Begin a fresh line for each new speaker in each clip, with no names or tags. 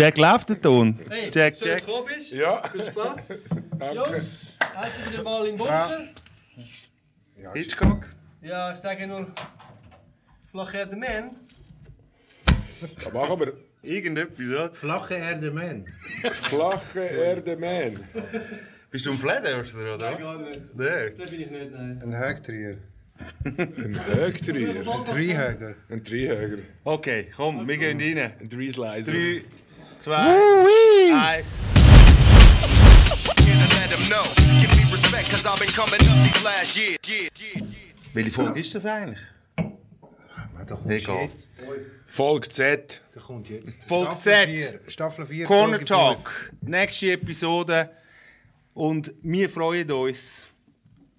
Jack läuft der Ton.
Hey,
Jack,
schön, dass
Jack.
du gekommen bist.
Ja.
Viel Spaß.
Danke.
Jungs, heute wieder mal im Bunker.
Hitchcock.
Ja, ich sage nur, flacher der Mann.
Da machen wir
Irgendetwas, ja.
Flache Erde, Mann.
flache Erde Man.
Bist du ein Flathörster, oder?
Gar nicht.
Nein.
Das bin ich nicht, nein.
Een huigtrier.
Ein Högtrier.
Driehuiger.
Ein Dreihöger.
Okay, komm, wir gehen rein.
Ein Dreisleiser.
3, 2, 1.
here to let them know. Give me respect, cause I've been coming up these last years. Yeah, yeah, yeah.
Welche Folge ist das eigentlich?
Maar dat komt
Egal.
jetzt.
Folge Z.
Dat komt jetzt.
Volk
Staffel
Z.
vier. Staffel 4.
Corner Talk. Nächste Episode. Und wir freuen uns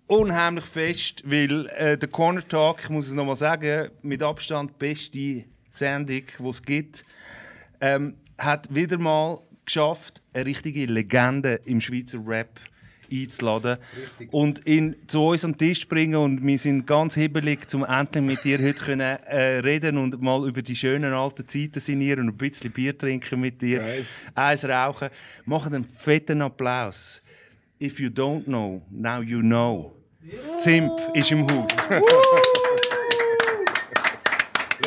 unheimlich fest, weil äh, der Corner Talk, ich muss es nochmal sagen, mit Abstand beste Sendung, die es gibt, ähm, hat wieder mal geschafft, eine richtige Legende im Schweizer Rap einzuladen und ihn zu uns an den Tisch zu bringen und wir sind ganz hibbelig, zum endlich mit dir heute können, äh, reden und mal über die schönen alten Zeiten sinnieren und ein bisschen Bier trinken mit dir,
Geil.
eins rauchen. Machen einen fetten Applaus. If you don't know, now you know. Zimp ist im Haus.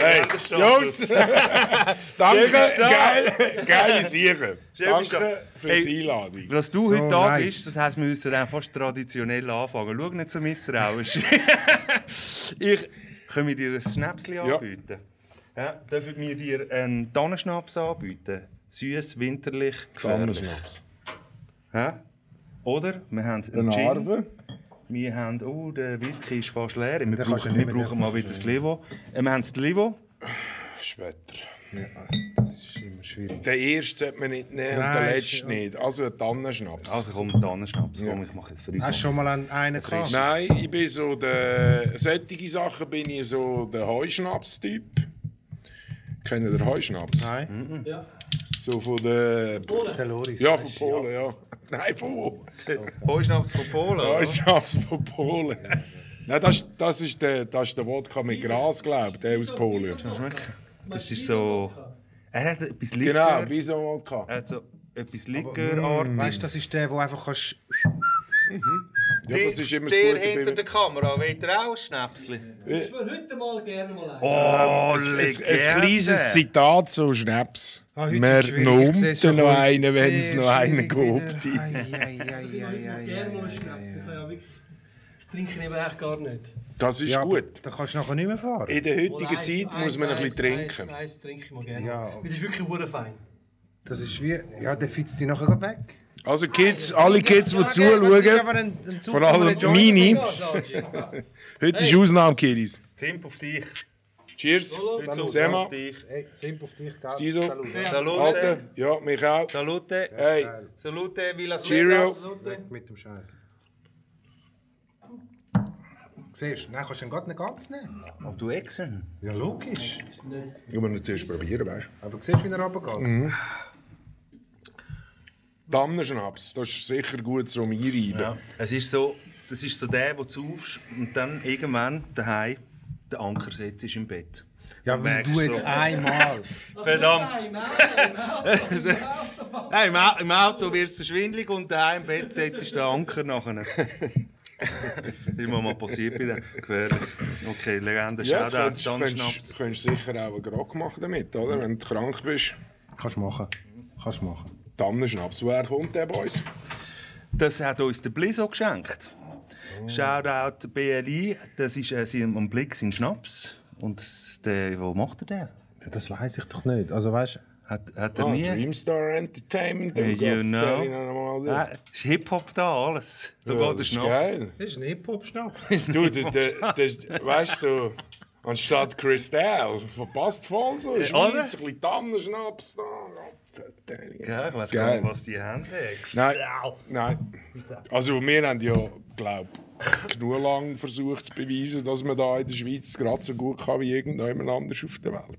Hey, Jungs. Danke.
Schön, bist du da.
Geil. Geile Sache.
bist du da.
Danke für die
Hey.
Einladung.
Dass du
So
heute da
nice.
bist, das heisst, wir müssen dann fast traditionell anfangen. Schau nicht so misstrauisch. ich können wir dir ein Schnäpschen anbieten. Ja, dürfen wir dir einen Tannenschnaps anbieten? Süß, winterlich, gefährlich.
Tannenschnaps.
Ja? Oder? Wir haben einen
Ein
Gin.
Arve.
Wir haben, oh, der Whisky ist fast leer. Wir
kannst du
brauchen,
nicht
wir
mehr
brauchen mal wieder das Levo. Äh, Wir haben das Levo.
Später.
Ja, dat is immer schwierig.
Den ersten sollte man nicht nehmen und den
Nein,
letzten
ist-
nicht. Also einen Tannenschnaps.
Also komm, Tannenschnaps. Komm, ich mache jetzt für uns.
Hast du schon mal einen, einen gehabt?
Nein, ich bin so der. Solche Sachen bin ich so der Heuschnaps-Typ. Kennt ihr den Heuschnaps? Mhm.
Nein.
Ja.
So von der.
Der Loris.
Ja, von Polen, ja. Nein, von wo?
Heuschnaps von Polen. oder?
Heuschnaps von Polen. Nein, das, ist- das, ist der, das ist der Wodka mit Gras, glaube ich, der aus Polen.
Das ist so. Er hat etwas Likör.
Genau, wie so ein Wodka.
Er hat so etwas
mm,
Likörartiges.
Weißt du, das ist der, wo einfach kannst.
Ja, das ist immer das
der
Gute
hinter
bei
der Kamera, wollt ihr auch ein Schnäpschen?
Ich würde heute mal gerne mal ein.
Oh,
ein, ein kleines Zitat zu Schnaps.
Ah, heute
Man
ist es schwierig. Ich
nimmt
sehe schon
noch
mal
einen, wenn es
sehr
noch einen
schwierig
gibt.
wieder. Ei, ei, ei,
Ich
ei, ei,
würde heute mal
ei, ei,
gerne mal
ei,
einen Schnaps.
ei.
Ich kann ja wirklich- Ich trinke eben echt gar nicht.
Das ist
Ja, aber
gut.
Dann kannst du nachher nicht mehr fahren.
In der heutigen
Eins,
Zeit
eins,
muss man ein
eins,
bisschen trinken.
Eins, eins trinke ich mal gerne.
Ja,
Ja.
aber-
Das ist wirklich hure fein.
Das ist wie. Ja, der fitzt dich nachher grad weg.
Also Kids, alle Kids, die
Das ist aber
zuschauen,
ein, ein Zug,
vor allem
wo man nicht
meine.
Ja, Sarge. Ja.
heute ist Ausnahme, Kiddies.
Zimp auf dich.
Cheers.
Zimp
Sehen wir.
auf dich.
Hey, Simp auf dich, gell?
Sieh so.
Salut.
Salute.
Alter, ja, mich auch.
Salute.
Hey,
Salute, Villa
Cheerio.
Weg mit dem Scheiß. Siehst du, dann kannst du ihn gerade nicht ganz nehmen.
Ob du Exen?
Ja, logisch.
ich muss ihn zuerst probieren. Weißt.
Aber siehst du, wie er runtergeht?
Tannenschnaps, das ist sicher gut zum Einreiben.
Ja. Es ist so, das ist so der, wo du aufst und dann irgendwann daheim der Anker setzt ist im Bett.
Ja, weil
Merkst
du jetzt
so.
einmal.
Verdammt.
Im Auto, im Auto, im Auto.
Nein, im, Au- im Auto wirst du schwindelig und daheim im Bett setzt ist der Anker nachher. Immer mal passiert bei dem. Gefährlich. Okay, Legende,
Ja, das
Shoutout,
könntest,
Sandschnaps.
könntest, könntest sicher auch einen Grog machen damit, oder? Wenn du krank bist.
Kannst machen. Kannst machen.
Tannenschnaps, woher kommt der bei uns?
Das hat uns der Bliso geschenkt. Shoutout BLI, das ist äh, sein, am Blick sein Schnaps. Und s- der, wo macht er den?
Ja, das weiß ich doch nicht. Also weißt
Hat, hat er
Ah,
nie?
Dreamstar Entertainment.
Hey, you know.
know.
Ah, ist Hip-Hop da, alles. Sogar der Schnaps.
Geil.
du? Das ist ein Hip-Hop-Schnaps.
Du, das, das, das, weißt du, anstatt Christelle, verpasst voll so. Schweiz,
Äh, oder?
ein bisschen Tannenschnaps da.
Ja, ich weiß
Geil.
gar nicht, was die haben. ey.
Nein, nein. Also wir haben ja, glaube genug lang versucht zu beweisen, dass man da in der Schweiz gerade so gut kann wie irgendjemand anders auf der Welt.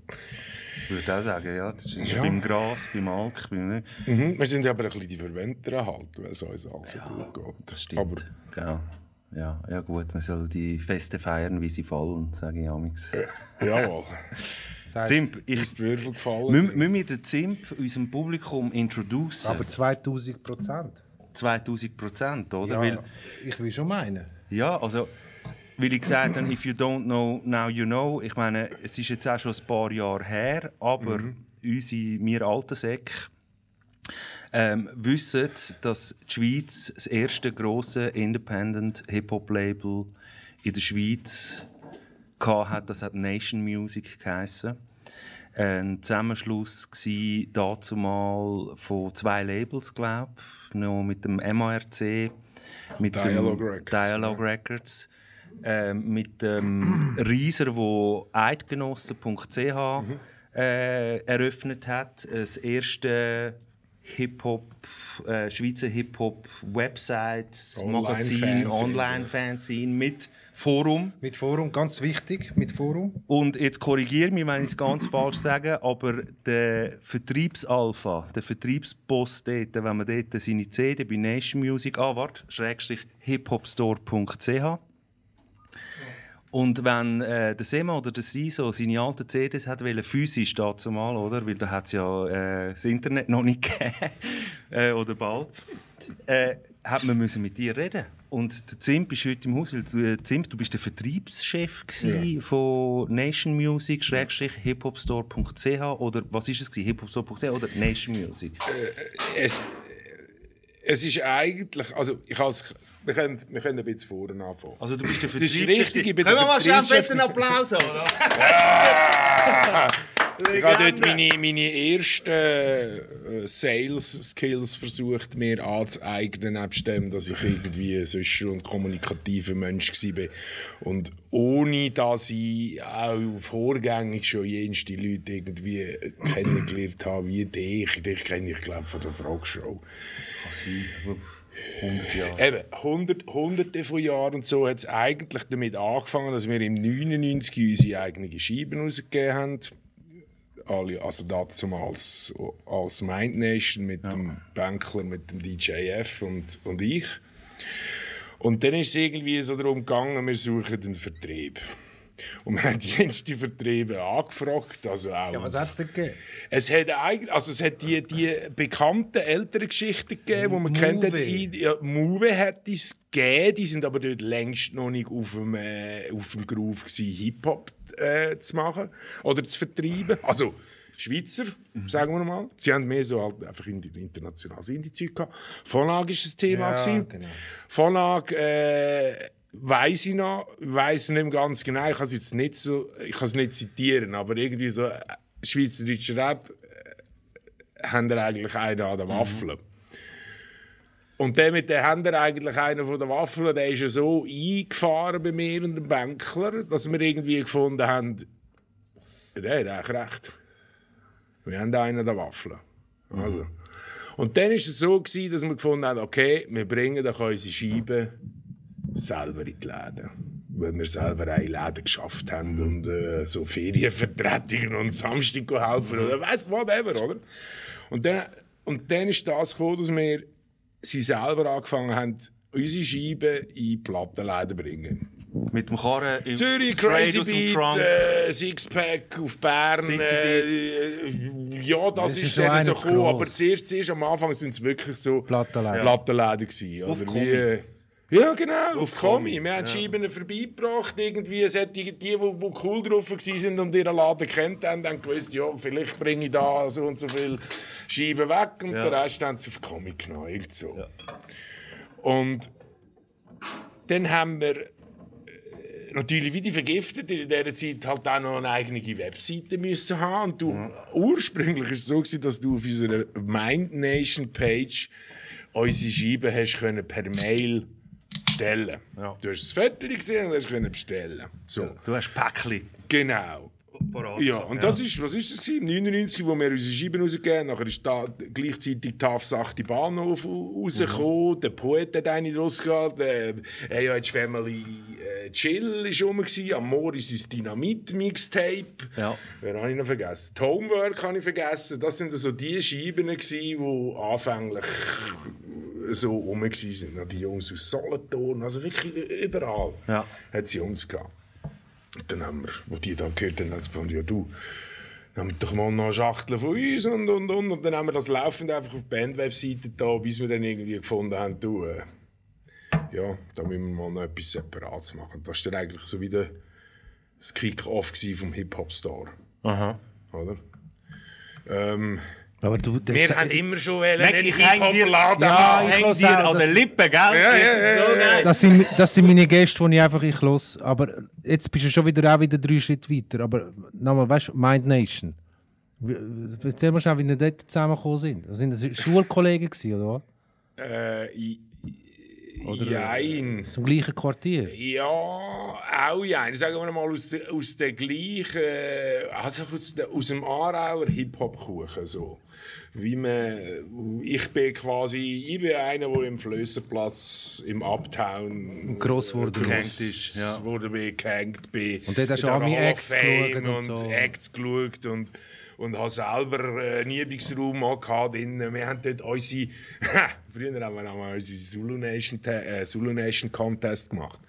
Ich würde auch sagen, ja. Das ist
Ja.
beim Gras, beim Alk, beim... ne?
Mhm. Wir sind aber ein bisschen die Verwendeten halt, weil es uns alles so gut geht.
Das stimmt.
Aber
ja. Ja, ja
Äh,
gut, man soll die Feste feiern, wie sie fallen, sage ich amigs.
jawohl.
gesagt.
Zimp, ich,
Ist die Würfel gefallen?
müssen,
sind.
müssen wir den Zimp unserem Publikum introducen?
Aber 2000 Prozent.
2000 Prozent, oder?
Ja,
Weil,
ich will schon meinen.
ja, also, weil ich gesagt habe, if you don't know, now you know. Ich meine, es ist jetzt auch schon ein paar Jahre her, aber
Mhm.
unsere, wir alten Säcke ähm, wissen, dass die Schweiz das erste grosse Independent Hip-Hop-Label in der Schweiz gehabt hat. Das hat Nation Music geheissen. Ein Zusammenschluss gsi dazumal von zwei Labels, glaube ich. Noch mit dem MARC, mit
Dialogue
dem
Records,
Dialogue Records, ähm, mit dem Reiser, wo eidgenossen.ch äh, eröffnet hat. Das erste Hip-Hop, äh, Schweizer Hip-Hop-Website, Magazin,
Online-Fanzine.
Online-Fanzine mit Forum.
Mit Forum, ganz wichtig, mit Forum.
Und jetzt korrigiere mich, wenn ich es ganz falsch sage, aber der Vertriebsalpha, der Vertriebsboss dort, wenn man dort seine CD bei Nation Music anwart, schrägstrich hiphopstore.ch und wenn äh, der Sema oder der Siso seine alten CDs hat wollen, physisch dazu mal, oder? Weil da hat es ja äh, das Internet noch nicht gegeben. äh, oder bald. Äh, hat man müssen mit dir reden. Und der Zimp ist heute im Haus, weil du, äh, Zimp, du bist der Vertriebschef ja. von Nation Music, Schrägstrich, hiphopstore.ch oder was ist es gewesen? hiphopstore.ch oder Nation Music?
Äh, es, es ist eigentlich, also ich als, wir können, wir können ein bisschen vorne anfangen.
Also du bist der
Das ist
Vertriebschef.
richtig, ich bin
Können wir
der
mal schnell
Vertriebschef-
bitte einen Applaus holen?
Ich habe dort meine, meine ersten äh, Sales-Skills versucht, mir anzueignen, nebst dem, dass ich irgendwie sonst schon ein kommunikativer Mensch war. Und ohne, dass ich auch vorgängig schon jenste Leute irgendwie kennengelernt habe, wie dich. Dich kenne ich, glaube von der Frageshow. Eben, hundert, hunderte von Jahren und so hat es eigentlich damit angefangen, dass wir im 99 unsere eigenen Scheiben rausgegeben haben. Alle, also dazu als, als Mind Nation mit dem Bänkler, mit dem DJF und, und ich. Und dann ist es irgendwie so darum gegangen, wir suchen den Vertrieb. Und wir haben die jüngsten Vertriebe angefragt, also auch
Ja, was hat es denn gegeben?
es hat, eig- also es hat die, die bekannten älteren Geschichten gegeben, die man kennt. hat. In- Ja, Move hat es gegeben, die sind aber dort längst noch nicht auf dem, äh, auf dem Groove gewesen, Hip-Hop äh, zu machen oder zu vertreiben. Also Schweizer,
Mhm.
sagen wir mal. Sie haben mehr so halt einfach in internationales Indie-Zeug gehabt. Vorlag war ein Thema.
Ja,
gewesen.
genau.
Vorlag äh, weiß ich noch, weiß nicht mehr ganz genau. Ich kann es jetzt nicht so, ich kann es nicht zitieren, aber irgendwie so äh, Schweizerdeutscher Rap äh, haben da eigentlich einen an
Mhm.
der Waffel. Und der mit den Händen eigentlich einer von der Waffeln, der ist ja so eingefahren bei mir und dem Bänkler, dass wir irgendwie gefunden haben, der hat eigentlich recht. Wir haben einen an der Waffel. Also. Und dann war es so, gewesen, dass wir gefunden haben, okay, wir bringen doch unsere Scheiben selber in die Läden. Weil wir selber auch in Läden geschafft haben und äh, so Ferienvertretungen und Samstag helfen oder was, whatever, oder? Und dann, und dann ist das gekommen, dass wir sie selber angefangen haben, unsere Scheiben in Plattenläden zu bringen.
Mit dem Karren im
Zürich,
straight
Crazy
aus dem
Beat,
Trunk.
äh, Sixpack auf Bern.
City
Äh, äh, ja, das,
Das
ist
ist schon
dann so
eines
cool.
gross.
Aber zuerst, zuerst am Anfang sind es wirklich so
Plattenläden.
Plattenläden gewesen.
Auf
Oder
Kommi.
wie, äh, ja, genau, auf Kommi. Wir haben die Scheiben vorbeigebracht. Irgendwie solche, die, die, die cool drauf waren und ihren Laden kennt haben, haben gewusst, ja, vielleicht bringe ich da so und so viele Scheiben weg. Und den Rest haben sie auf Kommi genommen. irgend So. Und dann haben wir äh, natürlich wie die Vergifteten in dieser Zeit halt auch noch eine eigene Webseite müssen haben. Und du, ursprünglich war es so, gewesen, dass du auf unserer Mind Nation Page unsere Scheiben hast können per Mail bestellen. Du hast das Foto gesehen und hast können bestellen. So,
Du hast Päckchen.
genau.
parat.
äh. Ja, und das ist, was ist das gewesen? 99, wo wir unsere Scheiben rausgegeben haben. Nachher ist da gleichzeitig TAF 8 Bahnhof u- rausgekommen. Der Poet hat eine draus gehabt. Der AIH Family äh, Chill war rum. gewesen. Amor ist sein Dynamit-Mixtape.
Ja.
Wer habe ich noch vergessen? Die Homework habe ich vergessen. Das sind so die Scheiben, gewesen, die anfänglich so rum waren. Die Jungs aus Solothurn, also wirklich überall
Ja.
hat sie Jungs gehabt. Und Dann haben wir, wo die da gehört haben, haben sie gefunden, ja du, Nehmt doch mal noch eine Schachtel von uns und und und. Und dann haben wir das laufend einfach auf die Bandwebseite da, bis wir dann irgendwie gefunden haben, du, äh, ja, da müssen wir mal noch etwas Separates machen. Das war dann eigentlich so wieder das Kick-Off gewesen vom Hip-Hop-Star.
Aha.
Oder? Ähm,
Aber du, der
wir haben immer schon wollen,
Mac,
einen
ich häng dir,
Hip-Hop-Laden
Ja,
haben.
ich
häng
lass
dir
auch
an den
das-
Lippen, gell?
Ja, ja, ja. ja.
das, sind, das sind meine Gäste, die ich einfach ich los. Aber jetzt bist du schon wieder auch wieder drei Schritte weiter. Aber nochmal, weißt du, Mind Nation. Wie- Erzähl mal schnell, wie wir dort zusammengekommen sind. Das sind das Schulkollegen gewesen, oder was?
Äh, i- jein.
Aus dem gleichen Quartier.
Ja, auch ja. Sagen wir mal aus der, aus der gleichen, also aus, der, aus dem Aarauer Hip-Hop-Kuchen so. Wie man, ich bin quasi, ich bin einer, der im Flösserplatz im Uptown
Gross wurde.
gross
Gehängt ist, ja.
wurde bin, gehängt bin.
Und dort hast du
In der
auch meine
Hall of
Acts
Fame
geschaut und so.
Acts geschaut und, und habe selber äh, einen Übungsraum auch gehabt. drinnen. Wir haben dort unsere, früher haben wir auch mal unsere Zulu Nation, Ta- äh, Zulu Nation Contest gemacht.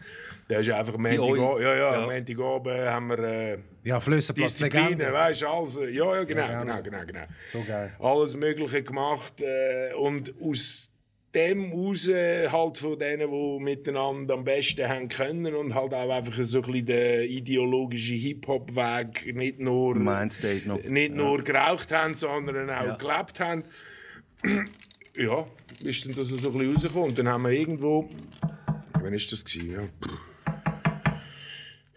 Da ist einfach am Montag,
euch?
ja, ja,
Ja.
am Montagabend haben wir äh,
Ja, Flössenplatz
Disziplinen,
Legende.
weißt du, alles. äh, Ja, ja, genau,
Ja, genau.
genau, genau, genau.
So geil.
Alles Mögliche gemacht äh, und aus dem raus äh, halt von denen, die miteinander am besten haben können und halt auch einfach so ein bisschen den ideologischen Hip-Hop-Weg nicht nur
Mindstate noch.
Äh, nicht nur geraucht haben, sondern auch gelebt haben. ja, ist dann das so ein bisschen rausgekommen. Und dann haben wir irgendwo. Wann ist das gewesen? Ja.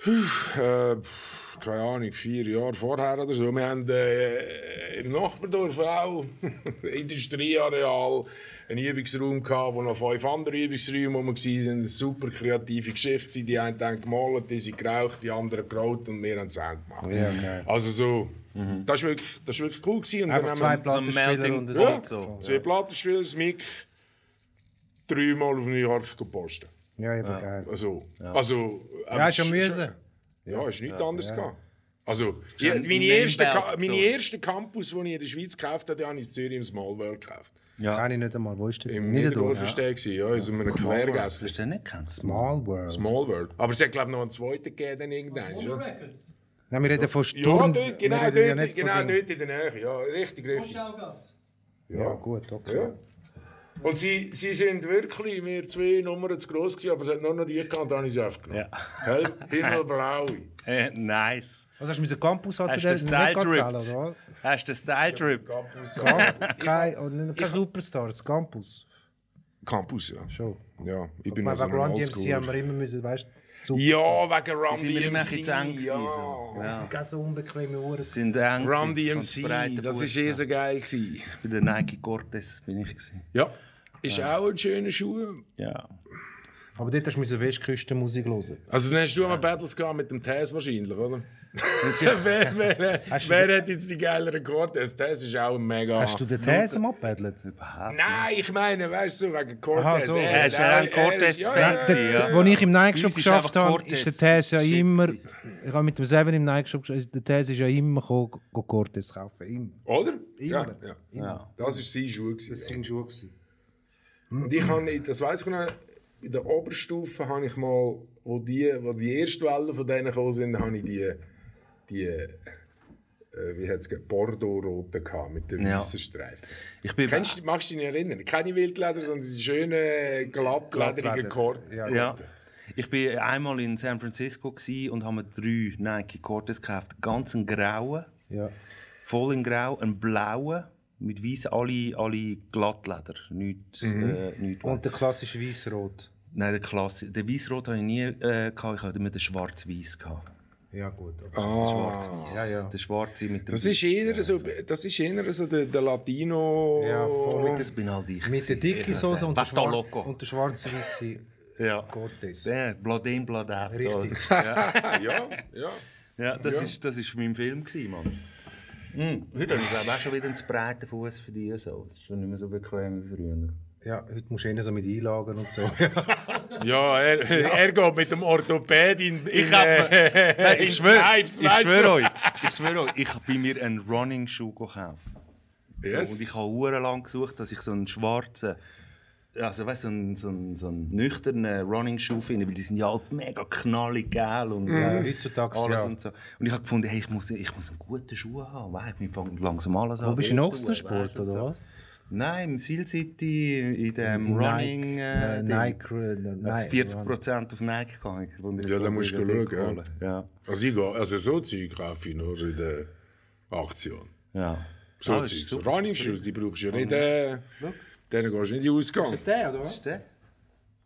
Puh, äh, keine Ahnung, vier Jahre vorher oder so. Wir haben äh, im Nachbardorf auch Industrieareal einen Übungsraum gehabt, wo noch fünf andere Übungsräume wo wir waren. Eine super kreative Geschichte. gewesen. Die einen haben gemalt, die sind geraucht, die anderen geraucht und wir haben Sound gemacht.
Ja, geil.
Also so, das war wirklich, das ist wirklich cool. Gewesen. Und
Einfach
dann
zwei
haben wir-
Plattenspieler
Melting
und
Pot
ein
so.
zwei Plattenspieler, das Mic, dreimal auf New York gepostet.
Ja, eben geil.
Also, also
Ja, ist ja müssen.
Ja, ist nichts anderes gegangen. Also,
Ja,
ja, meine,
Name
erste,
Belt,
Ka- meine
so.
erste Campus, die ich in der Schweiz gekauft habe, die habe ich in Zürich im Small World gekauft.
Kann ich nicht einmal. Wo ist der?
Im
Niederdorf.
Niederdorf war ja. ja, in so einem
Hast du
Quergässli.
den nicht gekannt?
Small World.
Small World. Aber es hat, glaube ich, noch einen zweiten gegeben, dann irgendwann. oder?
Records.
Nein, wir reden von
Ja,
Sturm.
dort, genau,
wir
dort,
reden ja nicht von
genau
dem-
dort in der Nähe. Ja, richtig, richtig.
Schaugas.
Ja, gut, okay.
Ja. Und sie, sie sind wirklich, wir zwei Nummern zu gross gewesen, aber es hat nur noch die gehabt, dann habe ich sie aufgenommen.
Ja.
Hell, Himmelblaue.
Äh, nice.
Also hast du müssen Campus haben zu
Hast du den
der
Style
nicht zahlen,
dripped?
oder?
Hast du den Style dripped?
Campus.
Camp- Kein, und nicht- kein Superstar, das Campus.
Campus, ja.
Schon.
Ja, ich bin
Bei
also ein
Run DMC haben
Oldschooler.
wir immer müssen, weißt du,
Ja, wegen Run
Sind wir immer ein
DMC.
bisschen zu eng gewesen, so.
Ja.
Das
Ja.
sind keine so unbequeme Uhren.
Sind eng.
Run
gewesen, ganz
DMC,
breiter
das
Fuß.
war eh so geil. Gewesen.
Bei der Nike Cortez bin ich. Gewesen.
Ja. Ist auch ein schöner Schuh.
Ja.
Aber dort hast du müssen Westküstenmusik hören.
Also dann hast du auch mal Battles gehabt mit dem Tess wahrscheinlich, oder? wer, wer, wer hat jetzt die geileren Cortes? Tess ist auch ein mega...
Hast du den Thesen abgebettelt?
Nein, ich meine, weißt du, wegen Cortez.
Aha, so.
Er ist ja ein Cortez-Fan
ja,
gewesen, ja.
Als ich im
Uns
Nike-Shop
ist
geschafft
einfach
habe,
Cortez
ist der These ja
shit
immer.
gewesen.
Ich habe mit dem Seven im Nike-Shop geschafft. Der These ist ja immer gekommen, go Cortes kaufen. Immer.
Oder?
Immer.
Ja, ja.
ja.
Das war sein Schuh. gewesen,
Das
ja.
sind Schuhe. gewesen.
Und ich habe, nicht- das weiß ich noch, in der Oberstufe habe ich mal, wo die, wo die ersten Wellen von denen gekommen sind, habe ich die, die äh, wie hat es Bordeaux-Roten gehabt, mit dem
Ja.
weißen Streifen.
Ich bin
Kennst du, magst du dich erinnern? Keine Wildleder, sondern die schönen, glattlederigen Korten.
Ja,
ja. Ich bin einmal in San Francisco gsi und habe mir drei Nike Cortez gekauft. Ganz einen grauen,
ja.
voll in grau, einen blauen mit weiß alle, alle Glattleder. Nicht, äh, nicht
Mhm. Und der klassische Weißrot.
Nein, der Klasse. Den weißrot hatte ich nie. Äh, gehabt. ich hatte immer den schwarz-weiß. gehabt.
Ja, gut. Okay.
Den schwarz-weiß.
Ah, Ja, ja.
Der schwarze mit dem
Das ist
Weiß.
eher so, das ist eher so der, der Latino...
Ja, voll. Mit
Das bin halt ich.
Mit der dicken Soße und der,
Vato
schwar
Loco.
und der schwarz-weiße
Ja.
Cortes.
Ja, Bladin, Bladat.
Richtig.
ja, ja.
Ja, das
Ja.
war ist, das ist mein Film, gewesen, Mann. Mm, heute habe ich glaube auch schon wieder einen zu breiten Fuß für dich. So. Das ist schon nicht mehr so bequem wie früher.
Ja, heute musst du eher so mit Einlagen und so.
Ja, er, er geht mit dem Orthopädin in, in,
hab-
äh,
Hey,
in
ich schwöre ich
Snipes, weißt
schwör
du?
euch, ich schwöre euch, ich habe bei mir einen Running Schuh gekauft. So,
Yes.
und ich habe urenlang gesucht, dass ich so einen schwarzen also weißt, so einen so einen- so einen nüchternen Running-Schuh finden, weil die sind ja halt mega knallig gel
Mhm.
und äh,
Heutzutage,
alles
ja.
und so. Und ich habe gefunden, hey, ich muss, ich muss einen guten Schuh haben. Weißt, wir fangen langsam alles an.
Du bist in
Wehtun,
Ochsensport,
weißt, und so.
oder was?
Nein, im Seal City, in dem
In
Running. äh, Ding.
Nike, äh,
Hat
Nike.
40% auf Nike gehabt. Ich wundere-
Ja, da musst du
ich-
schauen,
holen. Ja.
Also, ich gehe, also so Zeug kaufe ich nur in der Aktion.
ja.
So
Ah, das ist
Zeug.
super. Mhm.
Running Shoes, die brauchst du ja nicht. Äh, denen gehst du nicht in den Ausgang.
Der, oder was?
Ist der?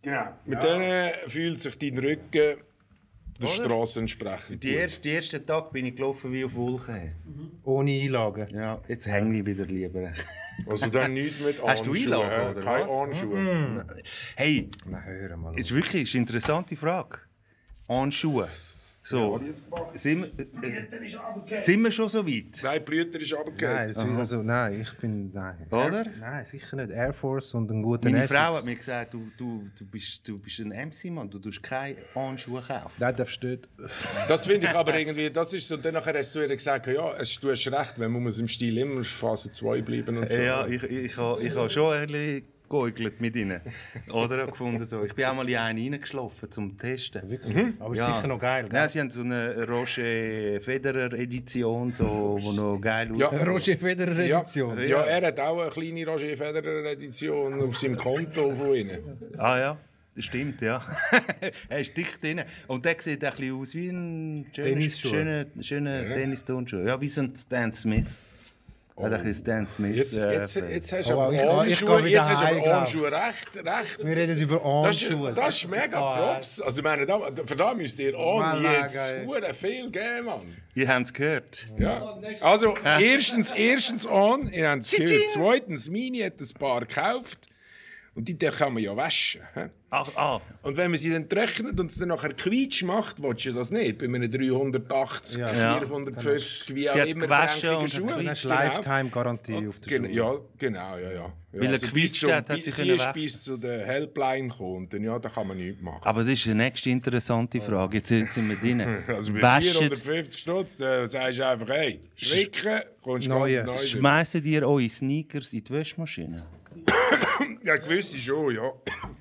Genau. Mit denen fühlt sich dein Rücken der Straße entsprechend.
Die erste, den ersten Tag bin ich gelaufen wie auf Wolken.
Ohne Einlagen.
Ja, jetzt hänge ich wieder lieber.
gut. Also dann nichts mit Armschuhen.
Hast du Einlagen,
äh,
oder
Keine
was? Mhm.
Armschuhe.
Hey,
Na, hören mal.
ist wirklich ist eine interessante Frage. Anschuhe. So, sind, wir- äh, sind wir schon so weit?
Nein, die Blüter ist runtergefallen.
Nein, das ist- also, nein, ich bin. Nein.
Oder?
Nein, sicher nicht. Air Force und einen guten
Meine
Essex.
Frau hat mir gesagt, du, du, du, bist, du bist ein MC-Mann, du darfst keine Anschuhe kaufen.
Nein, darfst du nicht.
Das finde ich aber irgendwie, das ist so. Dann nachher hast du ihr gesagt, ja, es- du hast recht, man muss im Stil immer Phase 2 bleiben und so.
Ja, ich, ich, ha- ich habe schon ein bisschen geäugelt mit ihnen. Oder? Hab gefunden, so. Ich bin auch mal in einen reingeschlafen, zum Testen. Wirklich?
Aber ist sicher noch geil.
Nein, sie haben so eine Roger Federer Edition, so, die noch geil
Ja.
aussieht.
Roger Federer Edition.
Ja, er hat auch eine kleine Roger Federer-Edition auf seinem Konto von ihnen.
Ah ja, das stimmt, ja. er ist dicht drin. Und der sieht ein bisschen aus wie ein schöner,
Tennisschuh.
schöner, schöner Tennisturnschuh. Ja, Oh. wie so ein Stan Smith. Er hat ein bisschen Stan Smith.
Jetzt,
äh,
jetzt, jetzt hast du
Oh,
aber
ich gehe- ich gehe
Armschuhe,
wieder
jetzt hast du
heim,
aber
glaub's.
Armschuhe recht, recht.
Wir reden über Ah,
Das ist,
Anschuhe.
das ist mega Props. Also, ich meine, da, für da müsst ihr auch
Mega
jetzt
geil.
hure viel geben, Mann.
Ihr habt es gehört.
Ja. Also, erstens, erstens an, ihr habt es gehört. Zweitens, meine hat ein paar gekauft. Und die die kann man ja waschen. hä?
Ach, ah,
Und wenn man sie dann trocknet und es dann nachher quietsch macht, willst du das nicht. Bei einem 380,
Ja.
450, wie auch
Sie hat
immer,
gewaschen
kränkigen
und hat
Schuhe.
Dann hast du
Genau.
Lifetime-Garantie auf der
Gen
Schuhe.
ja, genau, ja, ja. ja
er
bis
gequietscht
zum-
hat, hat sie
sie
können
ist
wechseln.
bis zu der Helpline gekommen. Und dann, ja, da kann man nichts machen.
aber das ist die nächste interessante Frage. Jetzt sind sind wir drin.
Also bei
Wäschet
450 Stutz, dann sagst du einfach, hey, schricken, kommst du
Neue.
ganz neu. über.
Schmeißen ihr eure Sneakers in die Wäschmaschine?
Ja, gewisse schon, ja.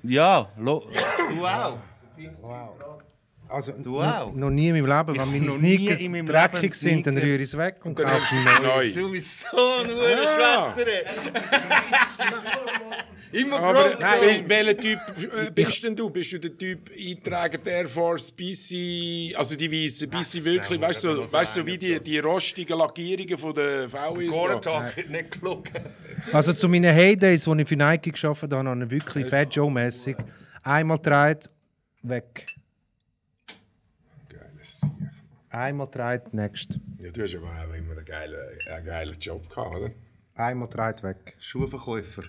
Ja, lo du auch.
Also,
Du
n-
auch?
Noch nie in meinem Leben,
hab
wenn meine
noch nie
Sneakers
in meinem Leben einen
dreckig sind,
Sneaker-
dann rühre ich es weg und
Dann nimmst
kaufe
du
einen
einen
neuen.
neuen.
Du bist so ein
Ja.
Schwätzer. Immer
Aber
Problem.
wel- welcher Typ äh, bist denn du? Bist du der Typ eingetragen Air Force, BC, also die weißen, BC wirklich, weißt du, so, weißt du, so wie die, die rostigen Lackierungen von der VS? da?
Tag nicht gelogen.
Also zu meinen Heydays, als ich für Nike gearbeitet habe, habe ich wirklich Fat Joe-mässig einmal dreht, weg.
Geiles Sieg.
Einmal dreht, next.
Ja, du hast aber auch immer einen geilen, einen geilen Job gehabt, oder?
Einmal dreht, weg.
Schuhverkäufer.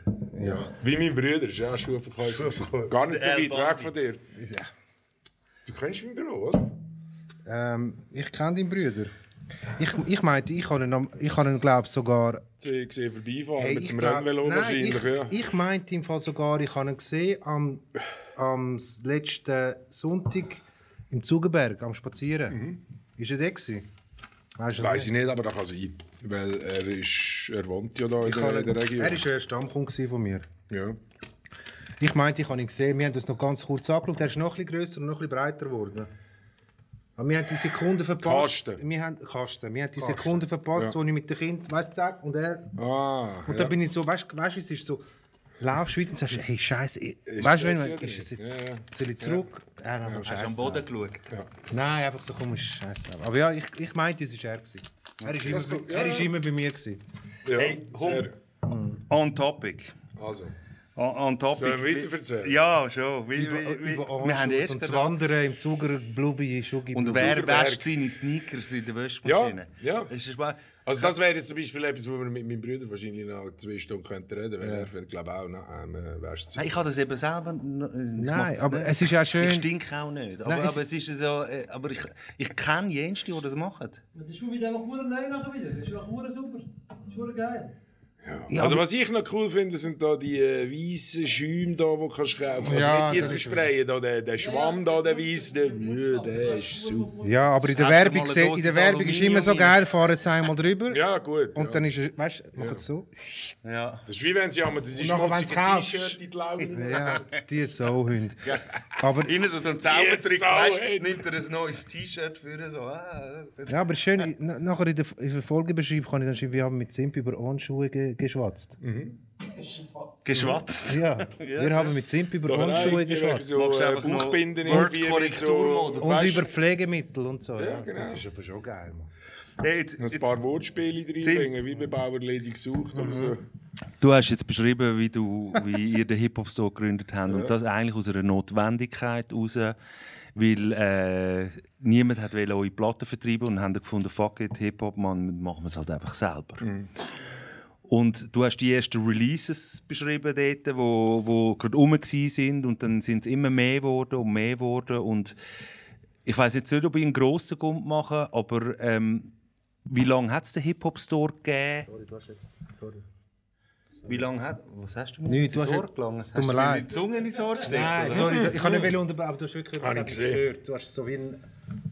Wie mein Bruder, ist ja auch Schuhverkäufer. Gar nicht so
Der
weit
Bandi.
weg von dir. Du kennst mein Büro, oder?
Ähm, ich kenne deinen Bruder. Ich, ich meinte, ich habe ihn, am- ich habe ihn glaube sogar...
Sie gesehen vorbeifahren
Hey, Nou,
mit
Äh, ich
dem
glaub-
Rennvelo
Nein,
wahrscheinlich,
ich,
ja.
Ich meinte im Fall sogar, ich habe ihn gesehen am, am s- letzten Sonntag im Zugenberg, am Spazieren. Ist er der gewesen? Weißt du es
Mhm. Weiß ich nicht, aber da kann sein. Weil er ist, er wohnt ja da in
Ich habe
der,
ihn-
in der Region.
Er war ja ein Stammkunde gewesen von mir.
ja.
Ich meinte, ich habe ihn gesehen. Wir haben uns noch ganz kurz angeschaut. Er ist noch ein bisschen grösser und noch ein bisschen breiter geworden. Aber wir haben die Sekunden verpasst.
Kasten.
Wir haben, Kasten. Wir haben die Sekunden verpasst, wo ich mit dem Kind, weißt du, sag, und er.
Ah,
Und
ja.
dann bin ich so, weißt du, weißt du, es ist so, laufst weiter und sagst, hey, Scheiße, ich- weißt du, wenn
das
man-
jetzt
ist es
nicht?
jetzt,
Ja, ja.
soll ich zurück? Ja. nein,
Hast du am
Scheiße.
Boden geschaut?
Nein, einfach so, komm, ist Scheiße. Aber ja, ich, ich meinte, es war er. Gewesen. Er war immer,
Das kommt- ja,
er ist
ja.
immer bei mir. Gewesen.
ja.
Hey, komm.
Er-
On topic.
Also.
On, on topic.
Sollen wir weiterverzählen?
Ja, schon. Wie,
Über,
wie, wie.
über
wir haben
Anschluss
erst
und das
gedacht-
Wandern im Zuger, Blubi, Schugi,
Und
Blubi.
wer
Zuckerberg.
wäscht seine Sneakers in der Wäschmaschine?
Ja, ja.
Ist das mal-
Also das wäre jetzt zum Beispiel etwas, wo wir mit meinem Bruder wahrscheinlich noch zwei Stunden könnten reden, weil er wird, glaube ich, auch nach einem äh, Wäschzimmer.
Nein, ich habe das eben selber. noch- ich mach
Nein,
das
aber
nicht.
es ist ja schön.
Ich stinke auch nicht. Aber,
Nein, es-
aber es ist so. äh, Aber ich, ich kenne Jenste, die das machen.
Der Schuh wird einfach hure neu nachher wieder. Der ist auch hure super. Das ist hure geil.
Ja,
also
aber-
was ich noch cool finde, sind da die äh, weißen Schäume da, die kannst du kaufen. Also
Ja,
nicht die
das
zum
ist-
Sprayen, da, der, der Schwamm da, der weiße, der, ja, der ist super.
Ja, aber in der
Erst
Werbung,
mal eine
se- in
Dosis
der Werbung ist immer so
Aluminium rein.
geil, fahren sie einmal drüber
Ja gut.
und
ja.
dann ist es, weißt du, machen es so.
Ja.
das ist wie wenn sie einmal die
nachher, wenn's
schmutzige
kaufst.
T-Shirt in die Laune
Ja, die Sauhunde. Aber,
Innen so ein
Yes,
Zaubertrick,
so
weißt
it.
du, nimmt er ein neues T-Shirt für so. Ah.
ja, aber schön, i- na- nachher in der, in der Folgebeschreibung kann ich dann schreiben, wir haben mit Simp über Anschuhe ge geschwatzt.
Mhm.
Geschwatzt.
Ja, wir haben mit Simp über
Oder
Anschuhe
irgendwie
geschwatzt.
So,
Machst du
äh,
einfach noch
Bauchbinden
Word-
irgendwie mit so-
Korrekturmodus.
Und
Weißt du,
über Pflegemittel und so. Ja,
genau.
Das ist aber schon geil, Mann.
Hey, jetzt,
Noch ein
jetzt,
paar Wortspiele reinbringen, wie bei Bauerlady gesucht oder so.
du hast jetzt beschrieben, wie, du, wie ihr den Hip-Hop-Store gegründet habt. Und das eigentlich aus einer Notwendigkeit heraus. Weil äh, niemand hat wollte eure Platten vertreiben und haben dann gefunden, fuck it, Hip-Hop, man, machen wir es halt einfach selber. Und du hast die ersten Releases beschrieben dort, wo, wo gerade rum gsi sind und dann sind es immer mehr geworden und mehr geworden und ich weiß jetzt nicht, ob ich einen grossen Grund mache, aber ähm, wie lange hat es den Hip-Hop-Store gegeben? Sorry, Wie lange hat... Was hast du mir
Nichts,
in
du
die
hast-
Sorge gelangen?
es
Hast
tut
du
mir
mir
leid.
die Zunge in die Sorge gesteckt?
Nein,
oder?
sorry, ich kann nicht will unterbrechen, aber du hast wirklich
Hab ich
etwas
gesehen.
gestört. Du hast so wie ein...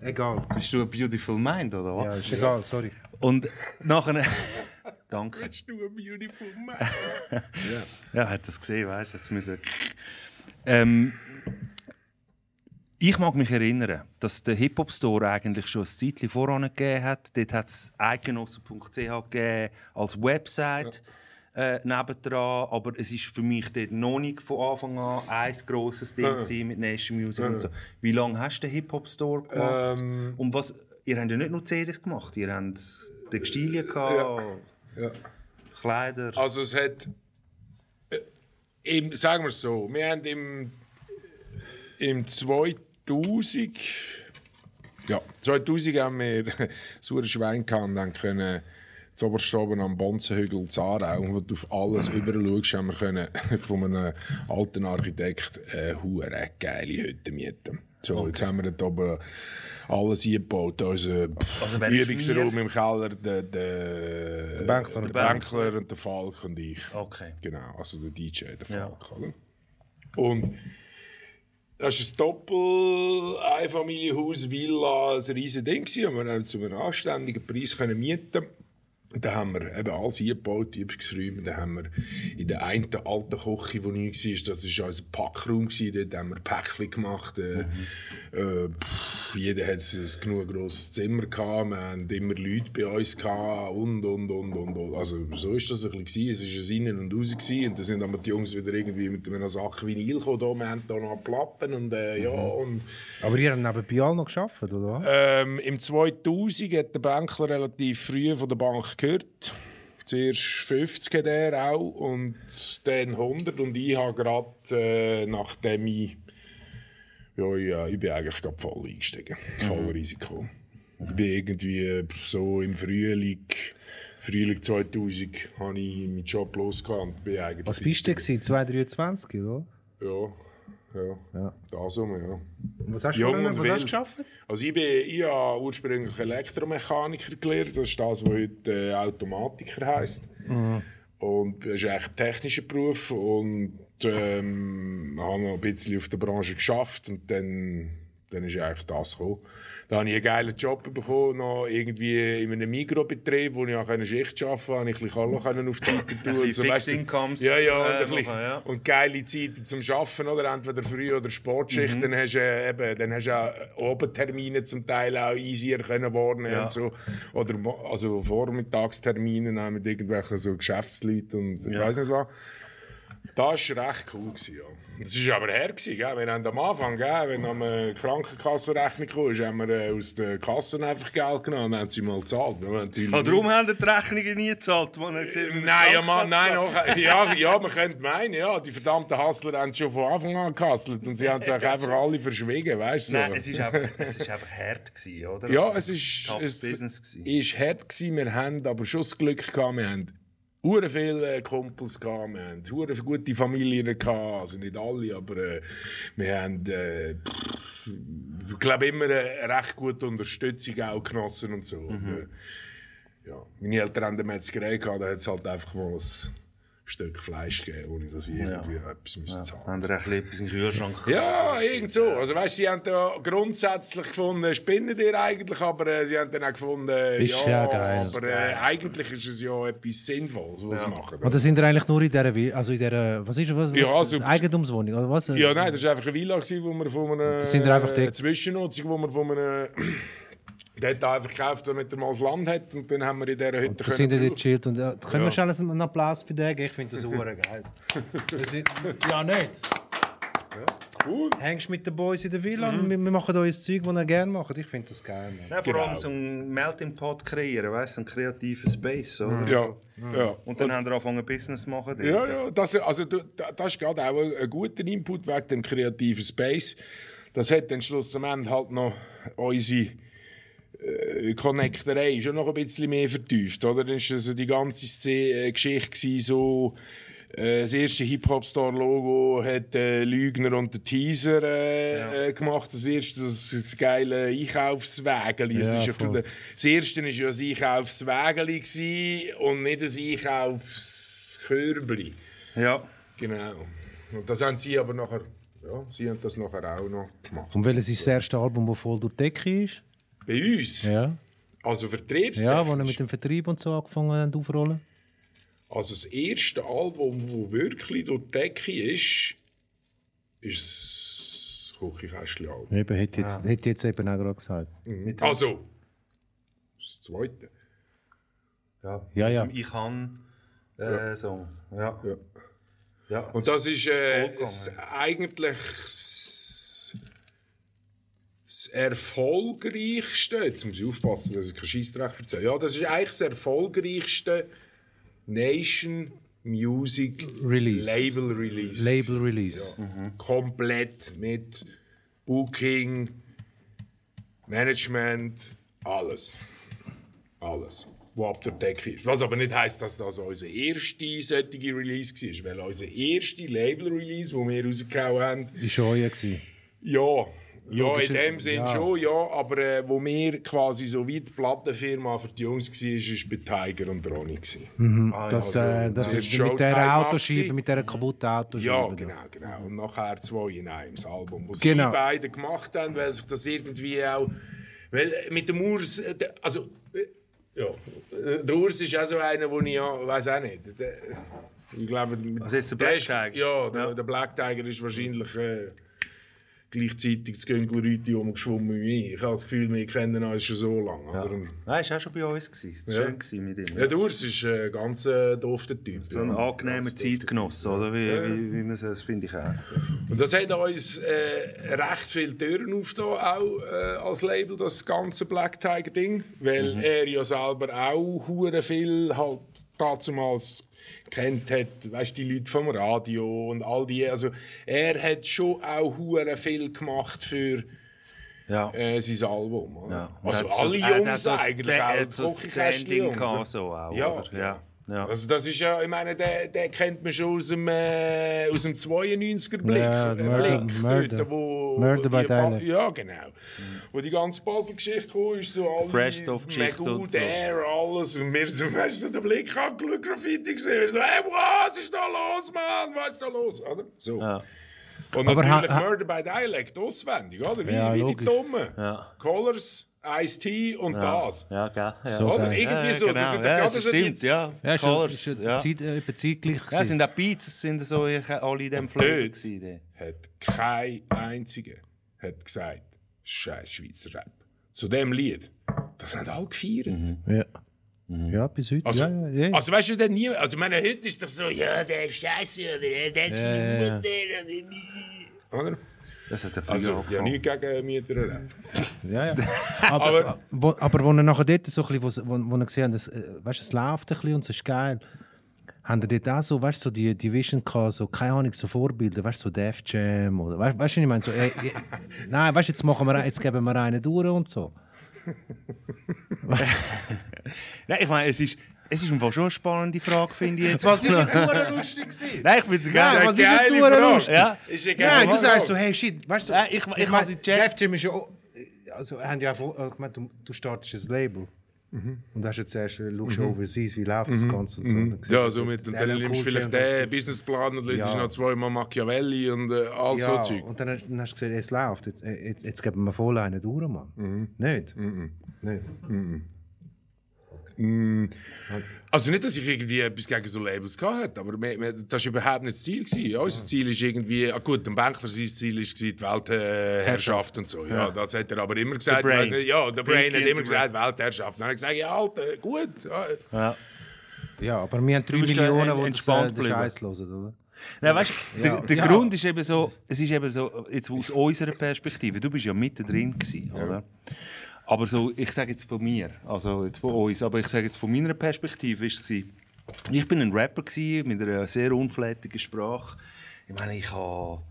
Egal.
Bist du ein beautiful mind, oder was?
Ja, ist egal, sorry.
Und nachher... Danke.
Bist du ein beautiful man?
Ja, hat das gesehen, weißt du? Jetzt müssen. Ähm, ich mag mich erinnern, dass der Hip-Hop-Store eigentlich schon ein Zeitchen voran gegeben hat. Dort hat es eidgenossen.ch gegeben als Website äh, nebendran. Aber es ist für mich dort noch nicht von Anfang an ein grosses Ding gewesen mit Nation Music und so. Wie lange hast du den Hip-Hop-Store gemacht? und was, ihr habt ja nicht nur CDs gemacht, ihr habt Textilien, gehabt,
Ja.
Kleider.
Also es hat, äh, im, sagen wir es so, wir haben im, im 2000, ja, 2000 haben wir so ein Schwein gehabt und haben können zu Oberstoben am Bonzenhügel Zarau, wo du auf alles überall schaust, haben wir können von einem alten Architekt eine hure geile Hütte mieten. So, jetzt haben wir dort oben alles eingebaut, unser
Also wer ist
Übungsraum im Keller, der, der, der
Bänkler.
der Bänkler und der Falk und ich.
Okay.
Genau, also der DJ, der
Ja.
Falk, oder? Und das war ein Doppel, Einfamilienhaus, Villa, ein riesiges Ding. gewesen. Und wir haben zu einem anständigen Preis können mieten. Und Da haben wir eben alles eingebaut, die Übungsräume. Da haben wir in der einen alten Küche, die neu war, das war unser Packraum, gewesen. dort haben wir Päckchen gemacht. Äh, äh, pff, jeder hat ein genug grosses Zimmer gehabt, wir haben immer Leute bei uns gehabt und, und, und, und. und. Also so ist das ein bisschen. gewesen. Es war ein Innen und Raus gewesen. und dann sind aber die Jungs wieder irgendwie mit einem Sack Vinyl gekommen. Da, Wir haben da noch Platten und äh, ja und...
Aber ihr habt nebenbei alle noch gearbeitet, oder?
Ähm, Im 2000 hat der Bänkler relativ früh von der Bank gehört. Zuerst 50 hat er auch und dann 100. Und ich habe gerade, äh, nachdem ich... Ja, ja, ich bin eigentlich gerade voll eingestiegen.
Mhm.
Voll Risiko. Ich bin irgendwie so im Frühling... Frühling 2000 habe ich meinen Job losgehauen. und bin eigentlich...
Was bist du denn? 223, oder?
Ja, ja.
Ja.
Da sind wir, ja.
Was hast du,
Jung
vorher- was
und
hast du
wild.
geschafft?
Also ich, bin, ich habe ursprünglich Elektromechaniker gelernt, das ist das, was heute äh, Automatiker heisst. Und das ist eigentlich ein technischer Beruf und ähm, habe noch ein bisschen auf der Branche geschafft und dann, dann ist eigentlich das gekommen. Dann habe ich einen geilen Job bekommen, noch irgendwie in einem Mikrobetrieb, wo ich auch eine Schicht arbeiten konnte, habe ich ein bisschen Kohle können auf die Seite tun. und
bisschen
weisst du-
Fixed Incomes,
Ja, ja, und,
äh,
ein bisschen,
machen, ja.
und geile Zeiten zum Arbeiten, oder? Entweder früh oder
Mhm.
Sportschicht, dann hast du äh, eben, dann hast du auch Abendtermine zum Teil auch easier können wahrnehmen
Ja.
und so. Oder mo- also Vormittagstermine auch mit irgendwelchen so Geschäftsleuten und ich weiß nicht was. Das war recht cool. Gewesen, ja. Das war aber her. Gewesen, gell? Wir haben am Anfang, gell? wenn am äh, Krankenkassenrechnung kam, ist, haben wir äh, aus der Kassen einfach Geld genommen und haben sie mal gezahlt. Wir haben natürlich
Ah, darum haben die Rechnungen nie gezahlt. Man hat sie-
Nein, ja, Mann, nein, auch, ja, ja, man könnte meinen, ja, die verdammten Hassler haben schon von Anfang an gehasselt und sie haben es auch einfach alle verschwiegen, weißt du? so.
Nein, es ist einfach, es ist einfach hart gewesen, oder?
ja,
Also, ein
es ist,
toughes
es
Business gewesen.
ist hart gewesen. Wir haben aber schon das Glück gehabt, wir haben hure viele äh, Kumpels gehabt, wir haben hure gute Familien gehabt, also nicht alle, aber äh, wir haben, äh, pff,
Mhm.
ich glaube immer eine recht gute Unterstützung auch genossen und so. Und, äh, ja, meine Eltern haben eine Metzgerei gehabt, da hat es halt einfach mal ein Stück Fleisch gegeben, ohne dass ich irgendwie etwas müssen zahlen
Haben wir auch ein bisschen etwas in den Kühlschrank
Ja, irgend so.
äh,
Also weißt, sie haben da grundsätzlich gefunden, spinnen ihr eigentlich, aber äh, sie haben dann auch gefunden,
Ist ja geil.
aber äh, eigentlich ist es ja etwas Sinnvolles, was sie machen.
Oder sind ihr eigentlich nur in dieser, Wi- also in dieser, was ist das, was, was,
Ja, also-
das Eigentumswohnung oder was?
Ja, nein, das war einfach eine Villa, gewesen, wo wir von einer
sind wir einfach dort-
eine Zwischennutzung, wo wir von einer dort einfach gekauft haben, damit er mal das Land hat. Und dann haben wir in dieser Hütte
Da sind ihr
können-
dort chillt und äh, können wir
Ja.
schon alles einen Applaus für den geben? Ich finde das hure geil. Das sind, ja, nicht.
Cool. Mhm.
Hängst mit den Boys in der Villa und wir, wir machen euch das Zeug, das ihr gerne macht. Ich finde das geil, Mann.
Ja, vor
Genau.
allem so einen Melting Pot kreieren, weißt du, einen kreativen Space. Oder?
Ja, ja.
Und dann haben wir angefangen, Business zu machen. dort.
Ja, ja, das, also, du- da- das ist gerade auch ein, ein guter Input wegen dem kreativen Space. Das hat dann schlussendlich halt noch unsere äh, Connecterei schon noch ein bisschen mehr vertieft. Oder? Dann war also die ganze Szene, äh, Geschichte gewesen, so. äh, Das erste Hip-Hop-Star-Logo hat äh, Lügner und der Teaser äh, äh, gemacht. Das erste, das, das geile Einkaufswägeli. Es ist ja, der- das erste war ja ein Einkaufswägeli gewesen und nicht ein Einkaufskörbli.
ja.
Genau. Und das haben sie aber nachher, ja, sie haben das nachher auch noch gemacht.
Und welches ist das erste Album, das voll durch die Decke ist?
Bei uns,
Ja.
also
Ja, wo ihr
vertriebstechnisch,
mit dem Vertrieb und so angefangen habt aufrollen.
also das erste Album, wo wirklich durch die Decke ist, ist das Kuchikästchen-Album.
Eben, hätte jetzt, hätte jetzt eben auch gerade gesagt.
Also, das zweite.
Ja, ja.
Ich kann äh, so. Ja.
Ja.
Ja.
Und das ist äh,
voll
das eigentlich das, das erfolgreichste. Jetzt muss ich aufpassen, dass ich keinen Scheißdreck erzähle. Ja, das ist eigentlich das erfolgreichste Nation Music
Release.
Label Release.
Label Release. Mhm.
Komplett mit Booking, Management, alles. Alles. Was ab der Decke ist. Was aber nicht heisst, dass das unser erste solche Release war. Weil unser erster Label-Release, den wir rausgehauen haben,
Ist auch euer gewesen.
ja, ja in dem Sinn schon, ja. Aber äh, wo wir quasi so wie die Plattenfirma für die Jungs waren, war bei Tiger und Ronnie. gewesen.
Ah,
Das, äh,
also,
das ist
das ist
mit dieser
Showtime
Autoscheibe,
Maxi.
mit dieser kaputten Autoscheibe.
Ja,
da.
genau, genau. Und nachher zwei in einem das Album, was
Genau.
sie beide gemacht haben, weil sich das irgendwie auch. Weil mit dem Urs. äh, der- Also. äh, Ja, äh, der Urs ist auch so einer, wo ich ja. Weiß auch nicht. Der, ich glaube. mit-
Also jetzt der Black
ist-
Tiger?
Ja, der, der Black Tiger ist wahrscheinlich. Äh, gleichzeitig das Göngelrüti umgeschwommen wie ich. Ich habe das Gefühl, wir kennen uns schon so lange. Ja, oder?
Nein, ist auch schon bei uns. Gewesen. Das war
Ja.
schön gewesen mit ihm.
ja der Urs ist ein ganz äh, dofter Typ.
So ein
ja.
angenehmer Zeitgenosse, oder? Wie, wie, wie man es finde ich auch.
Und das hat uns äh, recht viele Türen aufgetan, auch äh, als Label, das ganze Black Tiger Ding. Weil
Mhm.
er ja selber auch hure viel halt damals kennt hat, weißt die Leute vom Radio und all die. Also er hat schon auch hure viel gemacht für
Ja.
äh, sein Album. oder?
ja. Und
Also
hat so-
alle
er hat auch
Jungs
so ein
eigentlich,
Sta-
auch
er
die
hat so ein
Kochkästchen
Standing
Jungs.
gehabt, so auch,
Ja.
oder? Ja. ja.
Also das ist ja, ich meine, den, den kennt man schon aus dem, äh, aus dem 92er Blick.
Ja,
Äh,
Murder-
Blick
Murder.
Dort, wo,
Murder
wo
by
die Ba-
Tyler.
Ja, genau. Wo die ganze Basel-Geschichte kam, ist so alle...
Fresh-Stuff-Geschichte
Mega
und so.
Air, alles. Und wir so, weißt du, den Blick angeschaut, Graffiti gesehen. Wir so, hey, was ist da los, Mann? Was ist da los? Oder? So.
Ja.
Und
Aber
natürlich
ha- ha-
Murder by Dialect, auswendig, oder? Wie,
Ja,
wie die
logisch.
Dummen.
Ja.
Colors, Ice-T und das.
Ja, gell. Ja.
So
Oder
geil.
irgendwie so.
Ja,
Das
genau.
sind
ja,
gerade
das
so die
stimmt, ja.
Ja, ist ja- ist
Colors,
ja Zeit, äh, etwa zeitgleich.
Ja, es
gewesen.
sind auch Beats, es sind so ich- alle in dem Flow
Dort.
gewesen. dort.
hat kein einziger hat gesagt, scheiß Schweizer Rap. Zu dem Lied, das haben alle gefeiert.
Ja. Ja, bis heute.
Also,
ja, ja, ja.
also weißt du, denn nie, also ich meine, heute ist doch so, ja, der ist scheiße, oder der der ist
Ja, ja, ja.
nicht gut, der- oder?
Das hat der Früher
Also, ja,
angefangen.
nichts gegen Mieter Rap.
Ja, ja. Aber, aber, wo, aber wo ihr nachher dort so ein bisschen, wo, wo, wo ihr gesehen habt, das, äh, weißt, es läuft ein bisschen und es ist geil, haben ihr dort auch so, weißt, so die, die Vision gehabt, so, keine Ahnung, so Vorbilder, weißt, so Def Jam oder, weißt, weißt du, was ich meine, so, äh, äh, nein, weißt, jetzt machen wir, jetzt geben wir einen durch und so.
Nein, ich meine, es ist, es ist im Fall schon eine spannende Frage, finde ich jetzt.
Was ist jetzt
lustig gewesen.
Nein, ich finde es
Nein,
geil.
was ist jetzt so lustig?
Ja.
Ist ja
Nein, du
geil.
sagst so, hey, shit, weißt du,
Nein, ich- ich
mein,
hab's gecheckt.
Def Jam ist ja auch, also, haben ja auch, ich meine, du, du startest ein Label.
Mhm.
Und hast jetzt zuerst, äh, schaust du overseas, wie läuft das Ganze und so. Und dann siehst
Ja, also,
du,
somit. Und
der
dann
hat
nimmst du
cool
vielleicht
Champions
den
League.
Businessplan und lässt
Ja.
noch zweimal Machiavelli und äh, all so
Ja,
Zeug.
und dann, hast- dann hast du gesehen, es läuft. Jetzt, äh, jetzt, jetzt geben wir voll einen durch, Mann.
Mhm.
Nicht? Nicht?
Also nicht, dass ich irgendwie etwas gegen so Labels gehabt hätte, aber mir- mir- das war überhaupt nicht das Ziel. Gewesen. Ja, unser Ziel ist irgendwie, ah gut, ein Bänkler, sein Ziel ist gewesen, die Weltherrschaft und so. Ja, das hat er aber immer
Der
gesagt. Ich weiss
Brain.
Nicht, ja, der Brain
Pinky
hat
and
immer
the Brain.
gesagt, Weltherrschaft. Dann habe ich gesagt, ja, Alter, gut. Ja.
Ja, aber wir haben 3
bist da
Millionen,
en-
die das,
entspannt
äh, den
geblieben.
Scheiß hören, oder?
Nein, weißt, der, der Grund ist eben so, es ist eben so, jetzt aus unserer Perspektive, du bist ja mittendrin gewesen, oder? Aber so, ich sage jetzt von mir, also jetzt von uns, aber ich sage jetzt von meiner Perspektive, ist es gewesen, ich bin ein Rapper gewesen, mit einer sehr unflätigen Sprache. Ich meine, ich habe,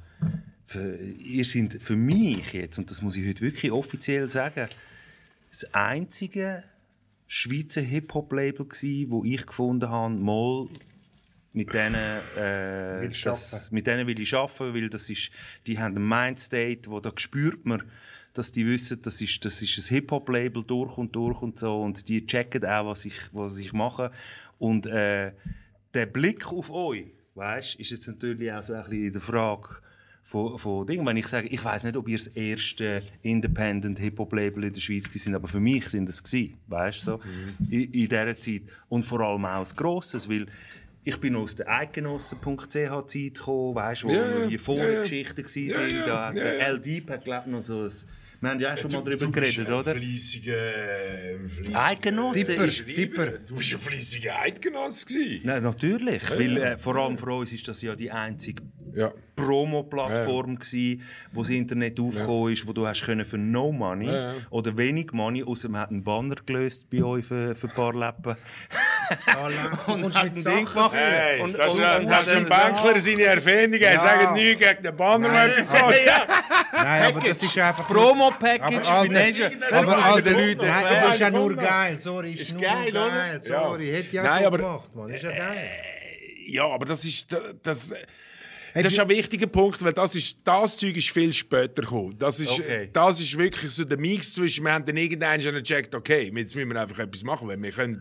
für, ihr sind für mich jetzt, und das muss ich heute wirklich offiziell sagen, das einzige Schweizer Hip-Hop-Label gewesen, wo ich gefunden habe, mal mit denen, äh, das, mit denen will ich arbeiten, weil das ist, die haben ein Mindstate, wo da spürt man, dass die wissen, das ist, das ist ein Hip-Hop-Label durch und durch und so und die checken auch, was ich, was ich mache und äh, der Blick auf euch, weißt, ist jetzt natürlich auch so ein bisschen in der Frage von, von Dingen. Wenn ich sage, ich weiß nicht, ob ihr das erste Independent Hip Hop Label in der Schweiz gewesen sind, aber für mich sind es gsi, weißt so
Mhm.
in, in dieser Zeit und vor allem auch ein grosses, weil ich bin aus der eidgenossen.ch Zeit gekommen, weißt, wo
Ja, ja,
die Vorgeschichten gsi
Ja, ja.
sind, da hat
Ja,
der
ja.
L Deep hat glaub noch so ein, wir haben ja auch schon mal
Du
darüber
bist
geredet,
ein
oder?
Fleissiger, ein fleissiger
Eidgenosse ist
Schreiber. Du bist ein fleissiger Eidgenosse. gewesen.
Nein, natürlich,
Ja,
weil
ja.
äh, vor allem für uns ist das ja die einzige
Ja.
Promo-Plattform gsi, wo das Internet aufgekommen ist, wo du hast können für no money
Ja, ja.
oder wenig money, außer man hat einen Banner gelöst bei euch für, für ein paar Läppen. und, und hat ein Ding gemacht.
Hey,
und,
das ist ein- das ist ein Bänkler, seine Erfindung. Er sagt nie gegen den Banner, wenn etwas kostet.
Nein, aber das ist einfach...
Promo-Package
Aber Alter,
ah, Das
aber
muss
all
ich
den
den
Leuten, nein,
erklären.
aber ist ja nur geil, sorry, ist, nur
geil,
geil,
oder?
sorry, hätte ja
Nein,
so
aber-
gemacht, man, ist ja geil.
Ja, aber das ist das, das ist ein wichtiger Punkt, weil das ist das Zeug ist viel später gekommen. Das ist
Okay.
das ist wirklich so der Mix zwischen wir haben dann irgendwann schon gecheckt, okay, jetzt müssen wir einfach etwas machen, weil wir können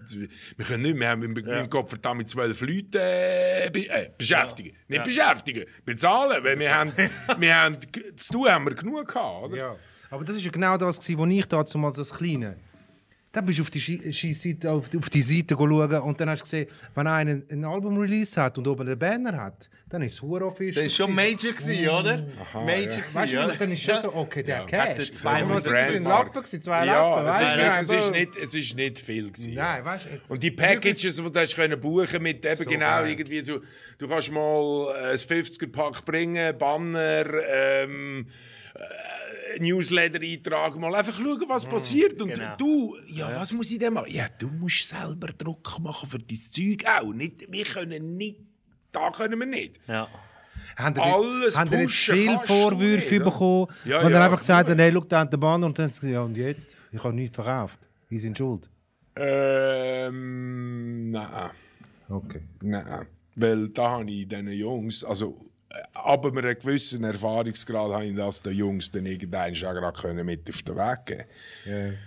wir können nicht, wir haben im, im Kopf verdammt zwölf Leute äh, be, äh, beschäftigen, nicht beschäftigen, bezahlen, weil wir haben wir haben g- zu tun haben wir genug gehabt, oder?
Ja. Aber das war ja genau das, gewesen, wo ich dazu mal als Kleine. Dann bist du auf die, Schi- Scheissseite- auf, die- auf die Seite schauen und dann hast du gesehen, wenn einer ein Album-Release hat und oben einen Banner hat, dann ist es verdammt offiziell.
Das war schon Major, gewesen, oder? Major, gewesen,
Mm. Weißt
ja.
du, dann ist schon so, okay, der Cash.
jetzt
Zwei
Brand-
Monate sind Lappen, gewesen, zwei
Ja,
Lappen.
es
weißt du,
ist, wirklich, es
nein,
ist
aber-
nicht es ist nicht viel gewesen.
Nein, weißt du.
Und die Packages, die du hast können buchen mit eben genau irgendwie so, du kannst mal äh, ein 50er-Pack bringen, Banner, ähm, äh, Newsletter-Eintrag, mal einfach schauen, was passiert. Und
genau.
du, Mm, ja, was muss ich denn machen? Ja, du musst selber Druck machen für dein Zeug auch. Nicht, wir können nicht, da können wir nicht.
Ja.
Haben ihr
Alles
haben ihr jetzt
pushen
viele
kannst du
Vorwürfe
nicht,
bekommen?
Ja,
und dann
ja,
einfach gesagt,
genug.
nein, schau, da hat der Banner. Und dann haben sie gesagt, ja, und jetzt? Ich habe nichts verkauft. Die sind schuld.
Ähm, nein.
Okay.
Nein, weil da habe ich diesen Jungs, also äh, ab einem gewissen Erfahrungsgrad habe ich das den Jungs dann irgendwann schon gerade können mit auf den Weg geben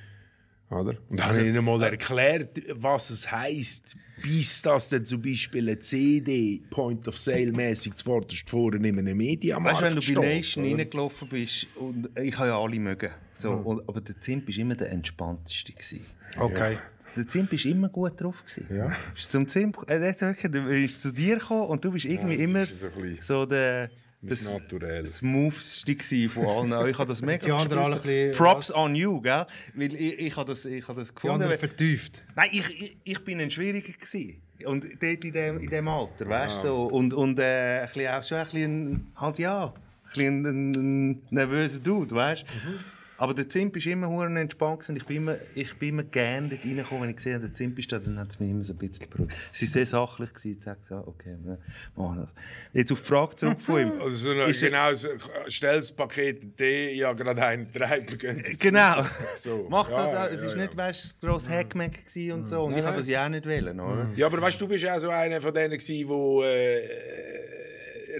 Oder? Und dann habe ich ihnen mal erklärt, was es heisst, bis das dann zum Beispiel eine CD Point of Sale mäßig zuvorderst vorne in einem Mediamarkt
Weißt du, wenn du bei
steht,
Nation
oder?
reingelaufen bist, und ich habe ja alle mögen, so,
Mhm.
und, aber der Zimp war immer der entspannteste. Gewesen.
Okay.
Der Zimp war immer gut drauf. Gewesen. Ja. Bist zum Zimp, äh, der ist wirklich- der ist zu dir gekommen und du bist irgendwie
das
immer
ist so ein bisschen-
so der
Das Naturell.
smoothste gewesen von allen. Aber Ich habe das mega
Die anderen alle ein
gespürt.
bisschen-
Props on you, gell? Weil ich, ich habe das, ich habe das
Die
gefunden.
anderen vertieft.
Nein, ich, ich, ich bin ein Schwieriger gewesen. Und dort in dem, in dem Alter, weißt du, so. Und, und äh, ein bisschen auch schon ein bisschen, halt ja, ein bisschen ein, ein nervöser Dude, weißt du.
Mhm.
Aber der Zimp ist immer hure entspannt gewesen. und ich bin immer, ich bin immer gerne dort reingekommen, wenn ich gesehen habe, der Zimp ist da, dann hat es mich immer so ein bisschen beruhigt. Es war sehr sachlich, gewesen, ich sagte so, okay, wir machen das. Jetzt auf die Frage zurück von ihm.
Also so ein,
Ist-
genau, so, stell das Paket D, ja, gerade einen Treiber. gehen jetzt
Genau.
raus. So.
Mach das
Ja,
auch. Es
ja,
war
ja. Mhm.
nicht, weißt du, das grosse Hackmack gewesen und so. Und ich habe das ja auch nicht wollen, oder?
Ja, aber weißt du, du bist ja auch so einer von denen, gewesen, wo äh,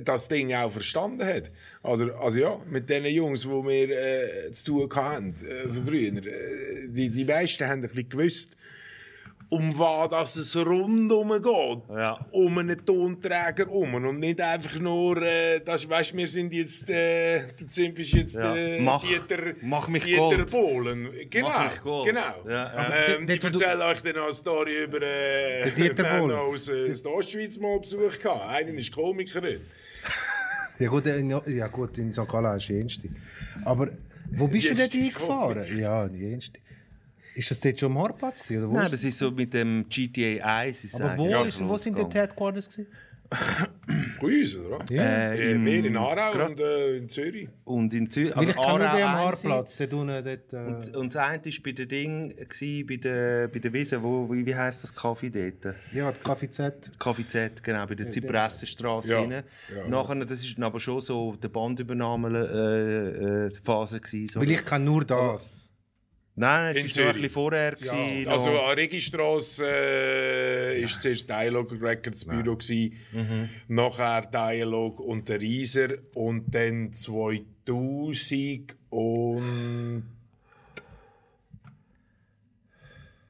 das Ding auch verstanden hat. Also, also ja, mit den Jungs, wo wir äh, zu tun hatten äh, von früher, äh, die, die meisten haben ein bisschen gewusst, um was dass es rundum geht.
Ja.
Um einen Tonträger um. Und nicht einfach nur, äh, das, weißt, wir sind jetzt, äh, der Zimp ist jetzt
Ja.
äh,
Mach-
Dieter,
mach mich
Dieter
Gold.
Bohlen. Genau.
Mach mich Gold.
genau.
Ja, ja.
Ähm,
dort,
ich
wo du-
erzähle euch dann noch eine Story über äh,
Dieter
einen
Bohlen.
aus, äh, aus der Ostschweiz mal Besuch gehabt. Einen ist Komikerin.
Ja gut, in, ja gut, in St. Gallen ist jenste. Aber wo bist du
Jenste
denn eingefahren? Ja, in jenste. Ist das dort schon am Hartplatz gewesen, oder wo?
Nein, das ist so mit dem GTA 1. Ist
Aber wo,
eigentlich
ist, äh, wo sind die
losgegangen.
Headquarters gewesen?
Bei uns, oder? Ja.
Äh,
Äh,
im-
mehr in Aarau
Gra-
und äh, in Zürich.
Und in Also Zürich.
Weil ich kann
Aarau
nur den am
einseitig.
Hartplatz, dort unten, dort... Äh,
Und, und das eine war bei der Ding, gewesen, bei der, bei der Wiese, wo, wie, wie heisst das Kaffee dort?
ja, die Kaffee Z.
Kaffee Z, genau,
Äh,
bei der Zypressenstraße
Ja.
rein.
Ja.
Nachher, das war dann aber schon so die äh, Bandübernahme-Phase. gewesen. so.
Weil ich kann nur das.
Nein, es war noch
In
ein
Zürich.
bisschen vorher.
Ja,
gewesen,
also
noch-
an Registrasse äh, ist zuerst Dialog Records Büro gsi, nachher Dialog und der Reiser und dann 2000 und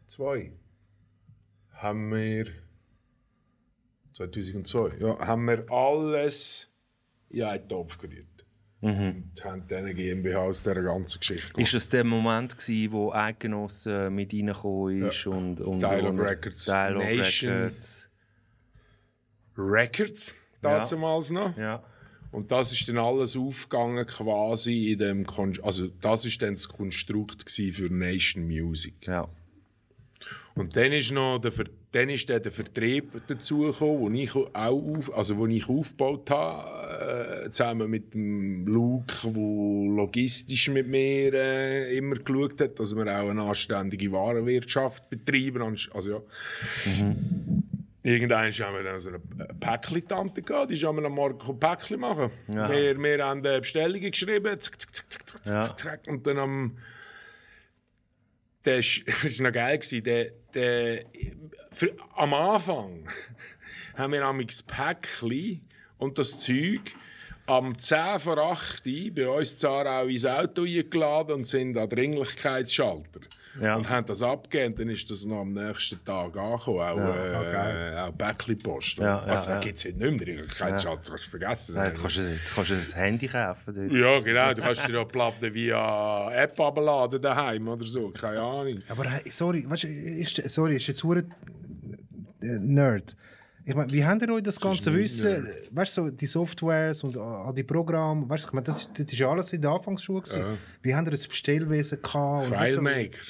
zwei haben wir 2002 ja, haben wir alles in einen Topf gerührt und haben dann GmbH aus dieser ganzen Geschichte gemacht.
Ist das der Moment, gewesen, wo Eidgenosse mit reingekommen ist? Und, und,
Dialog
und,
Records,
Dialog
Nation.
Records.
Records damals noch
Ja.
Und das ist dann alles aufgegangen quasi in dem Kon also das ist dann das Konstrukt gsi für Nation Music.
ja.
Und dann ist noch der Ver dann ist dann der Vertrieb dazu gekommen, wo ich auch auf also wo ich aufgebaut habe äh, zusammen mit dem Luke, wo logistisch mit mir äh, immer geschaut hat, dass wir auch eine anständige Warenwirtschaft betreiben, anst- also ja. Irgendwann haben wir dann so eine Päckli-Tante gehabt, die ist einmal am Morgen gekommen, Päckli machen. Wir, wir haben die Bestellungen geschrieben, zack, zack, zack, zack, zack,
Ja.
zack, zack, und dann am... Das ist- das war noch geil. Gewesen. Der, der, für, am Anfang haben wir nämlich das Päckli und das Zeug am 10 vor 8 Uhr bei uns in Aarau ins Auto eingeladen und sind an den Dringlichkeitsschalter.
Ja.
Und haben das abgegeben, und dann ist das noch am nächsten Tag angekommen, auch, äh, auch Päckli-Post.
Ja,
also,
ja,
da
ja.
gibt es heute nicht mehr Dringlichkeitsschalter, kannst du vergessen.
Nein, jetzt, kannst du, jetzt kannst du ein Handy kaufen. Dort.
ja, genau, du kannst dir ja Platten via App abladen daheim oder so, keine Ahnung.
Aber hey, sorry, weißt du, ist, sorry, ist jetzt hure äh, Nerd. Ich meine, wie habt ihr euch das ganze Wissen, weißt du, so die Softwares und äh, all die Programme, weißt du, ich meine, das, ist- das ist ja alles in der Anfangsschule. Ja. Wie habt ihr das Bestellwesen gehabt? und weißt du,
FileMaker.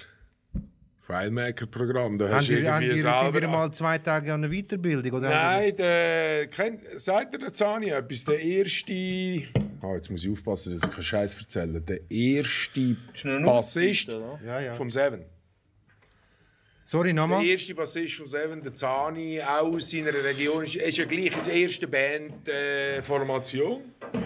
FileMaker-Programm, da
Haben
hast du
die, haben
irgendwie
die, sind ihr
selber...
mal zwei Tage an einer Weiterbildung? Oder
Nein, der, kennt, sagt dir der Zani etwas? Der erste... Ah, jetzt muss ich aufpassen, dass ich keinen Scheiß erzähle. Der erste Bassist
Ja, ja.
vom Seven.
Sorry,
Der
nochmal.
erste Bassist von Seven, der Zani, auch aus seiner Region, ist, ist ja gleich in der ersten Band-Formation.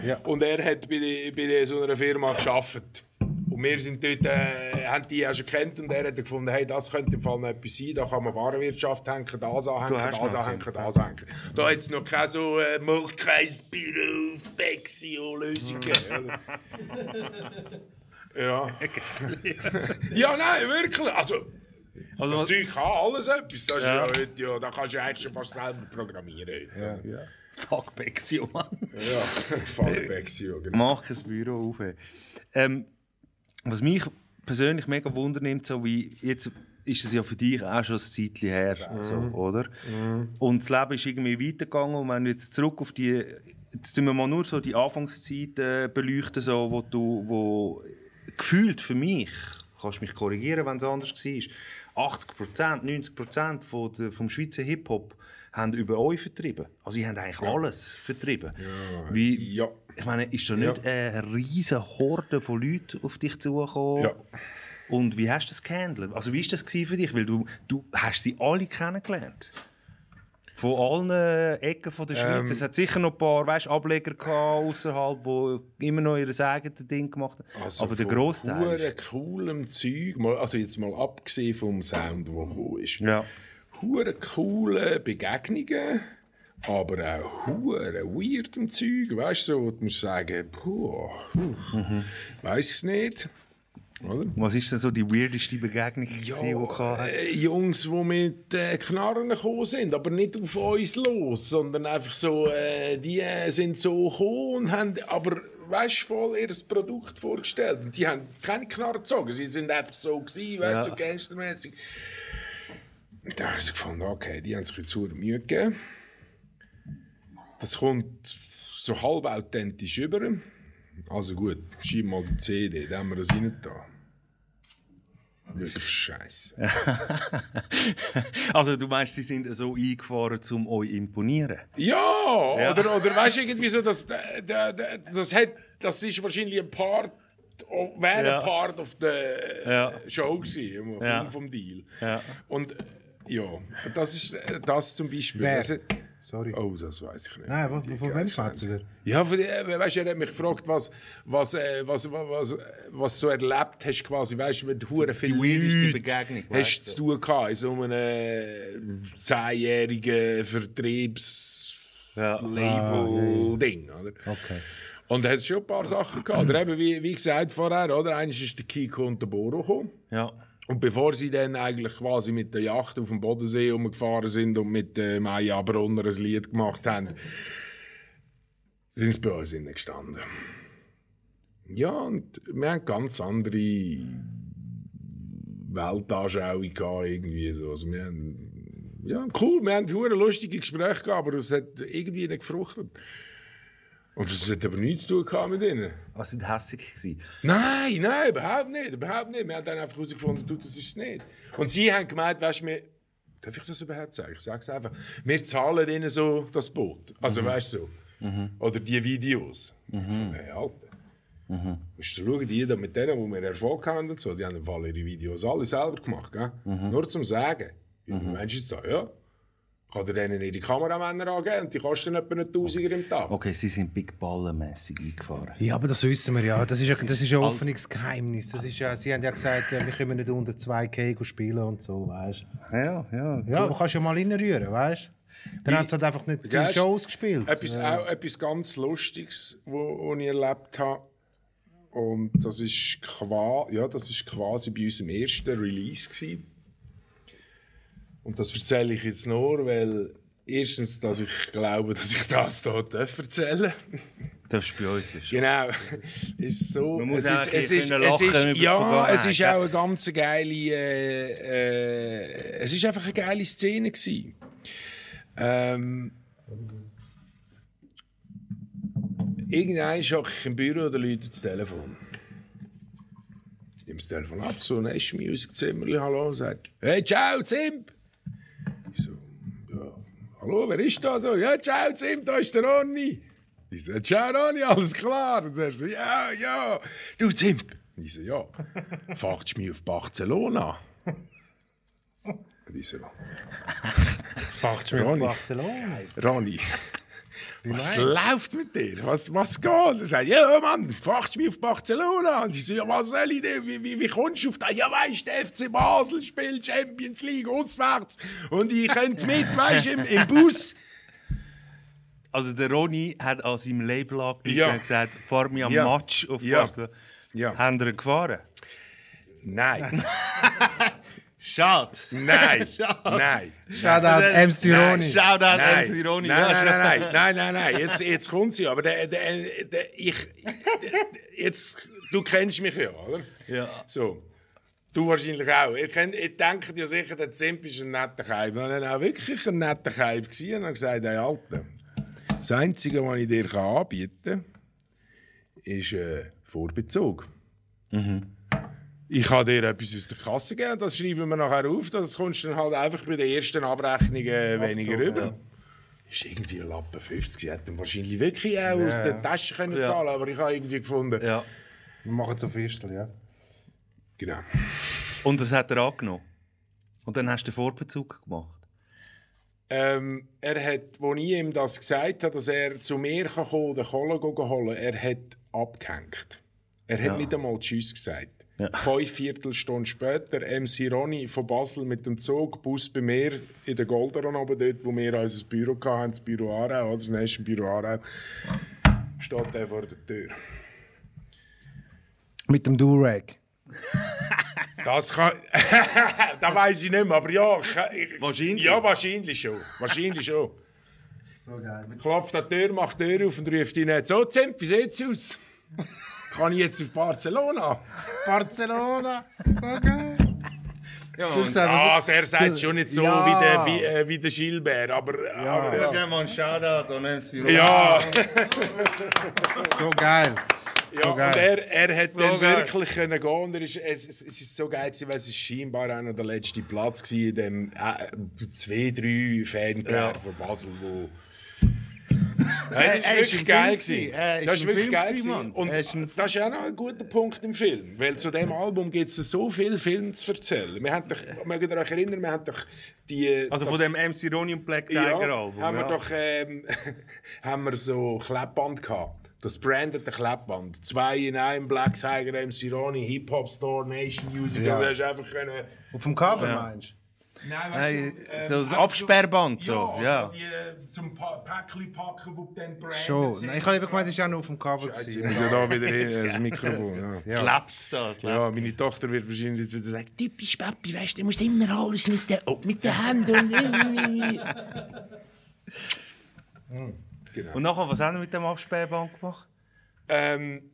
Ja.
Und er hat bei, der- bei der- so einer Firma geschafft. Und wir sind dort, äh, haben die auch schon kennt und er hat gefunden, hey, das könnte im Fall noch etwas sein, da kann man Warenwirtschaft hängen, das anhängen,
hast
das
noch
anhängen, das anhängen. Da hat es noch keine so äh, Milchkreisbüro, Fexio-Lösungen. ja. ja, nein, wirklich. Also, das
Also,
Zeug kann alles etwas. Das
Ja.
ist ja heute, ja, da kannst du ja eigentlich schon fast selber programmieren. heute.
fuck Bexio, Mann.
Ja, Fallbacksio, genau.
Mach ein Büro auf. ey. Ähm, was mich persönlich mega wundernimmt, so wie jetzt ist es ja für dich auch schon ein Zeitchen her, so, oder? Und das Leben ist irgendwie weitergegangen und wenn du jetzt zurück auf die, jetzt tun wir mal nur so die Anfangszeit äh, beleuchten, so, wo du, wo gefühlt für mich, kannst mich korrigieren, wenn es anders war, 80%, 90% von der, vom Schweizer Hip-Hop haben über euch vertrieben. Also, sie haben eigentlich alles vertrieben. Wie,
Ja.
ich meine, ist da nicht eine riesige Horde von Leuten auf dich zugekommen?
Ja.
Und wie hast du das gehandelt? Also wie war das gewesen für dich? Weil du, du hast sie alle kennengelernt. Von allen äh, Ecken von der
Ähm.
Schweiz. es hat sicher noch ein paar weißt, Ableger gehabt außerhalb, die immer noch ihr eigenes Ding gemacht haben.
Also
Aber der
von
Großteil.
hure coolem Zeug, mal, also jetzt mal abgesehen vom Sound, der gekommen ist.
Ja.
Hure coole Begegnungen, aber auch hure weirdem
Mhm.
Zeug, weißt du, so, wo du musst sagen, puh, puh, weiss es nicht. Oder?
Was ist denn so die weirdeste Begegnung, die du gehabt hast?
äh, Jungs, die mit äh, Knarren gekommen sind, aber nicht auf uns los, sondern einfach so, äh, die äh, sind so gekommen und haben aber weißt, voll ihr Produkt vorgestellt. Und Die haben keine Knarre gezogen, sie sind einfach so gewesen, weißt, so gangstermäßig. Und Da habe ich gefunden, okay, die haben sich jetzt zur Mühe gegeben. Das kommt so halb authentisch über. Also gut, schieb mal die CD, da haben wir das rein da. Wirklich scheiße. äh.
Also du meinst, sie sind so eingefahren, um euch imponieren?
Ja,
Ja.
Oder, oder weißt du, irgendwie so, das, das, das, hat, das ist wahrscheinlich ein Part, oh, wäre
Ja.
ein Part of der äh,
Ja.
Show gewesen,
Ja.
ja. vom Deal.
Ja.
Und äh, ja, das ist äh, das zum Beispiel.
Wer?
Das,
Sorry.
oh, das weiß ich nicht.
Nein, von, von wem schwätzt ihr?
Ja, von der- we- weißt du, er hat mich gefragt, was, was, äh, was, wa- was, äh, was du erlebt hast, quasi, weißt du, mit Huren viel
weirdeste
Leute
Begegnung,
hast
weißt
du zu tun gehabt, in so einem äh, zehnjährigen
Ja.
Vertriebs-Label-Ding, oder?
Okay.
Und da hat es schon ein paar Sachen gehabt. Oder eben, wie, wie gesagt vorher, oder? Eines ist der Kiko und der Boro gekommen.
Ja.
Und bevor sie dann eigentlich quasi mit der Yacht auf dem Bodensee umgefahren sind und mit äh, Maya Brunner ein Lied gemacht haben, sind sie bei uns innen gestanden. Ja, und wir haben ganz andere Weltanschauung gehabt, irgendwie so. Also wir haben, ja, cool, wir haben hure lustige Gespräche gehabt, aber es hat irgendwie nicht gefruchtet. Und es hat aber nichts zu tun gehabt mit ihnen.
Was sind hässig gewesen?
Nein, nein, überhaupt nicht, überhaupt nicht. Wir haben dann einfach herausgefunden, du, das ist es nicht. Und sie haben gemeint, weißt du, wir, darf ich das überhaupt sagen? Ich sag's einfach. Wir zahlen ihnen so das Boot. Also, weißt du, so. Oder die Videos. Hey, Alter. Musst du schauen, die da mit denen, die wir Erfolg haben und so, die haben im Fall ihre Videos alle selber gemacht, gell? Nur zum Sagen. Mhm. Mensch, jetzt da, ja. Kann dir denen ihre Kameramänner angeben und die kosten etwa einen Tausiger im Tag.
Okay, sie sind Big Ballen-mässig eingefahren.
Ja, aber das wissen wir ja. Das ist ja, das ist ja ein offenes Geheimnis. Das ist ja, sie haben ja gesagt, äh, wir können nicht unter 2K go spielen und so, weißt du.
Ja, ja.
Ja, aber kannst ja mal reinrühren, weißt du. Dann haben sie halt einfach nicht viele
Gell?
Shows gespielt.
Etwas, auch etwas ganz Lustiges, was ich erlebt habe. Und das ist, qua, ja, das ist quasi bei unserem ersten Release. Gewesen. Und das erzähle ich jetzt nur, weil erstens, dass ich glaube, dass ich das hier darf erzählen
Das ist bei uns ja schon.
Genau. ist so.
Man muss
es
auch ein
ist, es ist,
bisschen
es
lachen
ist,
über die
ja,
Vergangenheit,
es ist
gell?
auch eine ganz geile. Äh, äh, es ist einfach eine geile Szene gewesen. Ähm, Irgendwann schocke ich im Büro oder läutet das Telefon. Ich nehme das Telefon ab, so ein Esch-Music-Zimmer, hallo, sagt, hey, ciao, Zimp! Ich so, ja, hallo, wer ist da so? Ja, ciao, Zimp, da ist der Ronny. Ich so, ciao, Ronny, alles klar? Und er so, ja, ja, du, Zimp. Ich so, ja, fahrst du mich auf Barcelona? Und ich so, fahrst du mich auf
Barcelona.
Ronny, was läuft mit dir? Was, was geht? Er sagt, ja Mann, fragst du mich auf Barcelona? Und ich so, ja was soll ich denn? Wie, wie, wie kommst du auf das? Ja weisst, der FC Basel spielt Champions League auswärts und ich könnte mit, weisst im, im Bus.
Also der Ronny hat an seinem Label angerufen
Ja.
und gesagt, fahr mich am
Ja.
Match auf
Ja.
Barcelona.
Ja.
Haben wir ihn gefahren?
Nein,
Schade.
nein, nein.
Shoutout MC Roni.
Schau da,
Nein,
MC Ronny.
nein,
ja,
nein,
schau.
nein, nein, nein, nein, nein, jetzt, jetzt kommt sie, aber der, der, der, ich, der, jetzt, du kennst mich ja, oder?
Ja.
So. Du wahrscheinlich auch. Ihr, kennt, ihr denkt ja sicher, der Zimp ist ein netter Keib. Und dann auch wirklich ein netter Keib gewesen. Und dann gesagt, hey Alter, das Einzige, was ich dir kann anbieten kann, ist äh, Vorbezug.
Mhm.
Ich kann dir etwas aus der Kasse geben, das schreiben wir nachher auf, das kommst du dann halt einfach bei der ersten Abrechnung äh, weniger rüber. Ist irgendwie ein Lappen 50, sie hätten wahrscheinlich wirklich auch aus der Tasche können
Ja.
zahlen aber ich habe irgendwie gefunden.
Ja.
Wir machen so Fistel, ja.
Genau.
Und das hat er angenommen. Und dann hast du den Vorbezug gemacht.
Ähm, er hat, als ich ihm das gesagt habe, dass er zu mir kann kommen kann, den Kohle gehen holen, er hat abgehängt. Er hat nicht einmal Tschüss gesagt.
Ja.
Fünf Viertelstunden später, MC Ronny von Basel mit dem Zug, Bus bei mir in der Golderon oben dort, wo wir unser Büro hatten, das Büro Aarau, also das nächste Büro Aarau, steht er vor der Tür.
Mit dem Durag.
Das kann. das weiß ich nicht mehr, aber ja. ich- Ich,
Wahrscheinlich.
Ja, wahrscheinlich schon. Wahrscheinlich schon.
So geil.
Klopft an die Tür, macht die Tür auf und ruft ihn So, Zemp, wie sieht's aus? kann ich jetzt auf Barcelona?
Barcelona, so geil.
Ja,
Du sagst,
Ah, also er sagt schon nicht so
Ja.
wie der, wie, äh, wie der Gilbert, aber. Ja. aber ja.
Geben wir einen Shoutout an MC Rock.
Ja,
so geil.
ja,
So
und
geil.
er, er hat dann
geil.
wirklich können gehen und er ist, es, es, es ist so geil gewesen, weil es ist scheinbar auch noch der letzte Platz war in dem äh, zwei, drei Fanclub von Basel, wo... Nein, das
er
war
ist
wirklich
im
geil.
Film gewesen.
gewesen.
Er ist
Das war
im
wirklich
Film
geil.
gewesen,
gewesen.
Mann.
Und
Er ist ein-
das ist auch noch ein guter Punkt im Film, weil zu diesem Album gibt es so viele Filme zu erzählen. Wir haben doch, mögt ihr euch erinnern, wir haben doch die...
Also
das
von dem MC Ronnie und Black Tiger Album.
haben wir
ja.
doch ähm, haben wir so Klebband gehabt. Das brandete Klebband. Zwei in einem, Black Tiger, MC Ronnie, Hip-Hop Store, Nation Music.
Ja.
Also hast du einfach können...
Auf dem Cover meinst
Nein,
Nein, du, ähm, so ein einfach Absperrband, so, so, ja.
Die, äh, zum Päckchen packen, wo dann brandet
du? Schon. Nein, ich habe eben gemeint, das ist auch noch auf dem Cover. gewesen.
ja da wieder hin, das Mikrofon. Ja.
Es lebt da. Es lebt.
Ja, meine Tochter wird wahrscheinlich jetzt wieder sagen, typisch Papi, weißt du, der muss immer alles mit der, mit der Hand und irgendwie.
Und nachher, was haben wir mit dem Absperrband gemacht?
Ähm,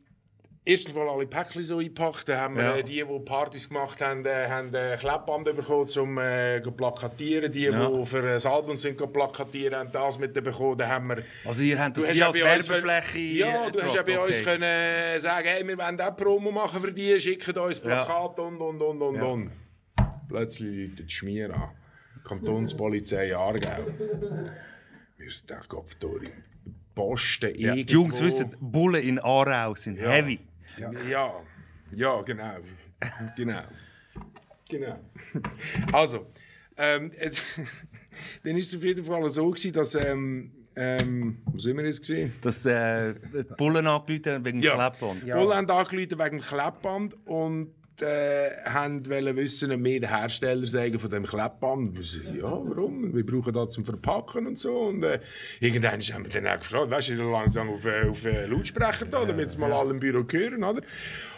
erstens mal alle Päckchen so eingepackt. Dann haben wir
Ja.
äh, die, die Partys gemacht haben, äh, haben äh, Klebband bekommen, um äh, zu plakatieren. Die, die für äh, das Album sind, go plakatieren, haben das mit bekommen. Dann haben wir...
Also ihr habt das wie
ja
als
bei uns
Werbefläche...
können- Ja,
äh,
du hast ja bei
gedroppt,
uns
okay.
können äh, sagen, hey, wir wollen auch Promo machen für die, schickt uns Plakate und, und, und, und, und. Plötzlich läutet die Schmier an. Kantonspolizei Aargau. Wir sind auch Kopf durch. Posten
Ja. Die
irgendwo.
Jungs wissen, Bullen in Aarau sind heavy.
Ja. ja, ja, genau. genau. Genau. Also, ähm, jetzt, dann ist es auf jeden Fall so gewesen, dass, ähm, ähm, wo sind wir jetzt gesehen?
Dass äh, die Bullen angerufen haben wegen dem Klebband.
Ja. Alle haben angerufen wegen dem Klebband und äh, haben wollen wissen, ob wir der Hersteller sagen von dem Klebband. Wir sagen, ja, warum? Wir brauchen das zum Verpacken und so. Und äh, irgendwann haben wir dann auch gefragt, weißt du, langsam auf, äh, auf äh, Lautsprecher da, damit es mal alle im Büro hören, oder?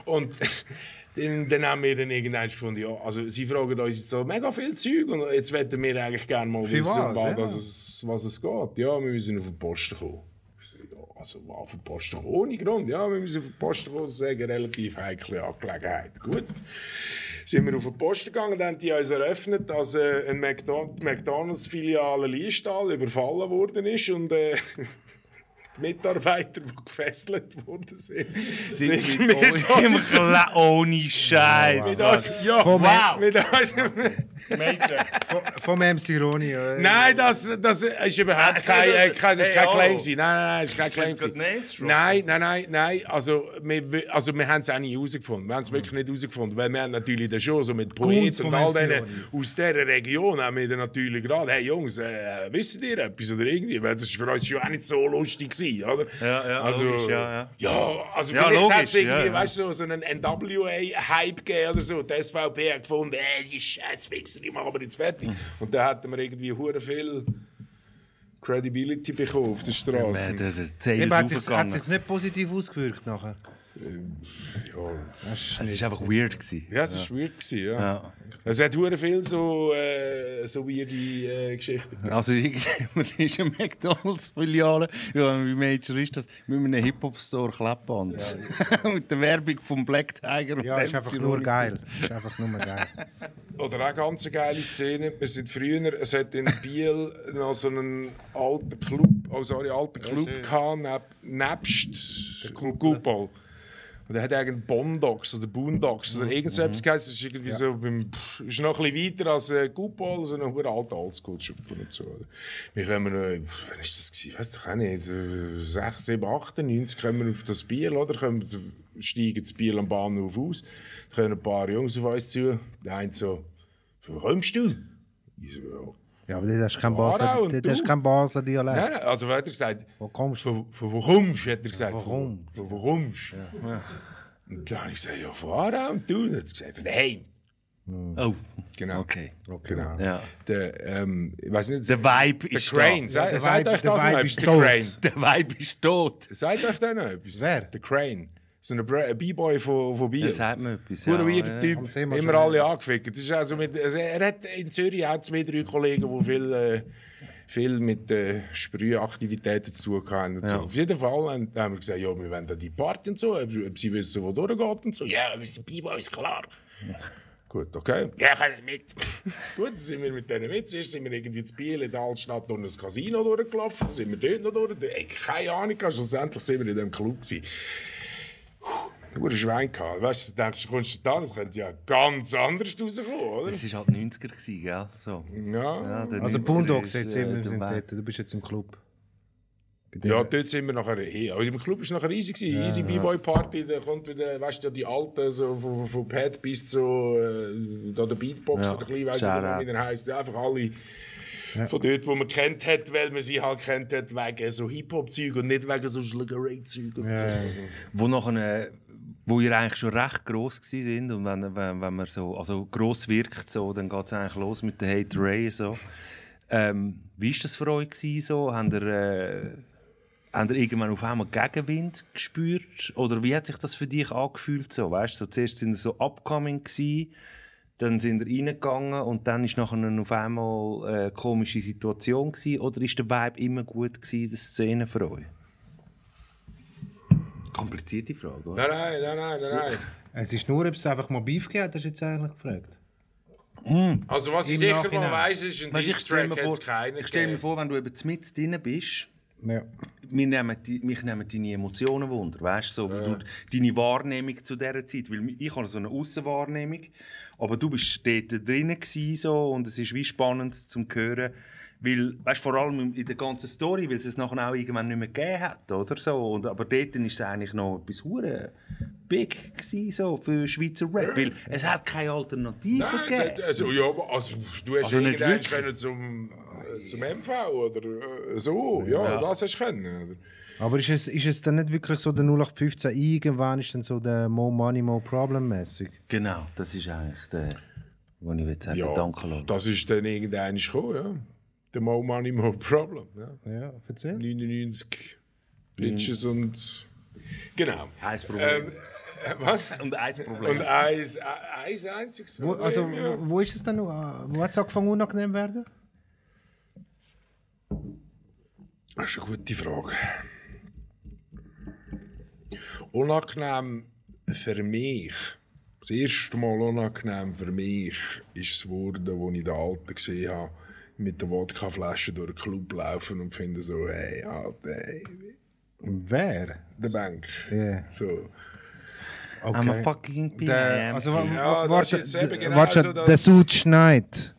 Und dann, dann haben wir dann irgendwann gefunden, ja, also sie fragen uns jetzt so mega viel Zeug und jetzt wollen wir eigentlich gerne mal wissen,
was,
was,
ja.
dass es, was es geht. Ja, wir müssen auf den Posten kommen. Ich so, Ja, also auf den Posten kommen, ohne Grund. Ja, wir müssen auf den Posten kommen, das ist eine relativ heikle Angelegenheit. Gut. Sind wir auf den Posten gegangen, dann haben die uns eröffnet, dass äh, eine McDon- McDonalds-Filiale Liestal überfallen worden ist und äh, die Mitarbeiter, die gefesselt worden sind, sind,
mit im Kle- Ohne Scheiß.
mit uns, ja,
wow.
mit uns,
Vom MC Roni.
Äh,
oder?
Nein, das, das ist überhaupt kein, äh, kein, das ist
Ah, Hey, oh. hallo.
kein Claim. gewesen. Nein, nein, nein, das ist kein Claim.
jetzt gerade
gewesen.
Names droppen?
Nein, nein, nein, nein. Also, wir, wi- also, wir haben es auch nicht herausgefunden. Wir
Mhm.
haben es wirklich nicht herausgefunden. Weil wir haben natürlich dann schon so mit
Goons
Poeten
vom
und all
MC
denen
Roni.
aus dieser Region haben wir dann natürlich gerade, hey Jungs, äh, wisst ihr etwas oder irgendwie? Weil das war für uns schon auch nicht so lustig, gewesen, oder?
Ja, ja, logisch, ja,
ja. also
Ja,
vielleicht
logisch,
hat es irgendwie,
ja, ja.
weißt du, so, so einen NWA-Hype gegeben oder so. Die SVP hat gefunden, ey, die Scheißfixer, die machen wir jetzt fertig.
Mhm.
Und da hatten wir irgendwie hure viel Credibility bekommen auf der Straße.
Der Zeh
Eben
ist
hat sich, hat
raufgegangen.
sich nicht positiv ausgewirkt nachher.
Ja,
Es war einfach weird. Gewesen.
ja es war weird, gewesen, ja.
Ja.
Es hat hure viel so, äh, so weirde äh, Geschichten.
Also irgendjemand ist eine McDonalds-Filiale, ja, wie Major ist das, mit einem Hip-Hop-Store Klebband. mit der Werbung vom Black Tiger.
Ja, ist einfach nur geil. Ist einfach nur geil.
Oder auch ganz eine geile Szene. Wir sind früher, es hat in Biel noch so einen alten Club, oh sorry, alten Club gehabt, neb, nebst der Kupol. Und der hat eigentlich Bondox oder Boondox oder irgend mhm. Das ist irgendwie so beim, pff, ist noch ein bisschen weiter als äh, Kupol, so ein hoher alter Oldschool-Shop und so. oder? Wir kommen, äh, pff, wann ist das gewesen? Weiss doch auch nicht, so 6, 7, 98 kommen wir auf das Biel, oder? Kommen, steigen das Biel am Bahnhof aus. Da kommen ein paar Jungs auf uns zu. Der eine so, wo kommst du? Ich so, ja.
Ja, aber das ist kein
Aarau
Basler,
und
das- das
du?
ist kein Basler Dialekt.
Nein, nein, also, wer hat er gesagt?
Wo kommst du?
Von, von wo kommst du? Hat er gesagt.
Warum?
Von, von wo kommst du? Und dann habe ich gesagt, ja, von Aarau. Und du? Und er hat gesagt, von daheim.
Oh,
Genau.
okay.
Genau.
Ja.
Der, ähm, ich weiß nicht,
Der Vibe
der
ist
Crane.
da.
Sagt
der
sagt
Vibe-
euch
der
das noch
Vibe
etwas?
ist
Der
tot.
Crane.
Der Vibe ist tot.
Sagt euch der noch etwas?
Wer?
Der Crane. so ein Bra- ein B-Boy von, von Biel.
Das sagt mir etwas.
Pure
ja,
weirder
ja.
Typ,
sehen wir
immer
schon.
alle angefickt. Das ist also mit, also er hat in Zürich auch zwei, drei Kollegen, die viel, äh, viel mit äh, Sprühaktivitäten zu tun haben. Und so. Auf jeden Fall haben, haben wir gesagt, ja, wir wollen da die Party und so, ob, ob sie wissen, wo durchgeht und so. Ja, wir sind Biber, ist klar. Gut, okay. Ja, kann ich mit. Gut, dann sind wir mit denen mit. Zuerst sind wir irgendwie zu Biel in der Altstadt durch ein Casino durchgelaufen, dann sind wir dort noch durch. Ey, keine Ahnung, schlussendlich sind wir in diesem Club gewesen. Du hast Schwein gehabt. Weißt du, du denkst, du kommst da, das könnte ja ganz anders rauskommen, oder?
Es war halt 90er, gewesen, gell? So.
Ja.
Ja, der
Also
90er
Boondocks
ist,
jetzt
äh,
immer
der
sind
Weg.
dort. Du bist jetzt im Club.
Ja, dort sind wir nachher hin. Aber im Club war nachher easy. Gewesen. easy B-Boy-Party, da kommt wieder, weißt du, die Alten, so von, von Pat bis zu äh, da der Beatboxer,
Ja.
der Kleine, weißt du,
Shout out.
wie der heisst. Einfach alle von dort, wo man kennt hat, weil man sie halt kennt hat, wegen so Hip-Hop-Zeug und nicht wegen so Schlägerei-Zeug und so.
Wo, nachher, äh, wo ihr eigentlich schon recht gross gewesen sind und wenn, wenn, wenn man so also gross wirkt, so, dann geht es eigentlich los mit der Hate Ray. So. Ähm, wie war das für euch? Gewesen, so? Habt ihr, äh, habt ihr irgendwann auf einmal Gegenwind gespürt? Oder wie hat sich das für dich angefühlt? So? Weißt, so, zuerst sind ihr so upcoming, gewesen, dann sind ihr reingegangen und dann war nachher auf einmal äh, eine komische Situation. Gewesen, oder war der Vibe immer gut, gewesen, die Szene für euch? Komplizierte Frage, oder?
Nein, nein, nein, nein, nein, nein.
Es ist nur, ob es einfach mal Beef gegeben hat, hast du jetzt eigentlich gefragt.
Also, was ich
Im
sicher mal
Nachhinein.
weiss, ist, ein
Weißt, ich stelle
Diss-Track
mir,
hat es
vor,
keinen
ich stell mir
gegeben.
vor, wenn du eben mit drin bist,
Ja.
wir nehmen die, mich nehmen deine Emotionen wunder, weißt so, du, deine Wahrnehmung zu dieser Zeit, weil ich habe so eine Aussenwahrnehmung, aber du bist dort drinnen gewesen, so, und es ist wie spannend zum hören, weil, weißt, vor allem in der ganzen Story, weil es es nachher auch irgendwann nicht mehr gegeben hat, oder so, und, aber dort war es eigentlich noch etwas hure big gewesen, so, für Schweizer Rap, weil es hat keine Alternative
Nein, es
gegeben.
hat, also, ja, aber, also, du hast
Also nicht
irgendwann
wirklich.
können zum, äh, zum MV oder äh, so. Ja, das hast du können. Oder?
Aber ist es, ist es dann nicht wirklich so der 0815 irgendwann ist dann so der More Money, More Problem mäßig?
Genau, das ist eigentlich der, wo ich jetzt sagen,
Ja,
danke Lord.
das ist dann irgendwann gekommen, ja. The more money, more problem. Ja.
Ja, erzähl.
99 Bitches
Mhm.
und... Genau.
Eins
Ähm,
Problem.
äh, was?
und eins Problem.
Und eins, e-, eins einziges
Wo,
Problem,
also,
ja.
wo ist es denn? noch? Wo hat es angefangen unangenehm zu werden?
Das ist eine gute Frage. Unangenehm für mich, das erste Mal unangenehm für mich, ist es geworden, als ich den Alten gesehen habe, mit der Wodkaflasche durch den Club laufen und finde so, hey, Alter, hey,
Wer?
der Bank.
Ja.
So.
Okay.
I'm a fucking PM.
Der, also, wa-
Ja, das
warte,
ist jetzt eben
d-
genau
warte,
so, dass-
der Sud schneit.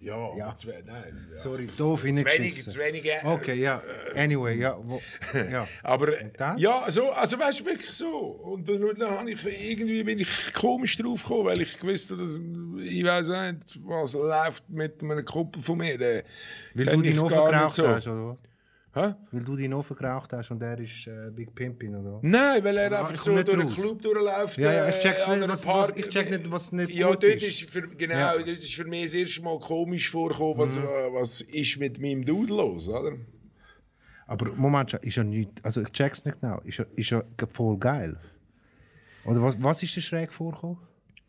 Ja, Zu, nein, ja.
Sorry, doof
zu wenig,
hineingeschissen.
zu wenig. äh,
Okay, ja. Anyway, ja. Wo, ja.
Aber äh,
dann?
ja, so, also weißt du wirklich so. Und dann, dann hab ich äh, irgendwie bin ich komisch drauf gekommen, weil ich gewusst habe, dass äh, ich weiß nicht, was läuft mit einem Kumpel von mir. Der,
Weil
kenn
du
ich
deinen Ofen
gar nicht
geraucht
so.
hast, oder was?
Hä?
Weil du deinen Ofen geraucht hast und er ist äh, Big Pimpin, oder was?
Nein, weil er
Ah,
einfach
ich
so
komm nicht
durch den
raus.
Club durchläuft.
Ja, ja, ich
äh,
check's nicht,
an einer
was- was-
Party.
ich check nicht, was nicht
ja,
gut
dort
ist.
ist. Für, genau,
Ja. Mhm.
dort ist für mich das erste Mal komisch vorgekommen, was, äh, was ist mit meinem Dude los, oder?
Aber Moment, schon, ist ja nicht, also ich check's nicht genau, ist ja, ist ja ge- voll geil. Oder was, was ist dir schräg vorgekommen?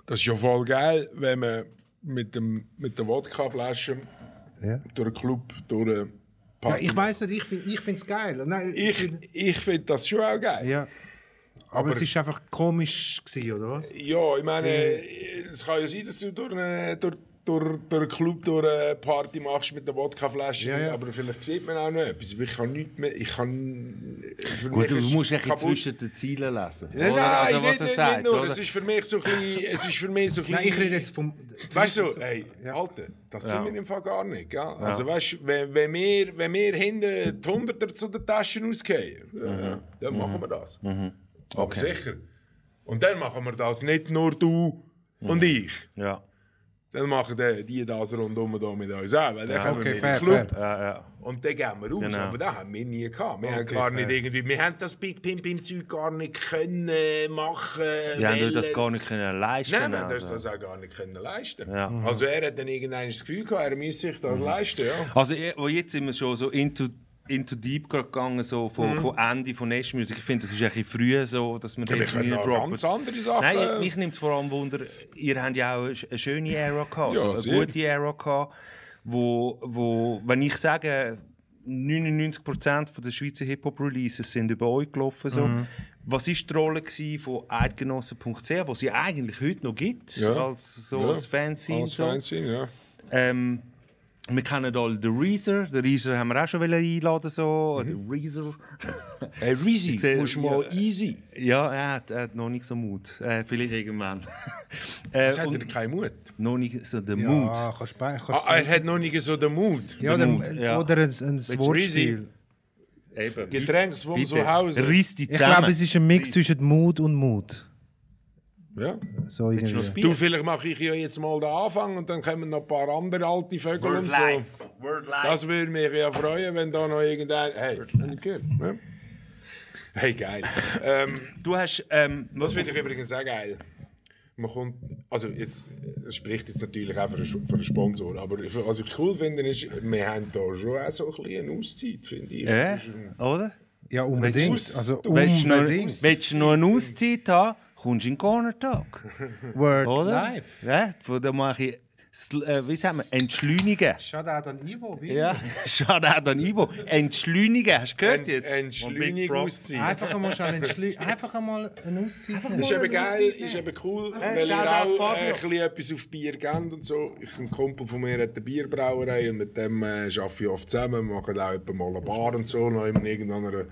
Das ist ja voll geil, wenn man mit, dem, mit der Wodkaflasche
Ja.
durch den Club, durch eine
Ja,
Party
ich weiß nicht, ich finde ich find's geil. Nein, äh,
Ich, ich finde das schon auch geil.
ja. Aber, es ist einfach komisch gewesen, oder was?
Ja, ich meine, es kann ja sein, dass du durch, eine, durch, durch, durch einen Club durch eine Party machst mit einer Wodkaflasche,
Ja, ja.
aber vielleicht sieht man auch noch etwas. Aber Ich kann nichts mehr, ich kann... für
Gut,
mich
du
ist
musst ein bisschen
kaputt.
zwischen den Zielen lesen.
Nein,
oder?
nein,
also, was
nicht,
er
nicht,
sagt,
nicht nur,
oder?
es ist für mich so ein bisschen... Es ist für mich so ein
Nein, ich
bisschen-
rede jetzt vom...
Weißt du, hey, Alter, das sind wir im Fall gar nicht. Gell? Also, weißt du, wenn, wenn, wir, wenn wir hinten die Hunderter zu den Taschen ausgehen,
Mhm.
äh, dann machen wir das. Aber sicher. Und dann machen wir das nicht nur du und ich.
Mhm. Ja,
Dann machen die, die das rundum da mit uns auch. Weil dann kommen
okay,
wir
fair,
in den Club
fair.
ja, ja.
und dann gehen wir raus.
Genau.
Aber das haben wir nie gehabt. Wir, haben
Okay,
gar nicht
fair.
irgendwie, wir haben das Big Pimp im Zeug gar nicht können machen.
Die haben
wollen.
das gar nicht können leisten
Nein, man
also.
also. das auch gar nicht können leisten.
Ja. Mhm.
Also er hat dann irgendein das Gefühl gehabt, er müsse sich das leisten, ja.
eh, oh, also, je- wo jetzt sind wir schon so into into deep gerade gegangen, so von, von Ende von Nash Music. Ich finde, das ist ein bisschen früh so, dass man
Mhm. Wir können noch
reindroppt.
ganz andere Sachen.
Nein, mich nimmt vor allem Wunder, ihr habt ja auch eine sch- eine schöne Ära gehabt,
Ja,
so eine
sehr.
gute Ära gehabt, wo, wo, wenn ich sage, 99% von der Schweizer Hip-Hop-Releases sind über euch gelaufen. So.
Mhm.
Was war die Rolle gewesen von eidgenossen.ch, die sie eigentlich heute noch gibt,
Ja.
als so
Ja.
als Fanzine?
Als
so.
Fernsehen, ja.
Ähm, wir kennen alle den Reezer, den Reezer haben wir auch schon wollen einladen. So. Den Reezer.
Hey, Reezy,
Ich sehe-
musst du mal easy.
Ja, er hat, er hat noch nicht so Mut. Äh, vielleicht irgendwann. äh,
Jetzt hat
und-
er keinen Mut.
noch nicht so der Mut.
Ah, kannst du kannst,
Ah, er hat noch nicht so den Mut.
ja,
den
oder,
Mut, ja.
oder ein, ein Wortspiel.
Eben.
Getränks vom
Bitte,
Zuhause.
Riss die
Ich
zusammen.
glaube, es ist ein Mix zwischen Mut und Mut.
Ja.
So
Willst du noch ein
irgendwie.
Bier?
Du, vielleicht mache ich ja jetzt mal den Anfang und dann kommen noch ein paar andere alte Vögel und so.
Word life.
Das würde mich ja freuen, wenn da noch irgendein... Hey, habt ihr gehört, ne? Hey, geil. ähm,
Du hast, ähm,
das finde ich übrigens auch geil. Man kommt, also jetzt es spricht jetzt natürlich auch für den, Sch- für den Sponsor, aber was ich cool finde, ist, wir haben da schon auch so ein bisschen eine Auszeit, finde ich.
ja, oder?
Ja, unbedingt.
Willst du-
Also
Willst du noch,
unbedingt.
willst du noch eine Auszeit haben, kommst du in den Corner Talk.
Word
Oder?
Life.
Ja, wo dann mache ich, sl- äh, wie sagen wir, entschleunigen.
Shoutout an Ivo. wie?
Ja, schade auch an Ivo. Entschleunigen, hast du gehört
Ein,
jetzt?
ein Auszeit.
Einfach einmal schon einen Schli- einfach einmal einen Auszeit. nehmen.
Ist eben geil, ist eben dus cool, weil ihr
Shoutout
auch
Fabio.
äh, ein bisschen etwas auf Bier gebt und so. Ich, ein Kumpel von mir hat eine Bierbrauerei und mit dem äh, arbeite ich oft zusammen. Wir machen auch etwa mal eine Bar und so, noch in irgendeiner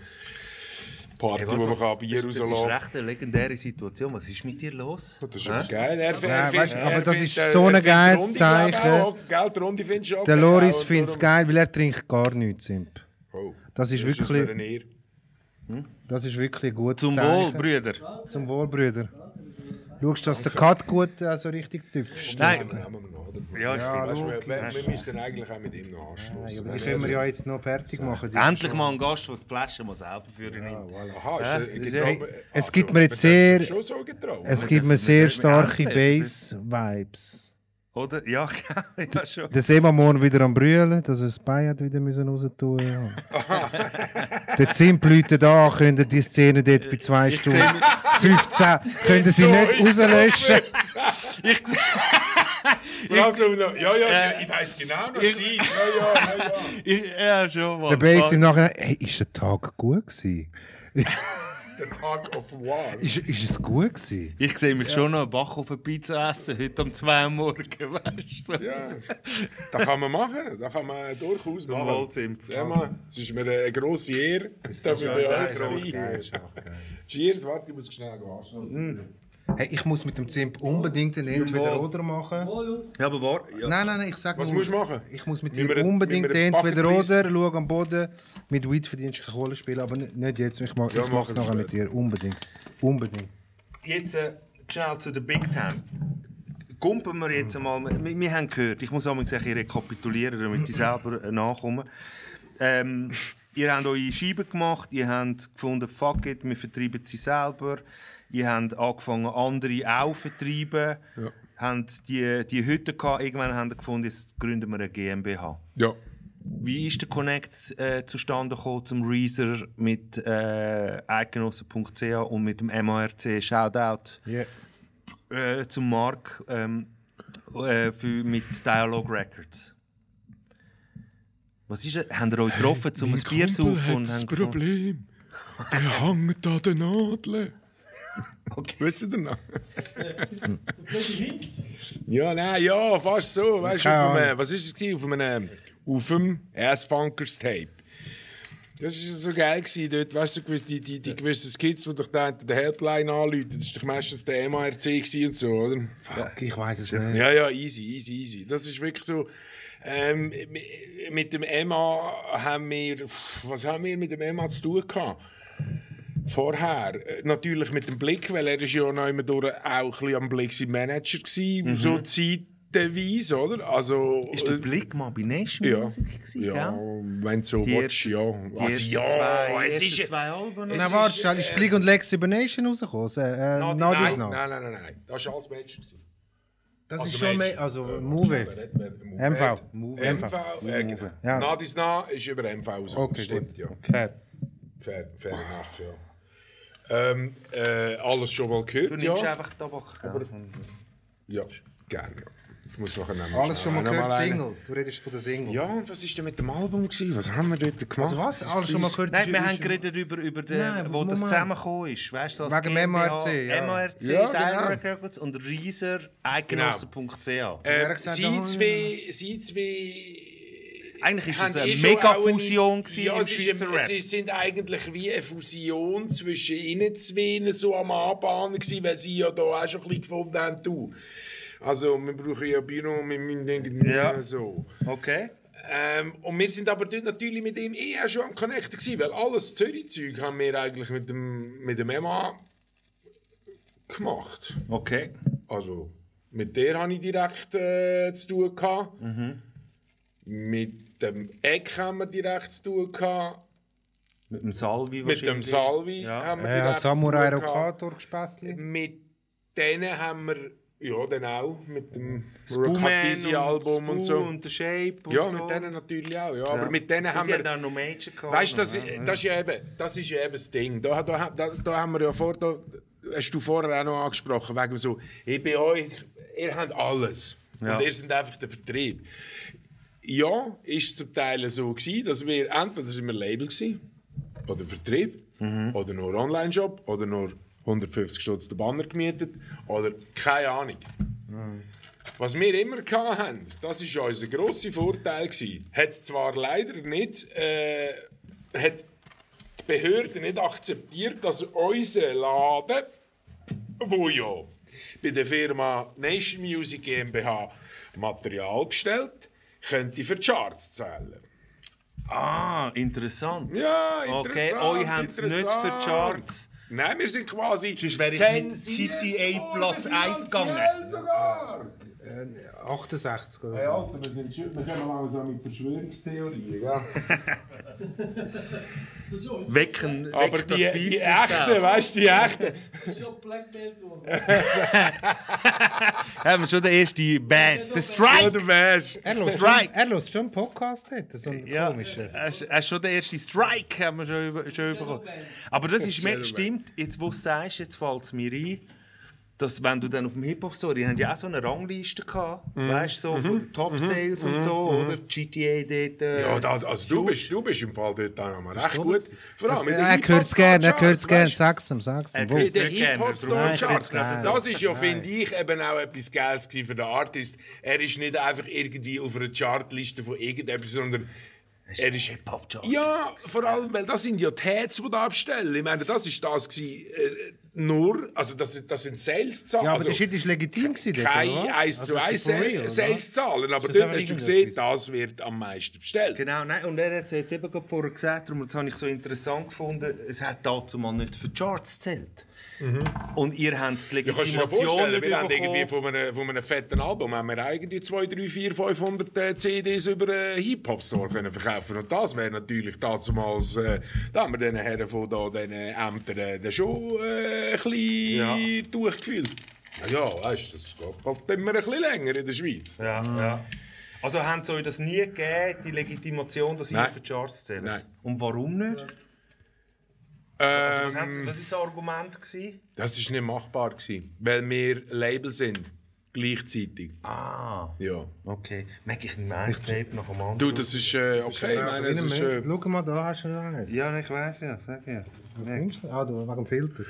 Party, wo man kann Bier
das, das ist
rauslassen kann.
recht eine legendäre Situation. Was ist mit dir los?
Das ist aber geil. Er, er,
Ja, weißt du, aber das ist
äh,
so
er
ein
findet die
geiles
Runde, glaub ich,
Zeichen.
Auch, gell, die Runde findest du auch
Der
geil,
Loris
und
findet es
darum-
geil, weil er trinkt gar nichts, Simp.
Oh,
Das ist
uns
wirklich-
wieder eine Ehre.
Das ist wirklich gut.
Zum Wohl, Brüder.
Zum Wohl, Brüder. Schaust du, dass der Cut gut äh, so richtig tüpfst?
Nein.
Nehmen wir noch, oder?
Ja, ich finde-
Weißt du, wir, wir, wir müssen eigentlich auch mit ihm noch anschließen.
Die können wir ja jetzt noch fertig machen. die-
Endlich mal ein Gast, der die Flasche mal selber für ihn nimmt.
Aha, ist
das
er,
ist
getraut-
Es
also,
gibt mir jetzt
man darf
sehr-
sich Schon so getraut.
Es gibt mir sehr starke
wir endlich-
Bass-Vibes.
Oder? Ja, gell, das schon.
Der sehen wir morgen wieder am Brüllen, dass er das Bein hat wieder müssen raus tun ja. Der Zimt läutet an, können die Szene dort bei 2 Stunden 15 können sie nicht rauslöschen.
Ich sehe
Also, ja, ja,
Äh,
ja, ich weiß genau noch die Zeit. Ja, ja, ja, ja.
ich- ja, schon mal.
Der Bass im Nachhinein, hey, ist der Tag gut gewesen?
The Talk of War.
Ist, ist es gut gewesen?
Ich sehe mich schon noch einen Bach auf eine Pizza essen, heute um 2 Uhr morgen, weißt du? so.
Ja, das kann man machen. Das kann man durchaus machen.
Wohl, Zimt.
Ja, Mann, es ist mir eine grosse Ehre, dass ich bei euch sein Cheers, warte, ich muss schnell
Mm.
gehen.
Hey, ich muss mit dem Zimt unbedingt den Entweder-Oder machen.
Ja, aber war. Ja.
Nein, nein, nein, ich sag
Was
nur,
musst du machen?
Ich muss mit
Müssen
dir
wir-
unbedingt
müssen wir eine Bucketlist-
entweder-oder, schau am Boden. Mit Weed verdienst du keine Kohle spielen, aber n- nicht jetzt. Ich, mach, ich mach's
es
nachher mit dir, unbedingt. Unbedingt.
Jetzt äh, schnell zu der Big Time. Gumpen wir jetzt einmal. Wir, wir haben gehört, ich muss auch mal ein bisschen rekapitulieren, damit ich selber äh, nachkomme. Ähm, ihr habt eure Scheiben gemacht, ihr habt gefunden, fuck it, wir vertreiben sie selber. Ihr habt angefangen, andere auch zu vertreiben. Ja. Habt die, die Hütte gehabt, irgendwann habt ihr gefunden, jetzt gründen wir eine GmbH.
Ja.
Wie ist der Connect äh, zustande gekommen zum Reezer mit äh, eidgenossen.ch und mit dem MARC? Shoutout äh, zum Mark ähm, äh, für, mit Dialogue Records. Was ist das? Haben ihr euch getroffen, um ein Bier zu saufen? und haben gefunden-
Problem. Er hängt an den Nadeln. Okay. Wisst ihr noch? ja, nein, ja, fast so. Weißt du, auf einem, was ist es gewesen? Auf einem, auf einem Ass-Funkers-Tape. Das war so geil gewesen, dort, weißt du, so gewisse- die, die, die gewissen Skits, die dich da hinter der Headline anrufen, das war doch meistens der MARC gewesen und so, oder?
Fuck, ich weiß es nicht.
Ja, ja, easy, easy, easy. Das ist wirklich so. Ähm, mi- mit dem Emma haben wir. pff, Was haben wir mit dem Emma zu tun gehabt? Vorher. Äh, Natürlich mit dem Blick, weil er ist ja noch immer durch auch ein bisschen am Blick sein Manager gewesen, so zeitweise, oder? Also.
Mhm. Ist der
äh,
Blick mal bei Nation
ja.
Music gewesen,
Ja,
gell?
wenn du so
Die
willst,
ersten-
ja.
die
Also,
ersten
ja,
zwei-
es
die
ist.
ersten zwei Alben.
Na, warte, schnell, ist Blick und Lex über Nation rausgekommen? Äh, äh, Nadis
Nein,
noch.
nein, nein, nein, nein. Das war alles Manager. gewesen.
Das
Also
ist schon
meinst-
mehr, also Move.
Red, wer- MV.
MV.
MV, äh, genau.
Ja.
Nadis nah ist über MV raus.
Okay,
Stimmt,
gut.
ja.
Fair.
Fair, fair enough, ja. Ähm, äh, alles schon mal gehört,
Du nimmst
ja?
einfach Tabak. gell?
Ja, gerne, ja. Ich muss nachher noch mal
Alles schon mal
schnell
gehört,
einen-
Single. Du redest von der Single.
Ja, und was ist denn mit dem Album gewesen? Was haben wir dort gemacht?
Also was? Alles schon mal gehört?
Nein,
ist-
wir
ist-
haben geredet über, über den,
Nein,
wo das
Moment.
zusammengekommen ist. Weißt, du, das
Wegen dem MRC, ja.
MRC,
Ja, genau.
Dire Records und Reiser, Eidgenossen.ch.
Äh,
Wer hat gesagt,
sie
da- eh.
zwei, sie zwei...
Eigentlich war das
haben
eine
eh schon auch
Mega-Fusion gewesen
ja,
im
es ist
Schweizer
ein-
Rap.
Es sind eigentlich wie eine Fusion zwischen ihnen zwei so am Anbahnen gewesen, weil sie ja da auch schon ein bisschen gefunden haben, du. Also, wir brauchen ja Bino, wir müssen irgendwie
Ja.
so.
Okay.
Ähm, und wir sind aber dort natürlich mit ihm eh auch schon am Connecten gewesen, weil alles Zürich-Zeug haben wir eigentlich mit dem, mit dem Emma gemacht.
Okay.
Also, mit der hatte ich direkt äh, zu tun. Gehabt.
Mhm.
Mit dem Eck haben wir direkt zu tun. Gehabt.
Mit dem Salvi
Mit dem
wahrscheinlich.
Salvi
Ja.
haben wir
Ja,
direkt
Samurai
zu tun. gehabt.
Rokator gespässelt.
Mit denen haben wir, ja, dann auch, mit dem
Spoon und
Rockatissi-Album
Spoon
und, so.
und The Shape und
ja,
so.
mit denen natürlich auch, ja.
Ja.
Aber mit denen
Und
haben
die
wir...
auch noch Major gehabt.
Weißt du, das,
Ja.
das, ist ja eben- das ist ja eben das Ding. Da, da, da, da haben wir ja vor, da, hast du vorher auch noch angesprochen, wegen so, ich bin euch, ihr habt alles.
Ja.
Und ihr seid einfach der Vertrieb. Ja, ist zum Teil so gewesen, dass wir entweder sind wir Label gewesen, oder Vertrieb, oder nur Online-Shop, oder nur 150 Stutz den Banner gemietet, oder keine Ahnung. Was wir immer hatten, das war ja unser grosser Vorteil. gewesen. Hat es zwar leider nicht, äh, hat die Behörde nicht akzeptiert, dass unser Laden, wo ja bei der Firma Nation Music GmbH Material bestellt, könnte für die Charts zählen.
Ah, interessant.
Ja,
Okay,
interessant.
euch haben es nicht für die Charts.
Nein, wir sind quasi
Sonst wäre ich mit
zensiert
GTA
worden,
Platz eins
finanziell
gegangen.
sogar.
68 oder
Hey Alter, wir sind schon, wir können langsam mit Verschwörungstheorien, gell?
Wecken,
Aber
wecken
die,
das
die
Bein nicht
echten, weißt du, die echten.
Das ist ja Blackmail geworden.
da. Haben wir schon den ersten Band. The Strike!
Oder wärst
Er hört schon,
Strike.
er hört schon einen Podcast dort, so einen
Ja,
komischen.
hast, hast schon den ersten Strike haben wir schon, über, schon bekommen. Aber das ist mir, stimmt, jetzt wo du es sagst, jetzt fällt es mir ein, dass wenn du dann auf dem Hip-Hop, so, die haben ja auch so eine Rangliste gehabt,
Mhm.
weißt du, so von Top-Sales und so, oder? GTA dort. äh,
Ja, das, also du bist, du bist im Fall dort auch noch mal recht gut. Vor allem in den
Er hört es gerne, er
Hip-Hop-Charts,
hört es gerne.
weißt
Sag's ihm, sag's ihm.
Er
Wo?
du,
hört's
In den
Nicht gerne, darum
Hip-Hop-Store
hab ich
Charts.
jetzt gerade
Das ist ja, finde ich, eben auch etwas Geiles gewesen für den Artist. Er ist nicht einfach irgendwie auf einer Chartliste von irgendetwas, sondern er ist
Hip-Hop-Charts.
Ja, vor allem, weil das sind ja die Hats, die da abstellen. Ich meine, das ist das gewesen, äh, nur, also das, das sind Sales-Zahlen.
Ja, aber
also,
der Shit ist legitim gewesen. dort, oder
keine
was?
1 zu
Also
1
for real, oder?
Sales-Zahlen, aber
das
dort
einfach
hast du
irgendetwas?
gesehen, das wird am meisten bestellt.
Genau, nein, und er hat es jetzt eben gerade vorher gesagt, darum das habe ich so interessant gefunden, es hat dazu mal nicht für die Charts gezählt.
Mhm.
Und ihr habt die
Ja, kannst du dir
Legitimation
vorstellen, wir haben irgendwie
bekommen.
von einem, von einem fetten Album haben wir irgendwie 2, 3, 4, 500 äh, CDs über äh, Hip-Hop-Store können verkaufen Und das wäre natürlich damals, äh, da haben wir den Herren von da, den Ämtern äh, dann schon äh, ein bisschen durchgefühlt. Na Ja, weißt du, das geht halt immer ein bisschen länger in der Schweiz.
Ja, ja. Also haben sie euch das nie gegeben, die Legitimation, dass ihr
Nein.
für die Charts zählt?
Nein.
Und warum nicht? Was
Ähm,
haben sie- was war das Argument? Gewesen?
das war nicht machbar, gewesen, weil wir Label sind. Gleichzeitig.
Ah,
Ja.
okay. Merke ich mein Tape noch am anderen.
Du, das ist äh, okay. Nein, das ist, äh,
Schau mal, da hast du noch eins.
Ja, ich weiß ja, sag ja.
Was nimmst du? Ah, du, wegen dem Filter.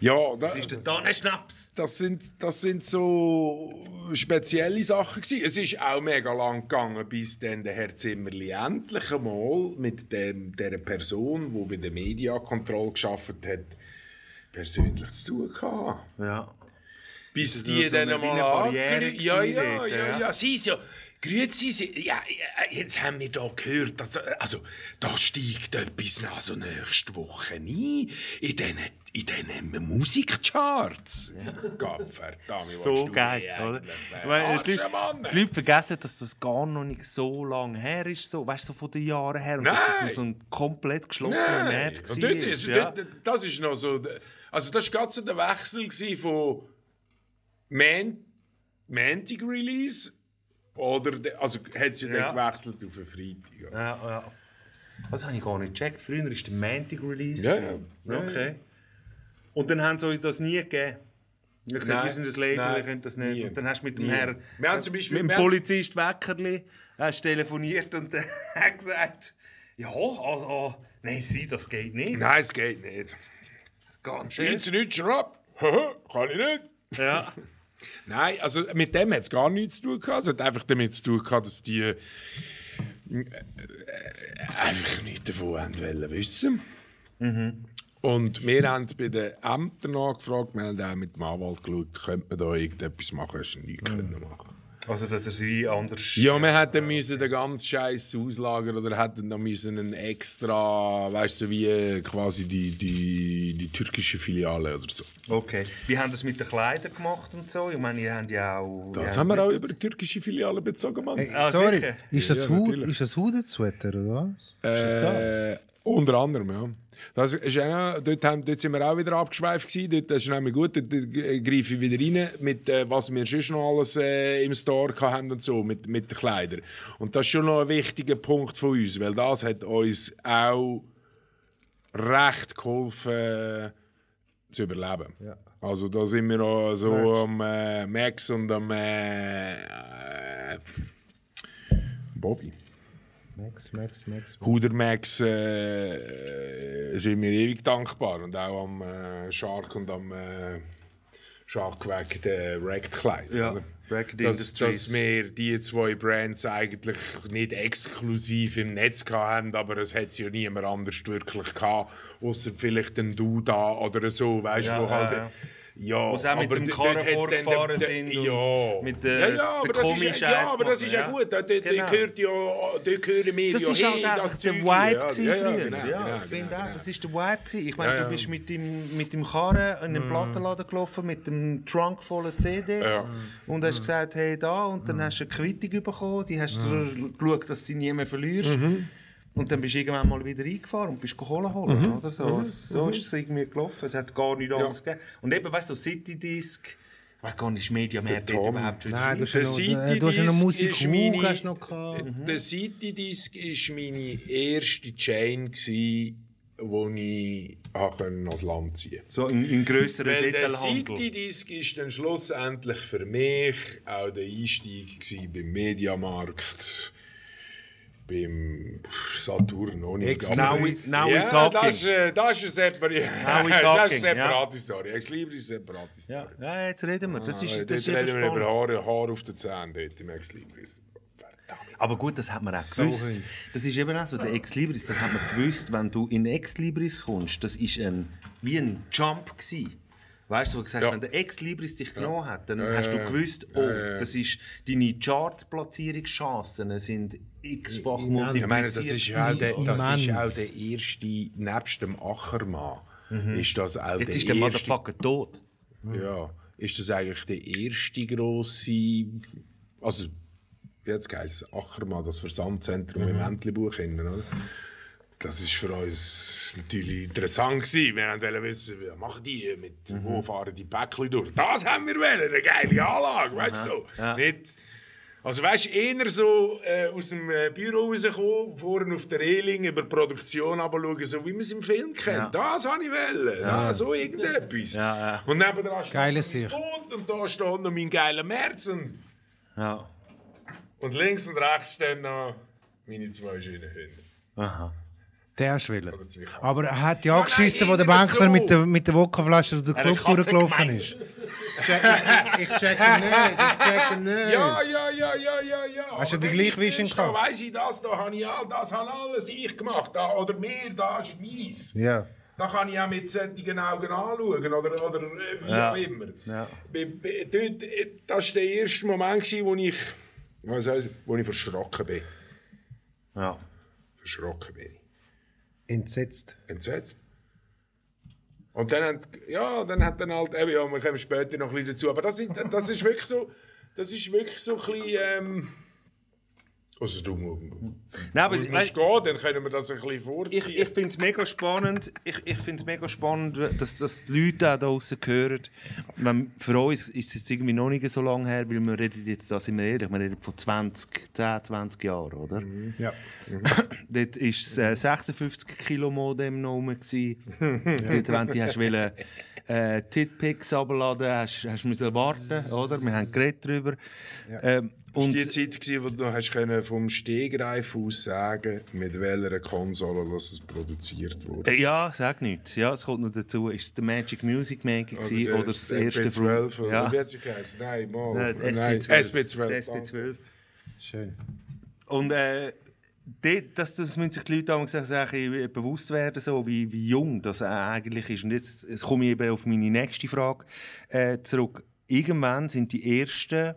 ja, da-
Das ist der Tannenschnaps.
das sind, das sind so spezielle Sachen gewesen. Es ist auch mega lang gegangen, bis dann der Herr Zimmerli endlich einmal mit dem, der Person, die bei der Mediakontrolle geschafft hat, persönlich zu tun hatte.
Ja.
Bis
das
die
so
dann
eine
einmal
kleine Barriere
angere- ja,
gewesen
ja,
dort,
ja,
ja.
ja, Sie ist ja. Grüezi, Sie. Ja, ja, jetzt haben wir da gehört, dass, äh, also, da steigt etwas noch so nächste Woche ein, in diesen, in diesen Musikcharts. Gott verdammt,
So geil, oder? Weil, die, Leute, die Leute vergessen, dass das gar noch nicht so lange her ist, so, weißt du, so von den Jahren her. Und dass
Nein.
das so ein komplett geschlossener
Nein,
Markt
und
war.
dort ist,
ja.
dort, das ist noch so, also das war gerade so der Wechsel gewesen von Man Mantic Release oder de, also hat sie
Ja.
dann gewechselt auf einen Freitag. Ja.
Ja, ja. Das habe ich gar nicht gecheckt. Früher war der Mantic Release.
Ja,
gewesen. Okay. Und dann haben sie uns das nie gegeben. Wir gesagt,
Nein,
wir sind das Label,
nein,
ihr könnt das nicht.
nie.
Und dann hast du mit dem
Nie.
Herr,
Wir haben zum Beispiel-
mit
wir
dem
haben-
Polizist Weckerli, hast telefoniert und dann hat gesagt, ja, also, nein, sie, das geht nicht.
Nein, es geht nicht.
Ganz
Schweizer Deutscher ab. Kann ich nicht.
Ja.
Nein, also mit dem hat es gar nichts zu tun gehabt. Es hat einfach damit zu tun gehabt, dass die äh, äh, einfach nichts davon haben wollen wissen. Und wir haben bei den Ämtern angefragt, wir haben auch mit dem Anwalt geschaut, könnte man da irgendetwas machen, hast du nichts können machen.
Also, dass er sie anders...
Ja, wir hätten müssen den ganzen Scheiß auslagern oder hätten dann müssen einen extra, weißt du, wie quasi die, die, die türkische Filiale oder so.
Okay. Wie haben das mit den Kleidern gemacht und so? Ich meine, ihr habt ja auch...
Das
ihr
haben wir
habt-
auch über die türkische Filiale bezogen, Mann.
Ah,
Sorry,
sicher?
ist das,
Ja,
Hut,
natürlich.
ist das Hudensweater oder was?
Äh, unter anderem, ja. Das ist auch, noch- dort, haben, dort sind wir auch wieder abgeschweift gewesen. Dort das ist nämlich gut, dort äh, greife ich wieder rein mit äh, was wir sonst noch alles äh, im Store gehabt haben und so, mit, mit den Kleidern. Und das ist schon noch ein wichtiger Punkt von uns, weil das hat uns auch recht geholfen äh, zu überleben. Also da sind wir auch so am äh, Max und am äh, äh, Bobby.
Max, Max, Max.
Hudermax äh, sind wir ewig dankbar und auch am äh, Shark und am äh, Shark weg der Wrecked Kleid.
Ja,
oder?
Wrecked
dass,
Industries.
dass wir die zwei Brands eigentlich nicht exklusiv im Netz hatten, aber es hat sie ja niemand anders wirklich gehabt, außer vielleicht ein Duda oder so, weißt du,
Ja,
wo
ja,
halt.
ja.
Ja,
Wo sie auch mit
aber
dem
dort
Karren
hat's dann den-
vorgefahren
den-
sind
Ja,
und mit der-
ja, ja, aber
der
das ist,
Kommi-Scheiss
ja, aber das
gemacht,
ist ja
ja.
gut. Da, da,
Genau.
da gehört ja, da gehören wir
Das
ja
ist
hey,
halt einfach
das
der
Zeug.
Vibe
ja,
gewesen
ja,
früher.
Genau,
ja,
genau,
ich finde
genau,
auch,
genau.
das ist der Vibe gewesen. Ich meine,
Ja,
du
ja.
bist mit dem, mit dem Karren in den Plattenladen gelaufen, mit dem Trunk voller CDs
Ja.
und hast gesagt, hey, da, und dann hast du eine Quittung bekommen, die hast du geschaut, dass du sie nie mehr verlierst. Und dann bist du irgendwann mal wieder eingefahren und bist Cola holen, oder so. So ist es irgendwie gelaufen. Es hat gar nichts anderes gegeben. Und eben, weißt du, so Citydisc, ich weiß gar nicht, ist Mediamarkt
Tom.
überhaupt schon in der
Nein,
Schweiz?
du hast ja noch, äh, du hast ja noch
City-Disc
Musik
ist meine-
Hook hast du noch
halt,
gehabt.
mhm.
Der City-Disc war meine erste Chain, die ich habe können ans Land ziehen konnte.
So in, in grösseren
Weil der
Detailhandel.
City-Disc war dann schlussendlich für mich auch der Einstieg gewesen beim Mediamarkt, beim Saturn, noch nicht.
Now we, now we
ja,
talking.
Das, ist, äh, das ist eine separi-
we
das
talking,
ist eine separate Story. Ich liebe eine separate Story.
Ja, ja, jetzt reden wir. Das ist,
Ah,
das ist
dort
eben
reden wir über
spannend.
Haare, Haare auf den Zähnen dort im Ex Libris. Verdammt.
Aber gut, das hat man auch gewusst. Das ist eben auch so, der Ex Libris, das hat man gewusst, wenn du in Ex Libris kommst, das ist ein, wie ein Jump gsi. Weißt du, wo gesagt,
Ja.
wenn der Ex Libris dich genommen hat, dann hast du
ja.
gewusst, oh, das ist deine Charts-Platzierungschancen sind x-fach multipliziert.
Ich meine, das ist ja auch der, das ist auch
Immens.
der erste, nebst dem Ackermann,
Mhm.
ist das auch
Jetzt
der,
ist der
erste,
Motherfucker tot.
ja, ist das eigentlich der erste grosse, also, jetzt heisst Ackermann, das Versandzentrum im Entlebuch hinten, oder? Das ist für uns natürlich interessant gewesen. Wir wollten wissen, was machen die mit, wo fahren die Päckchen durch? Das haben wir wollen, eine geile Anlage, weißt du? Nicht, also weißt du, eher so äh, aus dem äh, Büro rauskommen, vorne auf der Reling über die Produktion schauen, so wie man es im Film kennt. Das habe ich wollen, ja. so irgendetwas.
Ja, ja.
Und nebenan steht
Geile
mein
Sicht.
Boot und da steht noch mein geiler März und,
Ja.
und links und rechts stehen noch meine zwei schönen Hunde.
Aha.
Der ist willen.
Oder zwei Katzen.
Aber er hat ja
Nein,
angeschissen,
nein,
wo der
irgendwie
Bankler
so.
mit der, mit der Wodkaflasche durch den
hat
Club
Katzen
durchgelaufen
gemeint.
ist. Ich check ihn nicht, ich check ihn nicht.
Ja, ja, ja, ja, ja, ja.
Hast du
Aber
die
wenn
gleiche
ich
Vision
wünschte,
gehabt?
Weiss ich das, da habe ich all, das habe alles ich gemacht. Da, oder mir, das ist meins.
Ja.
Da kann ich auch mit solchen Augen anschauen oder, oder äh, wie
Ja.
auch immer.
Ja.
Bei- bei- Dort, äh, das war der erste Moment, gewesen, wo ich, was heisst, wo ich verschrocken bin.
Ja.
Verschrocken bin ich.
Entsetzt.
Entsetzt. Und dann, hat, ja, dann hat dann halt, eben, ja, wir kommen später noch ein bisschen dazu, aber das, sind- das ist wirklich so, das ist wirklich so ein bisschen, ähm, Also du musst
Nein, aber Also, weißt-
gehen, dann können wir das ein bisschen
ich,
vorziehen.
ich finde es mega spannend, ich, ich find's mega spannend dass, dass die Leute auch da draussen hören. Wenn, für uns ist es irgendwie noch nicht so lange her, weil wir reden jetzt, da sind wir ehrlich, wir reden von 20, 10, 20 Jahren, oder?
Ja.
Dort war es äh, 56 Kilo Modem noch rum. gewesen. Dort, wenn du hast wollen, äh, Titpics abladen, hast, hast müssen warten, oder? Wir haben geredet darüber. Ähm,
Das war
und
die Zeit, gewesen, wo du noch hast können vom Stegreif aus sagen mit welcher Konsole das es produziert wurde.
Äh, Ja, sag nichts. Ja, es kommt noch dazu. Ist es der Magic Music Maker gewesen oder, das erste
SP12.
Fruit?
oder
Ja. Äh,
Wie hat sie geheißen? Nein, mal.
Nein,
Nein,
SP12.
SP12. danke.
SP12.
Schön.
Und äh, de, das, das müssen sich die Leute damals auch ein bisschen bewusst werden, so, wie, wie jung das äh, eigentlich ist. Und jetzt, jetzt komme ich eben auf meine nächste Frage äh, zurück. Irgendwann sind die ersten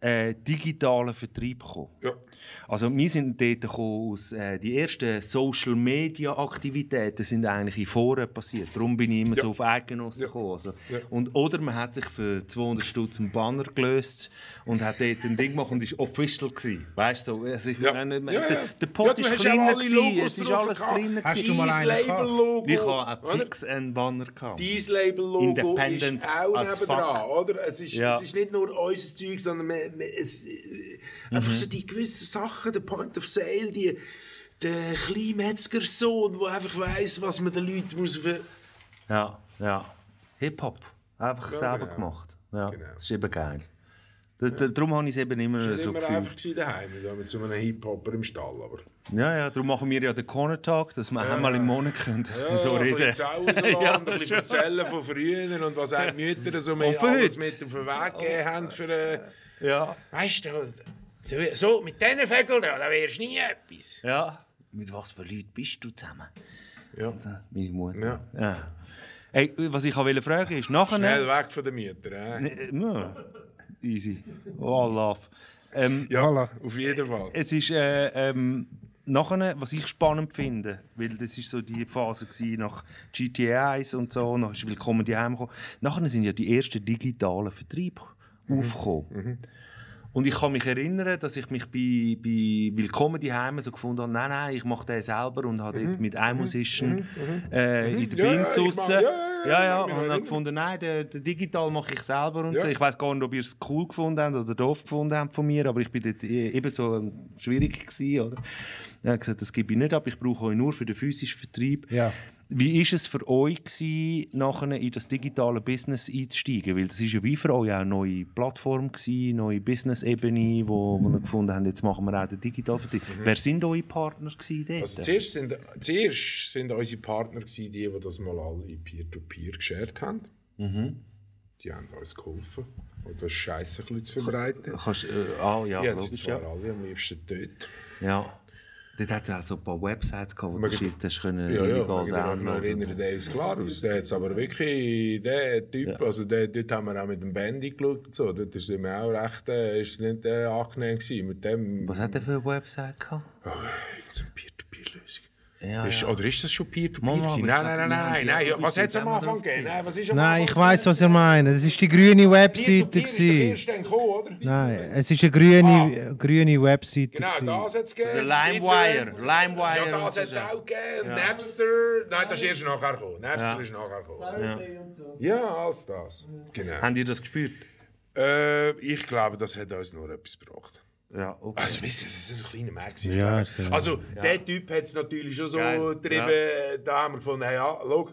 äh, digitalen Vertriebe gekommen.
Ja.
Also wir sind dort gekommen aus, äh, die ersten Social Media Aktivitäten sind eigentlich in Foren passiert. Darum bin ich immer so auf Eidgenossen gekommen. Also. Und, oder man hat sich für 200 Stutz einen Banner gelöst und hat dort ein Ding gemacht und ist official gewesen. Weißt du, so, also ich
Ja.
meine, man-
Ja, ja.
der, der eh, Pot
Ja, du
ist
hast ja
kleiner
alle
gewesen,
Logos
es ist
drauf
alles
gehabt.
kleiner
Hast
gewesen.
du mal einen gehabt?
Label-Logo.
Ich habe
oder?
fix einen Banner gehabt.
Dein Label-Logo ist
Independent
auch
as
nebendran,
fuck.
oder? Es ist,
Ja.
es ist nicht nur unser Zeug, sondern wir, wir, es, äh, einfach
Mhm.
so die gewissen Sachen, der Point of Sale, die, der kleine Metzgersohn, der einfach weiss, was man den Leuten muss... Für
Ja, ja. Hip-Hop. Einfach selber
genau.
gemacht. Ja, Das ist eben geil. Das, da- Darum habe ich es eben immer so
immer
gefühlt.
einfach gewesen daheim, da mit so einem Hip-Hopper im Stall, aber...
Ja, ja, darum machen wir ja den Corner Talk, dass wir einmal im Monat können so
ein
reden
bisschen Sauerland, ein bisschen erzählen von früher und was auch die Mütter so mit,
von
alles
heute. Oh.
mit auf den Weg gegeben haben für... Äh,
Ja,
Weißt du, so, so mit diesen Vögeln da, da wärst du nie etwas.
ja. Mit was für Leuten bist du zusammen?
Ja.
Und, äh, Meine Mutter. Ja. Ey, was ich auch wollte fragen ist, nachher...
Schnell weg von den Müttern. Äh.
Äh, ja. Easy. Oh, love. Ähm,
Ja,
Voilà.
auf jeden Fall.
Es ist äh, ähm, nachher, was ich spannend finde, weil das ist so die Phase gewesen, nach GTA 1 und so, nach ist Willkommen die Heimgekommen. Nachher sind ja die ersten digitalen Vertriebe
Mhm.
aufgekommen. Und ich kann mich erinnern, dass ich mich bei, bei Willkommen die Heime so gefunden habe, nein, nein, ich mache den selber und habe
Mhm.
dort mit einem Musician äh, in der
Ja,
Bin
ja, ich
draussen.
mag- ja, ja, ja,
Ja, ja, und
ich mag mich noch
habe
erinnern.
gefunden, nein, den, den digital mache ich selber und
Ja.
so. Ich weiß gar nicht, ob ihr es cool gefunden habt oder doof gefunden habt von mir, aber ich bin dort eh- eben so ähm, schwierig gewesen, oder? Ich habe gesagt, das gebe ich nicht ab, ich brauche euch nur für den physischen Vertrieb.
Ja.
Wie ist es für euch gewesen, nachher in das digitale Business einzusteigen? Weil das ist ja wie für euch auch eine neue Plattform gewesen, neue Business-Ebene, wo, wo ihr gefunden habt, jetzt machen wir auch den digitalen Vertrieb. Wer sind eure Partner gewesen dort?
Also zuerst sind, zuerst sind unsere Partner gewesen, die, die das mal alle Peer-to-Peer geschert haben.
Mhm.
Die haben uns geholfen, um das Scheiße ein bisschen zu verbreiten.
Kannst, äh, ah, ja,
Ja, sie
logisch,
zwar
ja.
alle am liebsten tot.
Ja. Dort hat es auch so ein paar Websites gehabt, wo du
Mögen-
shit hast können
Ja, ja,
illegal
wir
downloaden.
erinnern uns klar aus. Der hat aber wirklich, der Typ,
Ja.
also der, dort haben wir auch mit dem Bandy geschaut und so, dort ist mir auch recht, äh, ist nicht äh, angenehm gewesen mit dem.
Was hat er für eine Website gehabt?
Oh, jetzt eine Peer-to-Peer-Lösung.
Ja,
Ist,
ja.
Oder ist das schon Peer-to-Peer?
Mama, aber
gewesen?
ich
Nein,
glaub,
nein, nein,
wir haben
nein,
die
nein.
auch
Was hat es am
zusammen
Anfang
drauf
gegeben? Nein, was ist am
Nein,
Anfang
ich weiß,
gewesen?
was ihr meint. Es ist die grüne Webseite
Peer-to-Peer ist der
gewesen.
erste dann gekommen, oder?
Nein, es ist eine grüne, grüne Webseite
Genau,
gewesen.
das hat es gegeben.
Der LimeWire,
Internet.
LimeWire.
Ja, das hat es auch gegeben. Napster. Nein, das ist erst nachher gekommen. Napster ist nachher gekommen.
Play und so.
Ja, alles das. Genau.
Habt ihr das gespürt?
Äh, ich glaube, das hat uns nur etwas gebracht.
Ja, okay.
Also, weißt du, es ist ein kleiner Mann. gewesen,
Ja,
ich glaube.
ja.
Also, der Typ hat es natürlich schon so
Geil,
getrieben. Da haben wir gefunden, hey, ja, schau,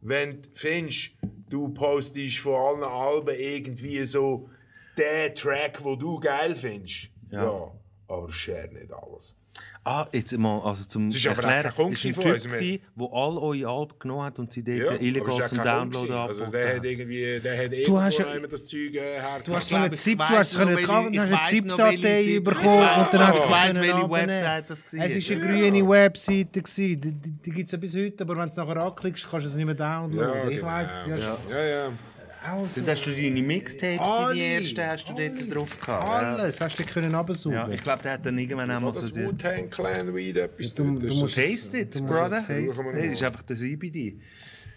wenn du findest, du postest von allen Alben irgendwie so den Track, den du geil findest. Ja. Aber share nicht alles.
ah, jetzt mal, also zum
Es ist aber auch kein Kunde
ist ein
von
Typ
uns, wir-
gewesen, der all eure Alben genommen hat und sie dort
Ja, aber
illegal
ist
zum
auch kein Hund
Download
gewesen. Also, der hat
angeboten
irgendwie, der hat irgendwo
hast ja-
einmal das Zeug äh,
Du hast so
hergenommen.
eine ZIP, du hast können kaufen, du hast eine ZIP-Datei bekommen und dann hast du
Ich weiss,
können
welche
abnehmen.
Website das war.
Es ist eine grüne Webseite gewesen. Die, die, die gibt es ja bis heute, aber wenn du es nachher anklickst, kannst du es nicht mehr downloaden.
Ja,
ich
genau.
weiss es ja schon.
Ja, ja.
Also,
Dann hast du deine Mixtapes, deine
Alle.
ersten, hast du dort drauf gehabt. ja.
alles hast du nicht können absuchen.
Ja, ich glaube, der hat dann irgendwann auch mal so...
Das
die-
Wu-Tang Clan wieder etwas
Du-
drin, das
du
ist
musst-
so-
Taste it,
Du musst
brother.
es tasten.
Das ist einfach der CBD.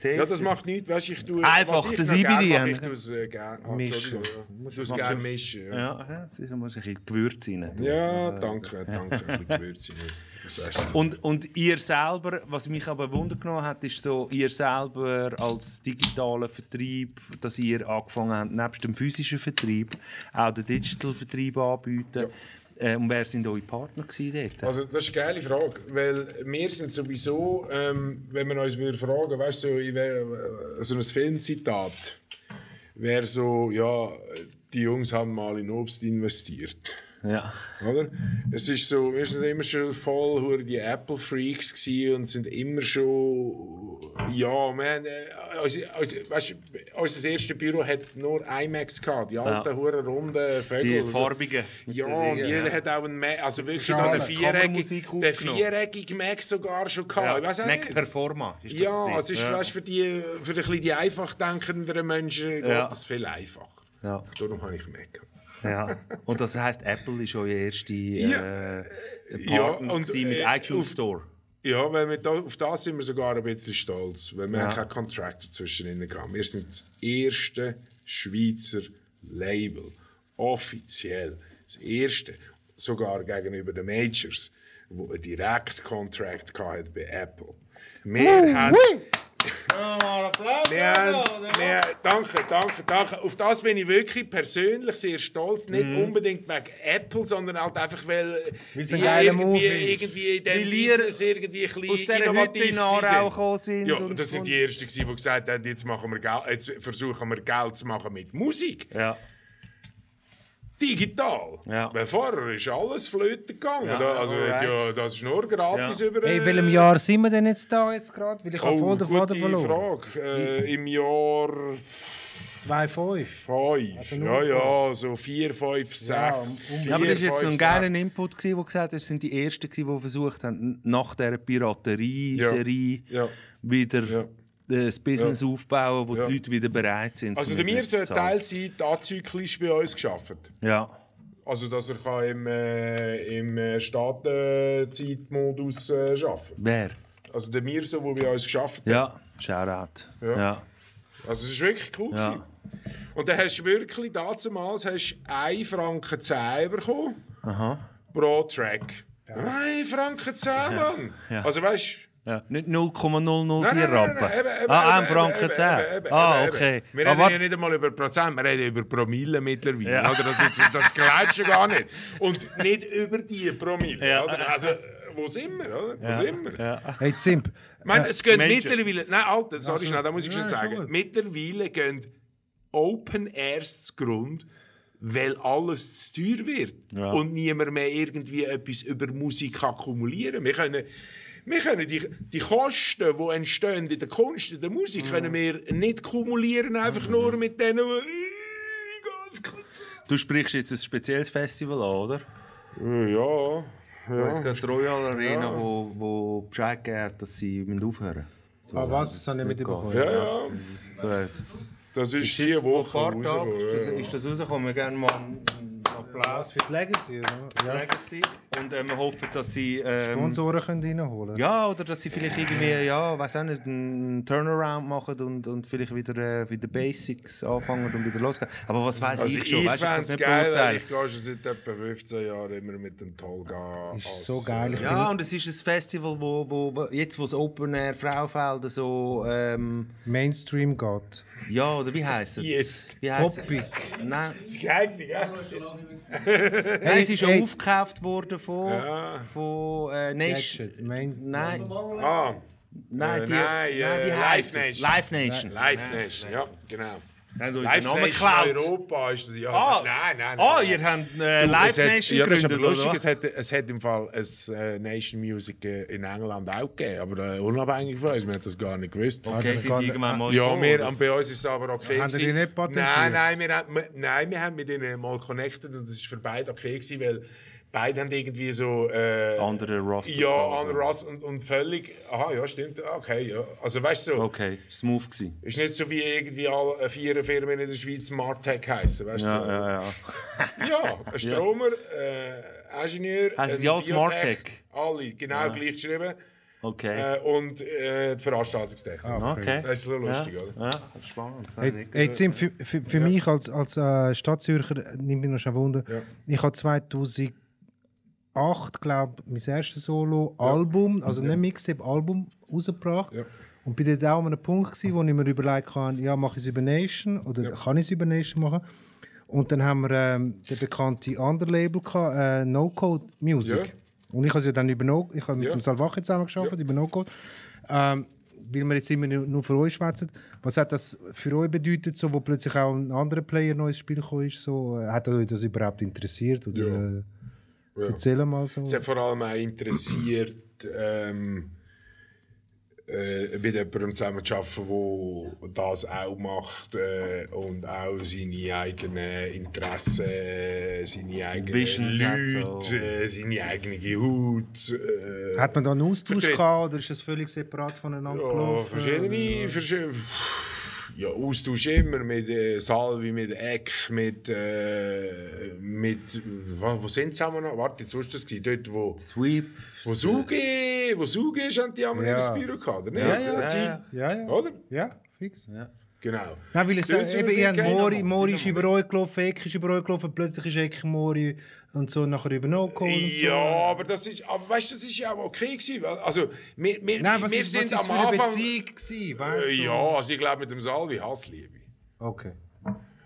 Taste
Ja, das
it.
macht nichts, weißt du, ich tue...
Einfach,
was ich
das
noch
IBD
gerne mache, Ich
haben.
tue es äh, gerne... Ah,
Mischen.
Entschuldigung, ja. Ich tue es
Machst
gerne
du-
mischen, ja.
Ja, ja, das ist, da musst du ein bisschen Gewürze rein. tun.
Ja, danke, danke. Ein bisschen Gewürze. Das ist-
Und, und ihr selber, was mich aber wundergenommen hat, ist so, ihr selber als digitaler Vertrieb, dass ihr angefangen habt, nebst dem physischen Vertrieb auch den Digital-Vertrieb anbieten. Äh, und wer sind eure Partner gewesen dort?
Also, das ist eine geile Frage, weil wir sind sowieso, ähm, wenn man uns würde fragen, weißt du, so, in wel- so ein Filmzitat wäre so, ja, die Jungs haben mal in Obst investiert.
Ja.
Oder? Es ist so, wir sind immer schon voll hure die Apple Freaks gsi und sind immer schon ja, man, äh, unser, unser, weißt, du, unser erstes Büro hat nur IMAX gehabt, die alten hure runden Vögel.
Die farbigen.
Also, Ja, und jeder hat auch einen Mac, also wirklich noch den viereckigen,
Kameramusik
den
aufgenommen.
viereckigen Mac sogar schon gehabt. Ich weiss auch
Mac
nicht.
Performa ist das
Ja,
gewesen.
es ist weißt, für die, für ein bisschen die einfach denkenderen Menschen geht
Ja.
es viel einfacher.
Ja.
Darum habe ich Mac.
Ja. Und das heisst, Apple ist euer erster
Ja.
äh,
Ja,
Partner
und,
gewesen mit
äh,
iTunes
auf-
Store.
Ja, weil wir da, auf das sind wir sogar ein bisschen stolz, weil wir
Ja.
haben keinen Contract dazwischen drin gehabt. Wir sind das erste Schweizer Label, offiziell, das erste, sogar gegenüber den Majors, wo einen Direkt-Contract hatte bei Apple. Wir haben... Wir haben, wir, danke, danke, danke. Auf das bin ich wirklich persönlich sehr stolz. Nicht unbedingt wegen Apple, sondern halt einfach, weil
es ein
die
geiler
irgendwie,
Move ist.
irgendwie in diesem
Weil ihr
Business irgendwie ein bisschen
aus dieser
innovativ
Hütte in
gewesen
Aarau gekommen sind
Ja,
und-
das sind die Ersten, gewesen, die gesagt haben, jetzt, machen wir Geld, jetzt versuchen wir Geld zu machen mit Musik.
Ja.
Digital.
Ja.
Weil vorher ist alles flöten gegangen.
Ja,
da, also,
alright.
ja, das ist nur gratis
Ja.
über...
Hey, in welchem
äh, Oh,
Jahr sind wir denn jetzt da jetzt gerade? Weil ich
Oh,
habe voll den Faden
gute
verloren.
Frage. Äh, Im Jahr...
2,5.
Fünf, ja, ja, so vier, fünf, sechs. vier,
Ja, aber das war jetzt
fünf,
so ein
sechs.
geiler Input, gewesen, wo du gesagt hast, es sind die Ersten, gewesen, die versucht haben, nach dieser Piraterie-Serie
Ja. Ja.
wieder
Ja.
äh, das Business aufbauen, wo
Ja.
die Leute wieder bereit sind.
Also,
zum
der Mir
Mitnehmen
soll
zu zahlen.
Teilzeit anzyklisch bei uns geschafft.
Ja.
Also, dass er kann im, äh, im äh, Staatenzeitmodus äh, arbeiten
Wer?
kann. Also, der Mir, so, der bei uns geschafft hat.
Ja. Shoutout. Ja.
Ja.
ja.
Also, es war wirklich cool.
Ja.
gewesen. Und dann hast du wirklich damals hast 1 Franken 10 bekommen
Aha.
pro Track. 1 Franken 10, Mann!
Ja.
Also, weißt du,
Ja. Nicht 0,004
Nein, nein, nein, nein, eben,
Rappen.
eben,
Ah,
eben,
1 Franken
eben,
10.
eben, eben,
Ah,
eben,
okay.
eben. Wir
Ah,
reden
warte.
ja nicht einmal über Prozent, wir reden über Promille mittlerweile.
Ja.
Oder? Das, jetzt, das glaubst du gar nicht. Und nicht über die Promille.
Ja.
Oder? Also, wo sind wir? Oder? Wo sind wir?
Hey Zimp,
Ich meine, es gehen
Menschen.
mittlerweile... Nein, Alter, sorry, schnell, da muss ich
Ja,
schnell
ist
sagen.
gut.
Mittlerweile gehen Open Airs zu Grund, weil alles zu teuer wird
Ja.
und niemand mehr irgendwie etwas über Musik kann kumulieren Wir können, wir können die, die Kosten, die entstehen in der Kunst, in der Musik, können wir nicht kumulieren, einfach nur mit denen... die-
Du sprichst jetzt ein spezielles Festival an, oder?
Ja,
Jetzt geht es Royal Arena, wo, wo Bescheid gegeben hat, dass sie müssen aufhören müssen. So,
Ah, was?
dass es
Das habe ich
nicht geht.
nicht bekommen.
ja, ja.
So, jetzt.
Das ist,
Ist
die
das
Woche
vor ein paar Tagen
rausgekommen,
ist
ja.
das- Ist das rausgekommen? Gerne mal einen Applaus
Was für die Legacy, oder? Ja.
Legacy. Und äh, wir hoffen, dass sie. Ähm,
Sponsoren können reinholen.
ja, oder dass sie vielleicht irgendwie, ja, weiß auch nicht, einen Turnaround machen und, und vielleicht wieder, äh, wieder Basics anfangen und wieder losgehen. Aber was weiß
Also
ich
ich
schon?
ich
weißt du,
fände es
kann's nicht
geil, weil
beurteilen.
ich gehe schon seit etwa 15 Jahren immer mit dem Tolga. äh,
Ist so geil. Ich
Ja, und es ist ein Festival, wo, wo wo- jetzt, wo das Open Air Fraufelder so. Ähm,
bin Mainstream geht.
ja, oder wie heisst es?
Jetzt.
Wie heisst
Poppig.
es? Nein,
Das ist geil, gewesen, gell?
Nein, es ist ja
hey.
aufgekauft worden von, von äh, Nation.
Gadget, Main
Nein,
Ah,
nein,
Äh,
die,
nein,
nein, wie
äh,
heisst
Live
es?
Nation.
Live Nation.
Live Nation, ja, genau.
Haben euch den
Live
Namen
Nation Oh,
geklaut.
Europa ist das, ja.
Ah,
nein, nein, nein.
Ah,
nein.
ihr habt äh,
Du,
Live
es hat-
Nation
ja, das ist
gegründet,
aber
oder
lustig,
was?
es hat, es hat im Fall ein äh, Nation Music äh, in England auch gegeben, aber äh, unabhängig von uns, wir haben das gar nicht gewusst.
Okay, sind die irgendwann mal
Ja,
gekommen,
wir,
oder?
und bei uns ist es aber okay.
Haben die
gewesen.
nicht patentiert?
Nein, nein wir, haben, wir, nein, wir haben mit ihnen mal connected und es war für beide okay, gewesen, weil beide haben irgendwie so. Äh,
Andere Roster.
Ja,
quasi.
andere Rasse und, und völlig. Aha, ja, stimmt. Okay, ja. Also weißt du, so,
Okay, smooth gewesen.
ist nicht so wie irgendwie alle äh, vier Firmen in der Schweiz Martech heißen. Weißt du,
Ja,
so.
ja, ja.
Ja, ein Stromer, äh, Ingenieur.
Heissen
ein
die alles
Biotech,
Martech?
Alle, genau gleich geschrieben.
Okay.
Äh, und äh, die Veranstaltungstechnik.
okay.
Das ist so lustig,
ja.
oder?
Ja, spannend.
Hey, hey, Zim, für, für, für mich als, als äh, Stadtzürcher äh, nimmt mich noch schon Wunder.
Ja.
Ich habe 2008, glaube ich, mein erstes Solo-Album, also nicht Mixtape, Album rausgebracht.
Ja.
Und bin dann auch an einem Punkt, gewesen, wo ich mir überlegt habe, ja, mache ich es über Nation oder kann ich es über Nation machen? Und dann haben wir ähm, den bekannten anderen Label, gehabt, äh, No Code Music.
Ja.
Und ich habe es ja dann über No ich habe mit
Ja.
dem Salvache zusammen geschafft, über No Code. Ähm, weil wir jetzt immer nur nur für euch schwätzen. Was hat das für euch bedeutet, so, wo plötzlich auch ein anderer Player neues Spiel gekommen ist? So, äh, hat euch das überhaupt interessiert? Oder,
Ja.
äh, Erzähl mal so.
Es hat vor allem auch interessiert, ähm, äh, mit jemandem zusammenzuarbeiten, der das auch macht äh, und auch seine eigenen Interessen, äh, seine eigenen
Visions hat, so.
Leute, äh, seine eigene Haut. Äh,
Hat man da einen Austausch
Versteht.
gehabt oder ist das völlig separat voneinander
ja,
gelaufen?
verschiedene, verschiedene. Ja, Austausch immer mit äh, Salvi, mit Eck, mit. Äh, mit wo, wo sind sie zusammen noch? Warte, jetzt wusste ich das. Dort, wo.
Sweep.
Wo Sugi, wo Sugi ist, haben die einmal
Ja.
ja. das Büro gehabt, oder nicht?
Ja, ja,
Hat sie-
ja,
Ja, ja.
Oder?
Ja, fix.
Genau.
Nein, weil ich
Dort
sage,
sind
eben,
wir
ich habe
viel
Mori,
gegangen,
Mori
Mann.
ist über euch gelaufen, Eck ist über euch gelaufen, plötzlich ist Eck Mori und so, nachher über Noko und so.
Ja, aber das ist, aber weißt, du, das ist ja auch okay gewesen. weil- Also, wir, wir,
Nein, was
wir
ist, was
sind
ist
am
für eine
Anfang.
Beziehung gewesen, weißt du?
Äh, ja, also ich glaube mit dem Salvi Hassliebe.
Okay.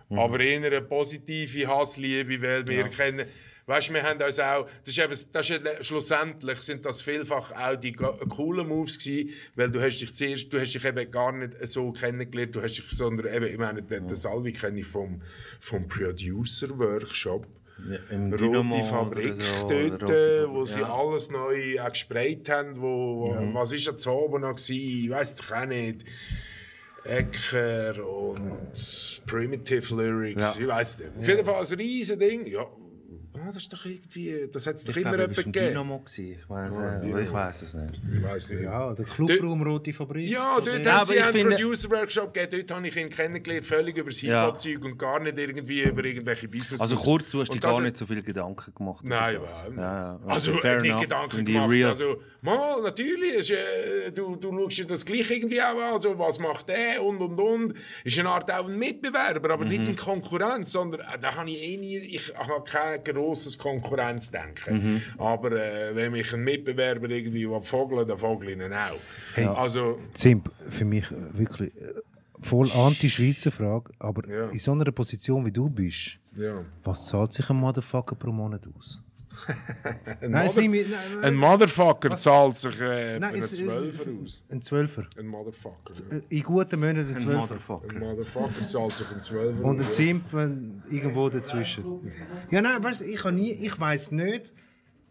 Aber eher eine positive Hassliebe, weil wir kennen. Weißt du, wir haben uns auch. Das ist eben, das ist eben, schlussendlich sind das vielfach auch die go- coolen Moves gewesen, weil du hast dich zuerst, du hast dich eben gar nicht so kennengelernt, du hast dich, sondern eben, ich meine, den, den Salvi kenne ich vom, vom Producer-Workshop.
Im
Rote Fabrik dort, äh, wo sie
ja. Mhm.
alles neu auch gesprayt haben. Wo, wo, Was war da zu oben noch? Gewesen? Ich weiß doch auch nicht. Ecker und Primitive Lyrics,
Ja.
ich weiß nicht. Auf jeden Fall ein riesen Ding. Ja, ah, das ist doch irgendwie, das hat es doch
Ich
immer
glaube, das war
jemand
ein
gegeben.
Dynamo. gewesen. Ich weiß, äh, aber ich weiß es nicht.
Ich weiß nicht. Ja,
Ja, der Clubraum Rote Fabrik.
dort haben
aber
sie
ich
einen
finde-
Producer-Workshop gegeben, dort habe ich ihn kennengelernt, völlig über das
Ja.
Hip-Hop-Zeug und gar nicht irgendwie über irgendwelche business
Also kurz, du hast dir
Und das
gar
hat-
nicht so viel Gedanken gemacht. über
Nein,
das.
überhaupt nicht.
ja, ja.
Also,
fair
nicht
enough.
Gedanken
Finde ich
gemacht.
real.
Also, mal, natürlich, ist, äh, du, du schaust dir das gleich irgendwie auch an. Also, was macht der und und und. Ist eine Art auch ein Mitbewerber, aber
Mhm.
nicht eine Konkurrenz, sondern äh, da habe ich eh nie, ich habe kein grosses
Mhm.
Konkurrenzdenken. Aber äh, wenn mich ein Mitbewerber irgendwie will vogeln dann vogel ich ihn auch. Also,
Zimp, für mich äh, wirklich äh, voll anti-Schweizer Frage, aber
Ja.
in so einer Position wie du bist,
ja.
was zahlt sich ein Motherfucker pro Monat aus? nein, es
Mother-
nehme ich- nein,
Ein Motherfucker zahlt sich äh,
nein,
einen
es- es-
Zwölfer
es-
aus.
Ein Zwölfer.
Ein Motherfucker.
Äh, In guten Monaten ein
Ein
Zwölfer.
Ein
Motherfucker.
Motherfucker zahlt sich einen Zwölfer
Und ein
aus.
Zimp wenn irgendwo dazwischen. Ja, nein, weißt du, ich, kann nie, ich weiss nicht,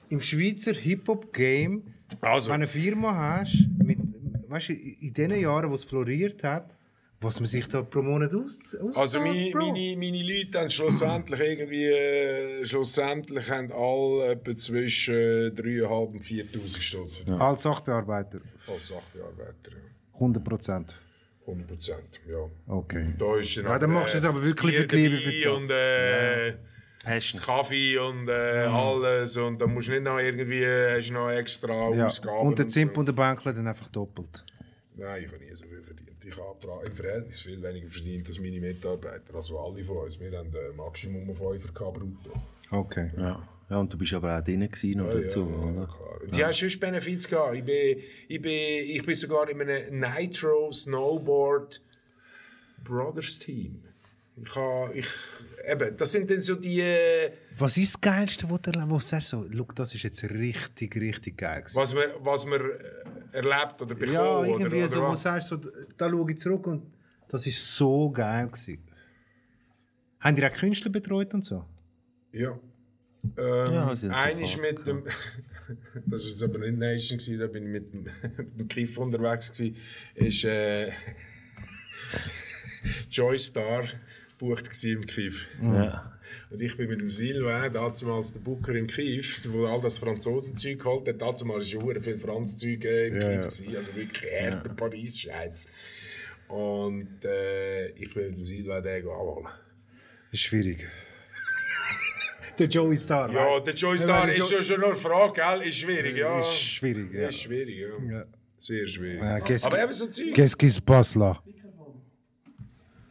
im Schweizer Hip-Hop-Game,
Also.
wenn du eine Firma hast, mit, weißt du, in den Jahren, wo es floriert hat, was man sich da pro Monat aus, auszahlt,
Also meine,
Bro.
meine, meine Leute haben schlussendlich irgendwie, äh, schlussendlich haben alle etwa zwischen äh, 3'500 und 4'000 Stutz verdient
Als Sachbearbeiter,
als Sachbearbeiter. ja.
100 Prozent.
100 Prozent, ja.
Okay.
Da ist dann äh,
Ja, dann machst du es aber
das
wirklich
Bier
für die Liebe
dabei
für die Sache.
Und äh,
Passion.
das Kaffee und äh,
Mhm.
alles und dann musst du nicht noch irgendwie, äh, hast du noch extra
Ja.
Ausgaben.
Und der Zimp
so.
und der Bänkler dann einfach doppelt.
Nein, ich habe nie so viel verdient. Ich habe tra- im Verhältnis viel weniger verdient als meine Mitarbeiter, also alle von uns. Wir haben äh, Maximum auf 5 brutto.
Okay.
Ja. ja, und du bist aber auch drinnen gewesen noch dazu.
Ja,
oder?
klar. Die ja. haben sonst Benefits gehabt. Ich bin, ich, bin, ich bin sogar in einem Nitro Snowboard Brothers Team. Ich habe, ich, eben, das sind dann so die. äh,
Was ist das Geilste, wo du erlebst? Wo du sagst, so, schau, das ist jetzt richtig, richtig geil. gewesen?
Was man, was man äh, erlebt oder bekommt.
Ja,
oder,
irgendwie
oder
so, wo du
was.
sagst, so, da schaue ich zurück und das ist so geil gewesen. Haben die auch Künstler betreut und so?
Ja. Ähm,
Ja, sie haben so
einer ist
Phasen
mit dem. das war jetzt aber nicht Nation, gewesen, da bin ich mit dem, mit dem Cliff unterwegs. Gewesen, ist äh, Joy Star, gebucht gewesen im Kiew.
Ja.
Und ich bin mit dem Sylvain, damals der Booker in Kiew, wo all das Franzosenzeug geholt hat. Damals war es viel Franzzeug äh, in Kiew. gewesen. Also wirklich härter Paris-Scheiß. Und äh, ich bin mit dem Sylvain den anholen.
Das ist schwierig. der Joey Star.
Ja,
weißt?
der Joy
Ich meine,
Star ist
Jo-
ja schon nur eine Frage, gell? Ist schwierig, ja.
Ist schwierig, ja.
Ist schwierig, ja.
ja.
Sehr schwierig.
Ja, qu'est-ce
Aber
que-
eben so Zeug.
Qu'est-ce qui se passe là?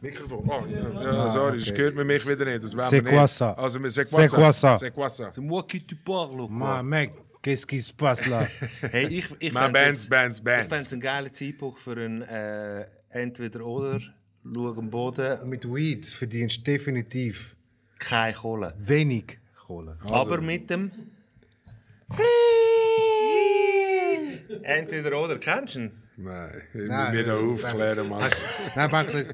Mikrofon. Oh, ja. ja, sorry, das hört man mich wieder nicht. Das wäre
Ah, C'est
mir
quoi
nicht.
ça?
Also, mit
C'est quoi ça?
C'est quoi ça?
C'est moi qui tu parles.
Ma mec, qu'est-ce qui se passe là?
Hey, ich, ich
Mein
fänd
Bands, Bands,
Ich fände es
Bands.
einen geilen Zeitpunkt für ein äh, Entweder-Oder. Schau am Boden,
Mit Weed verdienst du definitiv
keine Kohle.
wenig Kohle.
Also-
Aber mit dem. Entweder-Oder. Kennst du ihn?
Nein, ich muss
Nein, äh,
mich da aufklären, Mann.
Nein, Bankli,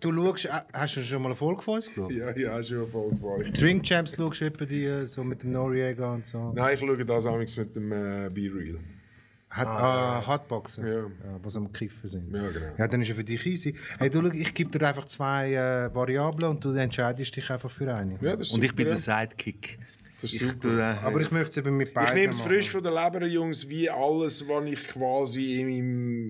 du schaust, äh, hast du schon mal eine Folge von uns geschaut?
Ja, ja, schon voll gefallen.
Drink Champs schaust du etwa die, äh, so mit dem Noriega und so.
Nein, ich schaue das amigs mit dem äh, B-Real.
Hat, ah, Hotboxen,
Ja.
ja. die am Kiffen sind.
Ja, genau.
Ja, dann ist ja für dich easy. Hey, du, schau, ich gebe dir einfach zwei äh, Variablen und du entscheidest dich einfach für eine.
Ja, das ist
Und ich bin
super,
der Sidekick.
ja. Das ist
Ich,
super.
tu, äh,
Aber ich möchte es eben mit beiden
Ich nehme es
machen.
frisch von der Leber, Jungs, wie alles, was ich quasi in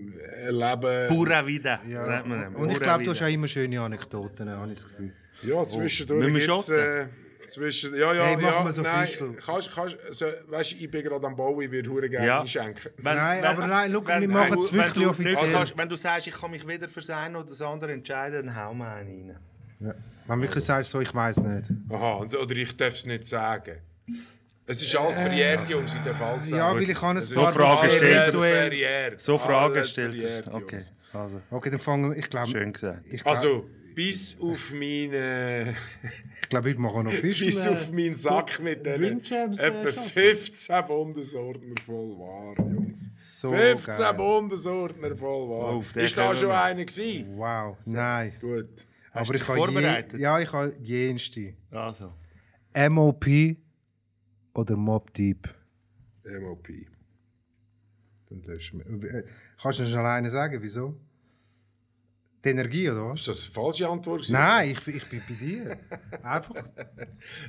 meinem äh, Leben.
Pura Vida, sagt man. dem.
Und ich
Pura
glaube, du hast
vida.
auch immer schöne Anekdoten, habe ich das Gefühl.
Ja, zwischendurch
Müssen wir
gibt's, äh, zwischen, ja, ja,
Hey, machen
ja,
wir so
nein,
Fischl.
kannst, kannst, so, weißt du, ich bin gerade am Bau, ich würde hure gerne
Ja.
einschenken.
Wenn-
Nein,
wenn-
aber nein, schau, wir
wenn-
machen
wenn
es
du-
wirklich
wenn du
offiziell.
nichts hast- Wenn du sagst, ich kann mich weder für das eine oder das andere entscheiden, dann hau mir einen rein.
Wenn du wirklich sagst, so, ich weiß nicht.
Aha, und, oder ich darf es nicht sagen. Es ist alles verjährt, Jungs, in dem Fall. sagen.
Ja, weil ich kann es
Es ist
So
zwar
Fragen
alles
stellt er.
verjährt.
So Fragen
Alles
stellt
verjährt,
er. Okay,
Jungs.
also,
Okay, dann fangen wir. Ich glaube,
schön gesagt.
ich glaube,
Also, bis auf meine...
ich glaub, heute machen wir noch
bis
Fisch.
auf meinen Sack mit den
Dreamjams, äh,
etwa
schon.
15 Bundesordner voll war, Jungs.
So
15
geil.
Bundesordner voll war.
Oh, auf den
ist da
kommen
schon
wir.
einer gewesen?
Wow, nein.
Gut.
Aber
dich
ich habe je,
vorbereitet?
Ja, ich habe jenste.
Also.
MOP oder Mob Deep.
MOP.
Dann löscht man- Äh, Kannst du schon alleine sagen, wieso? Die Energie, oder was?
Ist das eine falsche Antwort? gewesen?
Nein, ich, ich bin bei dir. Einfach.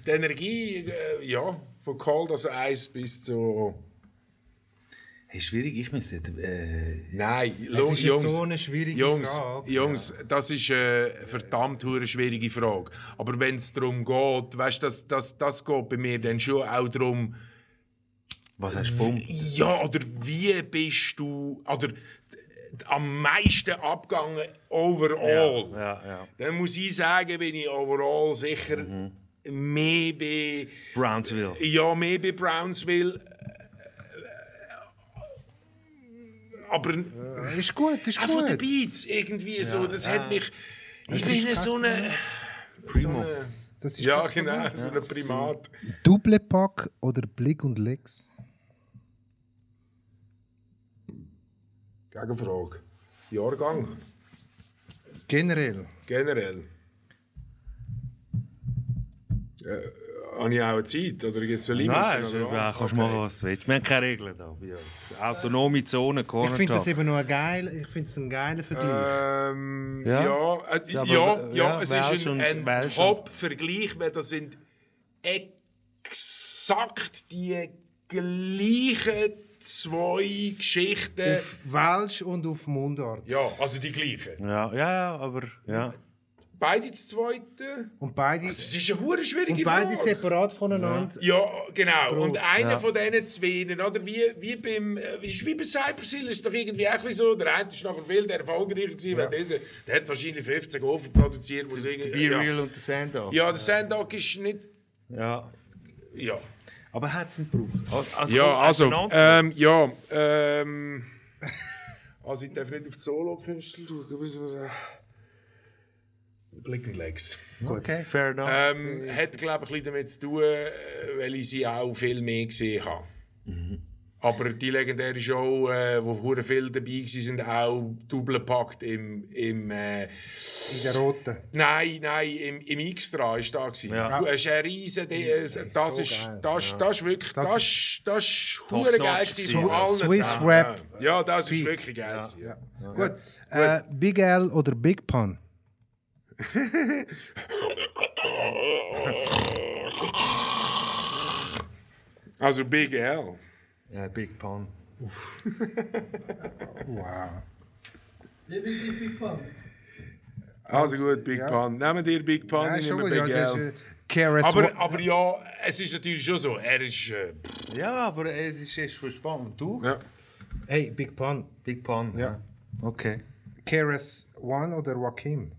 Die Energie, äh, ja, von Cold, also 1 bis zu...
Hey, schwierig, ich müsste. Äh,
Nein,
Das
lo-
ist ja
Jungs.
so eine schwierige
Jungs,
Frage.
Jungs, das ist eine verdammt hure schwierige Frage. Aber wenn es darum geht, weißt du, das, das, das geht bei mir dann schon auch darum,
was hast du gepumpt?
Ja, oder wie bist du oder d- d- am meisten abgegangen overall?
Ja, ja.
Dann muss ich sagen, bin ich overall sicher
Mhm.
mehr bei,
Brownsville.
ja, mehr bei Brownsville. äh, Aber,
Ist gut, ist
auch von den
gut.
Beats irgendwie so, das hat mich. Ich bin so eine. So eine
Das ist
ja,
kein Problem.
genau, so ein Primat.
Double Pack oder Blick und Lex?
Gegenfrage. Jahrgang,
Generell.
generell. Äh, habe ich auch eine Zeit oder gibt es eine Limit?
Nein, ist,
oder
ja,
was?
kannst machen, was du willst. Wir haben keine Regeln hier bei uns. Autonome Zone, Corner
Ich finde das
Talk.
eben nur geil. Ich finde es ein geiler Vergleich.
Ähm, ja,
Ja.
ja, äh, ja,
aber,
ja,
äh, ja,
es
Welsh
ist ein,
und-
ein
Welsh und-
Top-Vergleich, weil das sind exakt die gleichen zwei Geschichten.
Auf Welsch und auf Mundart.
Ja, also die gleichen.
Ja, ja, ja, aber ja.
Beide das Zweite.
Und beide,
Das ist eine hure schwierige
und beide
Frage.
separat voneinander.
Ja, genau. Und einer
ja.
von diesen zweien, oder? Wie, wie beim, äh, ist wie bei Cybersil ist es doch irgendwie auch ein bisschen so. Der eine ist nachher viel der erfolgreicher gewesen, weil dieser, der hat wahrscheinlich 15 Ofen produziert, muss
Der
irgendwie.
Be
Ja.
Real und der Sandoff.
ja, der Sandog ist nicht.
ja.
Ja.
Aber hat es einen Brauch? Also, also,
Ja,
komm,
also,
auseinander.
ähm, ja, ähm, also ich darf nicht auf die Solo-Künstler schauen, wissen wir Blick and Legs.
Okay, fair enough.
Ähm, Hat, glaube ich, ein bisschen damit zu tun, äh, weil ich sie auch viel mehr gesehen habe. Aber die legendäre Show, äh, wo hure viel dabei waren, sind auch doppelpackt im, im äh,
In der roten.
Nein, nein, im, im Xtra ist da gewesen.
Ja.
Du hast eine riesen, das, das
so
ist,
geil,
das, das ist wirklich, das,
Das
das, das ist hure geil
notch
gewesen von
gewesen.
allen.
Swiss
zusammen.
Rap.
Ja, das ist wirklich geil gewesen.
Gut. Äh, Big L oder Big Pun?
Also Big L.
Ja, Big Pun.
Wie bist du Big Pun?
Also gut, Big Pun. Nehmen dir Big Pun,
Ja,
ich
schon
nehme
gut.
Big
Ja, das
L.
ist, äh, Keras
Aber, aber ja, es ist natürlich schon so, er ist... Äh,
Ja, aber es ist erst verspannt. Und du?
ja.
Hey, Big Pun.
Big Pun, ja. Okay.
Keras One oder Joachim?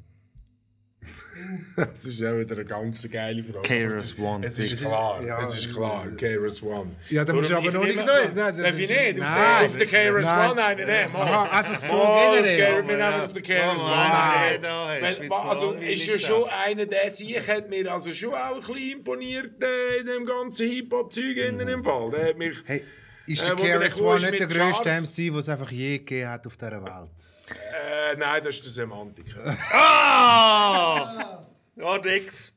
Das ist auch wieder eine ganz geile Frage.
KRS One.
Es ist
Big-
klar,
ja.
es ist klar, KRS One.
Ja, dann musst du
Darum,
aber
ich
noch
nehme-
nicht neu- nein, das
Darf
ist-
ich nicht? Auf
Nein.
den- Auf den KRS
Nein.
One ne? einen nehmen.
Aha, einfach so
Mal,
generell.
auf den- Oh, Wir nehmen auf den KRS One
Mama,
einen.
da hast du
Weil,
mit so
Also ist ja
langweilig
schon einer, der sich hat mir also schon auch ein bisschen imponiert äh, in dem ganzen Hip-Hop-Zeug in dem Fall. Der hat mich...
Mhm. Hey, ist
Äh,
der
wo der
Keras
Kuh
One
ist
nicht der
mit
grösste
Charts?
MC, den es einfach je gegeben hat auf dieser Welt?
Äh, nein, das ist die Semantik.
Ah! Ja, nix.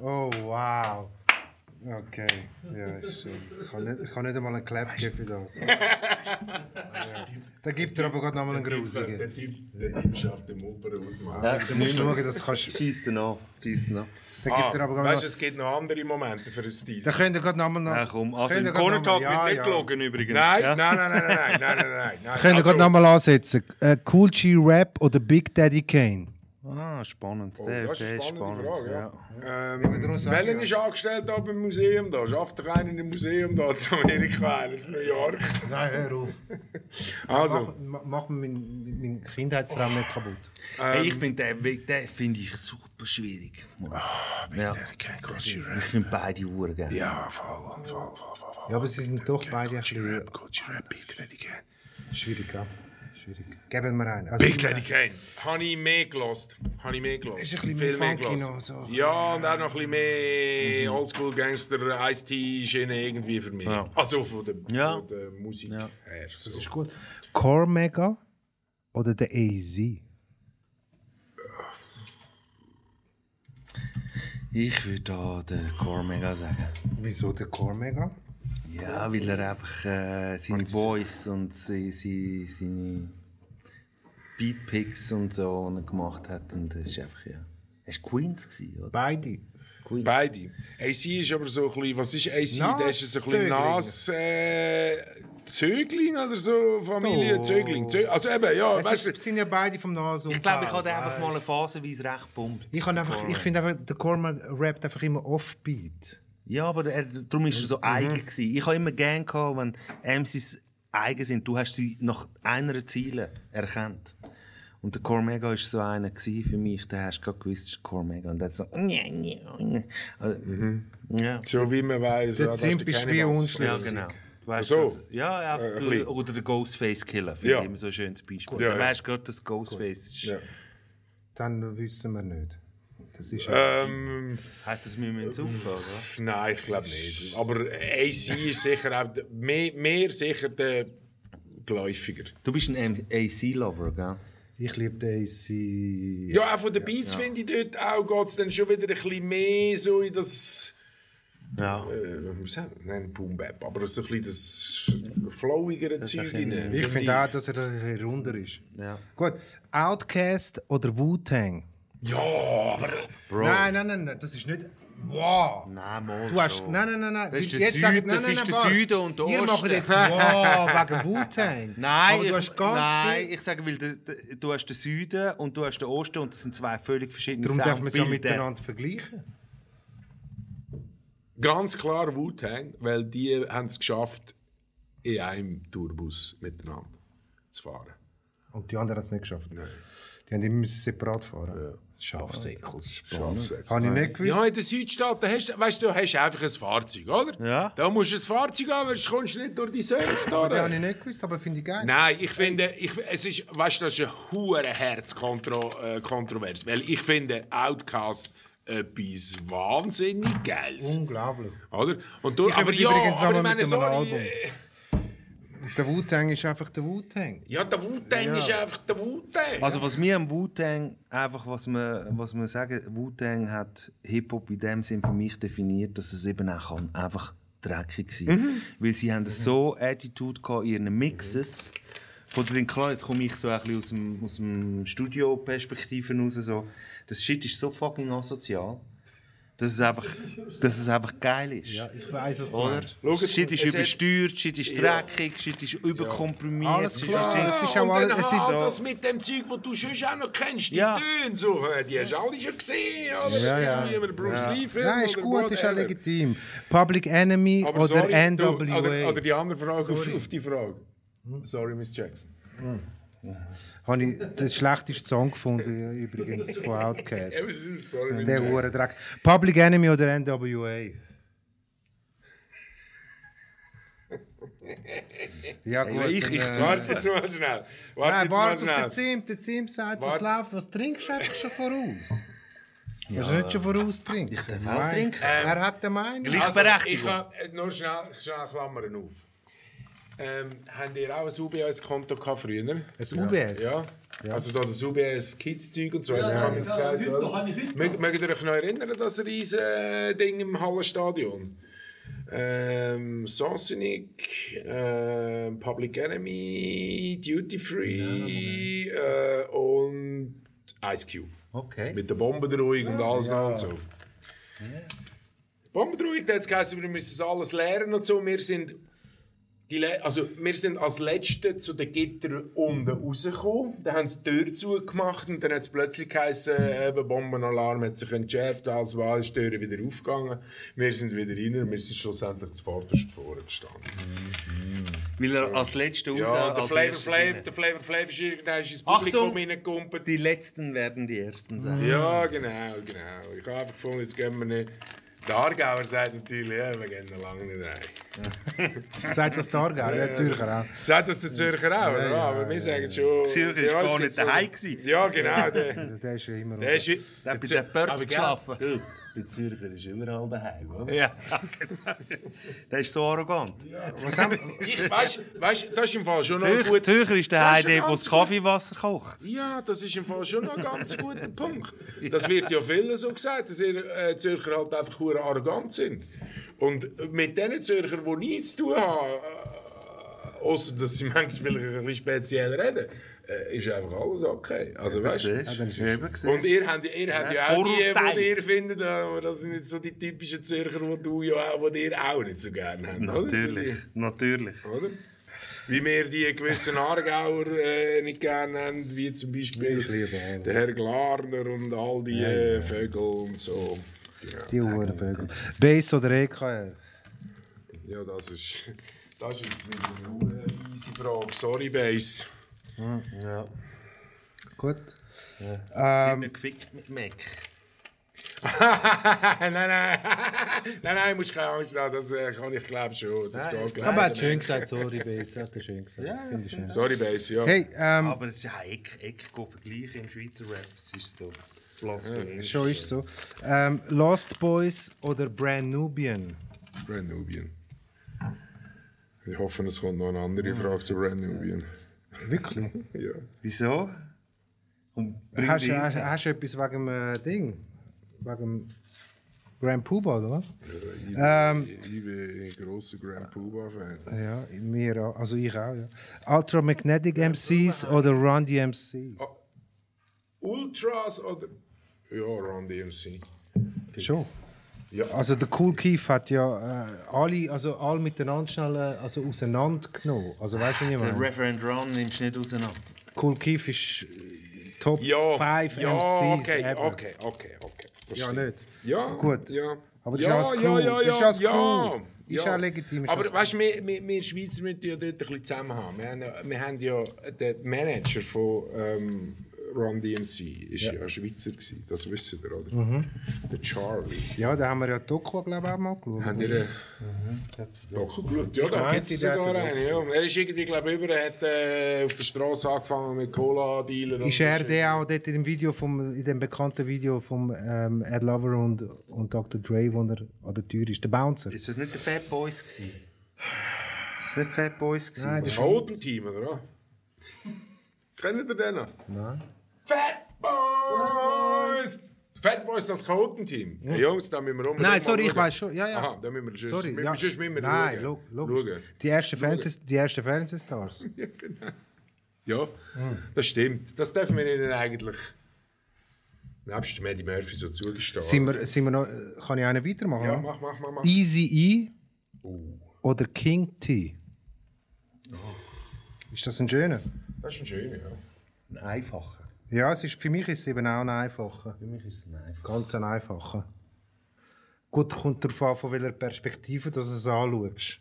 Oh, wow. Okay. Ja, ist schön. Ich kann nicht, ich kann nicht einmal einen Clap geben für das. ja. Da gibt er aber gerade nochmal einen grusigen.
Der Typ, der Typ schafft im Opernhaus, Mann.
Ja,
Du musst schauen, das kannst
Schieß den an. Schieß den an.
Da gibt er aber gerade
Ah, weißt du,
noch...
es gibt noch andere Momente für ein Teaser.
Da könnt ihr gerade nochmal noch...
Ja, komm. Also im
könnt ihr gerade
Corner-Talk
noch
wird
mal-
nicht
ja, ja.
gelogen übrigens.
Nein,
ja?
nein, nein, nein, nein, nein, nein, nein, nein, nein.
Könnt ihr
Also,
gerade nochmal ansetzen. Äh, cool G Rap oder Big Daddy Kane?
Ah, spannend.
Oh,
der,
das ist
der
eine
ist
spannende
spannend.
Frage,
ja.
ja. Ähm,
sagen,
Welchen
ja.
ist angestellt da beim Museum da? Schafft er einen im Museum da zu Amerika, einen in New York?
Nein, hör auf.
Also,
Mach, mach mir meinen mein Kindheitsraum nicht kaputt.
Hey, ich finde den, den finde ich super schwierig. ja.
kein Gucci
Ich
Rap.
finde beide Uhren geil.
Ja, voll, voll, voll, voll, voll.
Ja, aber sie sind doch beide ein
Gucci
bisschen
Rap, Gucci Rap, Big Daddy Kane.
schwierig, ja. Schwierig. Geben wir einen. Also,
Big Daddy Kane. Habe ich mehr gelost. Habe ich mehr gelost.
Ist ein bisschen
Viel
mehr funky
gelost.
noch, so.
Ja, und auch noch ein bisschen mehr Oldschool Gangster, Ice-T-Schiene irgendwie für mich.
Ja.
Also von der,
Ja.
von der Musik
Ja.
her. So.
ist gut. Core Mega oder der AZ?
Ich würde da den Cormega sagen.
Wieso der Core Mega?
Ja, weil er einfach äh, seine Voice und sie, sie, seine Beatpicks und so und er gemacht hat. Und das ist einfach, ja. Es war Queens, gewesen, oder?
Beide.
Queens.
Beide. AC ist aber so ein bisschen, was ist AC? der ist so ein bisschen
Nas-Zögling.
Nas, äh, Zögling oder so, Familie,
Oh.
Zögling. Zö also eben, eh, ja,
Es
weißt du,
ist, sind ja beide vom Nasen.
Ich glaube, ich habe den einfach mal eine phasenweise recht gepumpt.
Ich, kann einfach, ich finde einfach, der Core Mega rappt einfach immer offbeat.
Ja, aber er, darum war er so eigen. Gewesen. Ich habe immer gern, gehabt, wenn MCs eigen sind. Du hast sie nach einer Ziele erkannt. Und der Cormega war so einer gewesen für mich. Da hast du gerade gewusst, das ist Cormega. Und dann so. Nja, nja, nja. Also, Ja,
schon wie man weiß,
Der
das
Zimp
der
ist
keine
wie
Masse.
ja,
unschlüssig.
genau. Du weißt
Ach so.
grad- Ja, ja
Äh, ein
du-
bisschen.
oder der Ghostface Killer, finde
Ja.
ich immer so ein schönes Beispiel.
Ja,
du
ja.
weißt gerade, dass Ghostface ist.
Ja.
Dann wissen wir nicht. Das ist
Ähm,
Heißt das, wir müssen aufhören? oder?
nein, ich glaube nicht. Aber AC ist sicher auch, der- mehr, mehr sicher der geläufiger.
Du bist ein AC-Lover, gell?
ich liebe den AC.
Ja, auch von den Beats finde ich dort auch, geht es dann schon wieder ein bisschen mehr so in das,
Ja.
äh, was muss ich sagen, nein, Boom Bap, aber so ein bisschen das flowigere Zeug
ein bisschen-
rein.
Ich finde auch, dass er ein bisschen runder ist.
ja.
Gut, Outcast oder Wu-Tang?
Ja, aber
Bro.
Nein, nein, nein, nein, das ist nicht. Wow!
Nein, mal
Du hast, ne-
schon.
nein, nein, nein, nein.
Das ist
weil
der
jetzt sagen-
Süd-
nein,
das
nein,
ist
nein,
der
warte.
Süden und der
Ihr
Osten.
macht jetzt wow, wegen Wu-Tang.
Nein,
Aber
ich-
du hast ganz
nein
viel.
ich sage, weil du, du hast den Süden und du hast den Osten und das sind zwei völlig verschiedene
Darum darf man es ja
Soundbilder.
miteinander vergleichen.
ganz klar Wu-Tang, weil die haben es geschafft, in einem Tourbus miteinander zu fahren.
Und die anderen haben es nicht geschafft. Die haben die müssen separat fahren. Schafsäckels. Habe ich nicht gewusst.
Ja, in den Südstaaten hast du, weißt du, du hast einfach ein Fahrzeug, oder?
Ja.
Da musst du ein Fahrzeug haben, sonst kommst du nicht durch die Surf.
Die
oder?
habe ich nicht gewusst, aber finde ich geil.
Nein, ich finde, ich, es ist, weißt du, das ist eine hure Herzkontrovers, äh, kontrovers, weil ich finde Outcast etwas wahnsinnig Geiles,
Unglaublich.
oder? Und du,
Oh. Ich habe die übrigens auch
aber
mal
ich
mit
meine,
einem
sorry,
Album.
äh,
Der Wu-Tang ist einfach der Wu-Tang.
ja, der Wu-Tang ist einfach der Wu-Tang.
Also was wir am Wu-Tang einfach, was wir, was wir sagen, Wu-Tang hat Hip-Hop in dem Sinn für mich definiert, dass es eben auch kann, einfach dreckig sein. Weil sie haben so Attitude gehabt in ihren Mixes, Von den klar, jetzt komme ich so ein bisschen aus dem, aus dem Studio-Perspektiven raus. So. Das Shit ist so fucking asozial, dass es einfach, dass es einfach geil ist.
Ich weiß es
Oder?
nicht.
Schaut,
Shit ist
es hat-
übersteuert, Shit ist dreckig, Shit ist überkomprimiert.
Alles
Shit
klar.
Ist
es ist
ja,
auch
und
alles-
dann
es
halt
ist-
das mit dem Zeug, das du sonst auch noch kennst, die
Ja.
Töne, so, äh, die hast du alle schon gesehen, oder?
Ja, ja.
Wie ein Bruce Lee-Film.
Nein, ist
oder
gut, ist ja
whatever.
legitim. Public Enemy
Aber
oder
sorry, du,
NWA.
Oder, oder die andere Frage auf, auf die Frage. Sorry, Miss Jackson.
Habe ich den schlechtesten Song gefunden, übrigens, von Outcast.
Sorry, Miss
Der
Jackson.
Uhrendrack. Public Enemy oder NWA? Ja, gut.
Ich- ich-
dann, äh,
Warte jetzt mal schnell. Warte
Nein,
jetzt mal
warte auf den
schnell.
Zimt. Der Zimt sagt, was
Warte.
läuft, was trinkst du einfach schon voraus? Ja. Hast du nicht schon voraus trinken? Ich darf auch trinken.
Ähm,
Er hat den Meinung.
Also,
Gleichberechtigung.
ich kann äh, nur schnell, schnell Klammern auf. Ähm, habt ihr auch ein UBS-Konto gehabt früher?
Ein UBS?
Ja. Also da das UBS Kids-Zeug und so. Ja, ja,
ja, heute noch, habe ich heute
Mögt mögt ihr euch noch erinnern an das riesige eh, Ding im Hallenstadion? Ähm, Sansonic, ähm, Public Enemy, Duty Free äh, und Ice Cube.
Okay.
Mit der Bombendrohung und alles noch und so. Bombendrohung, da hat es geheißen, wir müssen das alles lernen und so. Wir sind, die Le also, wir sind als Letzte zu den Gittern unten rausgekommen. Dann haben sie die Tür zugemacht und dann hat es plötzlich geheißen, äh, eben Bombenalarm hat sich entschärft, als war die Tür wieder aufgegangen. Wir sind wieder rein und wir sind schlussendlich zuvorderst vorne gestanden.
Weil er als letzter raus,
Ja, der
als
Flavor
erster
Flav,
rein.
der Flavor Flav ist irgendwann ins
Achtung!
Publikum reingekumpelt.
Die Letzten werden die Ersten
Hm.
sein.
Ja, genau, genau. Ich habe einfach gefunden, jetzt gehen wir nicht. Der Aargauer sagt natürlich, ja, wir gehen noch lange nicht rein.
Sagt das Targau, ja, Zürcher auch.
Sagt das der Zürcher auch, oder? Aber wir sagen schon.
Zürcher
ja,
war gar
es gibt
nicht
so-
daheim. gewesen.
Ja, genau. Der,
Der ist ja immer
der ist.
Der hat bei den Pörts geschlafen.
Der Zürcher ist überall daheim, oder?
Ja, Der ist so arrogant.
Was haben,
Ich, weißt du, weißt, du, das ist im Fall schon noch ein
Zürcher,
guter
Zürcher ist der
Das
Heide,
ist
der
ganz
das
gut.
Kaffeewasser kocht.
Ja, das ist im Fall schon noch ein ganz guter Punkt. Das wird ja vielen so gesagt, dass ihr äh, Zürcher halt einfach hure arrogant sind. Und mit den Zürchern, die nichts zu tun haben, äh, außer dass sie manchmal ein bisschen speziell reden, äh, ist einfach alles okay. Also, weißt du? Und ihr habt, ihr habt ja, auch die,
Vorurteil.
die ihr findet, äh, aber das sind nicht so die typischen Zürcher, die du ja auch, die ihr auch nicht so gerne habt. oder?
Natürlich, natürlich.
Oder? Wie wir die gewissen Aargauer äh, nicht gerne haben, wie zum Beispiel der Herr Glarner und all die äh, Vögel und so.
die Uhrenvögel. Bass oder E EKR?
Ja, das ist, das ist jetzt wieder eine äh, easy Frage. Sorry, Base.
Gut.
Nicht gefickt mit Mac.
nein, nein. nein, nein, musst keine Angst haben, das äh, kann ich glaube schon. Das geht
Aber er hat
gleich.
schön gesagt, sorry, Bass. Hat er schön gesagt. Finde ich schön.
Sorry, Base, ja.
Hey, ähm,
Aber es ist ein Eck, Eck go vergleichen im Schweizer Rap. Es ist so. blasphemisch.
schon ist so. Ähm, Lost Boys oder Brand Nubian?
Brand Nubian. Ich hoffe, es kommt noch eine andere Frage zu Brand Nubian.
Wirklich?
Ja.
Wieso? Und bring
Hast
die
du hast,
Insight.
hast du etwas wegen dem äh, Ding? Wegen dem Grand Poobah, oder? was?
Ich,
Ähm,
ich bin ein grosser Grand Pooh-Fan.
Ja, mir auch. Also ich auch, ja. Ultra Magnetic MCs oder Run DMC?
Ultras oder. Ja, Run DMC.
Schon.
Ja.
Also der Cool Keith hat ja äh, alle, also alle miteinander schnell äh, also auseinandergenommen. Also weißt du, wie ich
Der
meine?
Reverend Ron nimmst du nicht auseinander.
Cool Keith ist äh, Top 5
Ja, ja,
MCs
okay,
ever.
okay, okay, okay. Das
Ja,
stimmt.
nicht.
Ja,
Gut.
Ja.
Aber das ist alles cool. Das ist alles cool. Ist auch legitim, ist
Aber
alles
weißt du, wir, wir, wir Schweizer müssen ja dort ein bisschen zusammen haben. Wir haben, ja- wir haben ja den Manager von ähm, Run DMC, ist ja. Schweizer gewesen. Das wissen wir, oder?
Mhm.
Der Charlie.
Ja, da haben wir ja die Doku, glaube ich, auch mal geschaut.
Haben ihr doch geschaut? Ja, da
meinte,
gibt es
der hat
sogar
den
einen. Ja. Er ist irgendwie, glaube ich, über, hat äh, auf der Straße angefangen mit Cola-Dealen. und
Ist er
so.
der auch dort in dem Video vom, in dem bekannten Video vom ähm, Ed Lover und, und Dr. Dre, wo er an der Tür ist, der Bouncer?
Ist das nicht der Fat Boys gewesen? Ist das nicht Fat Boys gewesen?
Nein,
Das Roten-Team, oder? Kennt ihr den noch? Nein. Fat Boys! Fat Boys, das Chaoten-Team. Hey, Jungs, da müssen wir rum.
Nein, sorry, ich weiß schon. Ja, ja.
Aha, da müssen wir schon.
Sorry,
Sorry,
ja.
müssen wir
Nein, lo-
schauen.
logisch.
Schauen.
Die ersten Fernseh- die ersten Fernsehstars.
Ja, genau. Ja,
Hm.
das stimmt. Das dürfen wir ihnen eigentlich nebst dem Eddie Murphy so zugestehen.
Sind wir, sind wir noch, kann ich einen weitermachen?
ja,
oder?
mach, Oh. mach, mach, mach.
Easy E oder King T?
Oh.
Ist das ein schöner?
Das ist ein schöner, ja.
Ein einfacher.
Ja, es ist, für mich ist es eben auch ein einfacher.
Für mich ist es ein einfacher.
Ganz ein einfacher. Gut, kommt darauf an, von welcher Perspektive dass du es anschaust.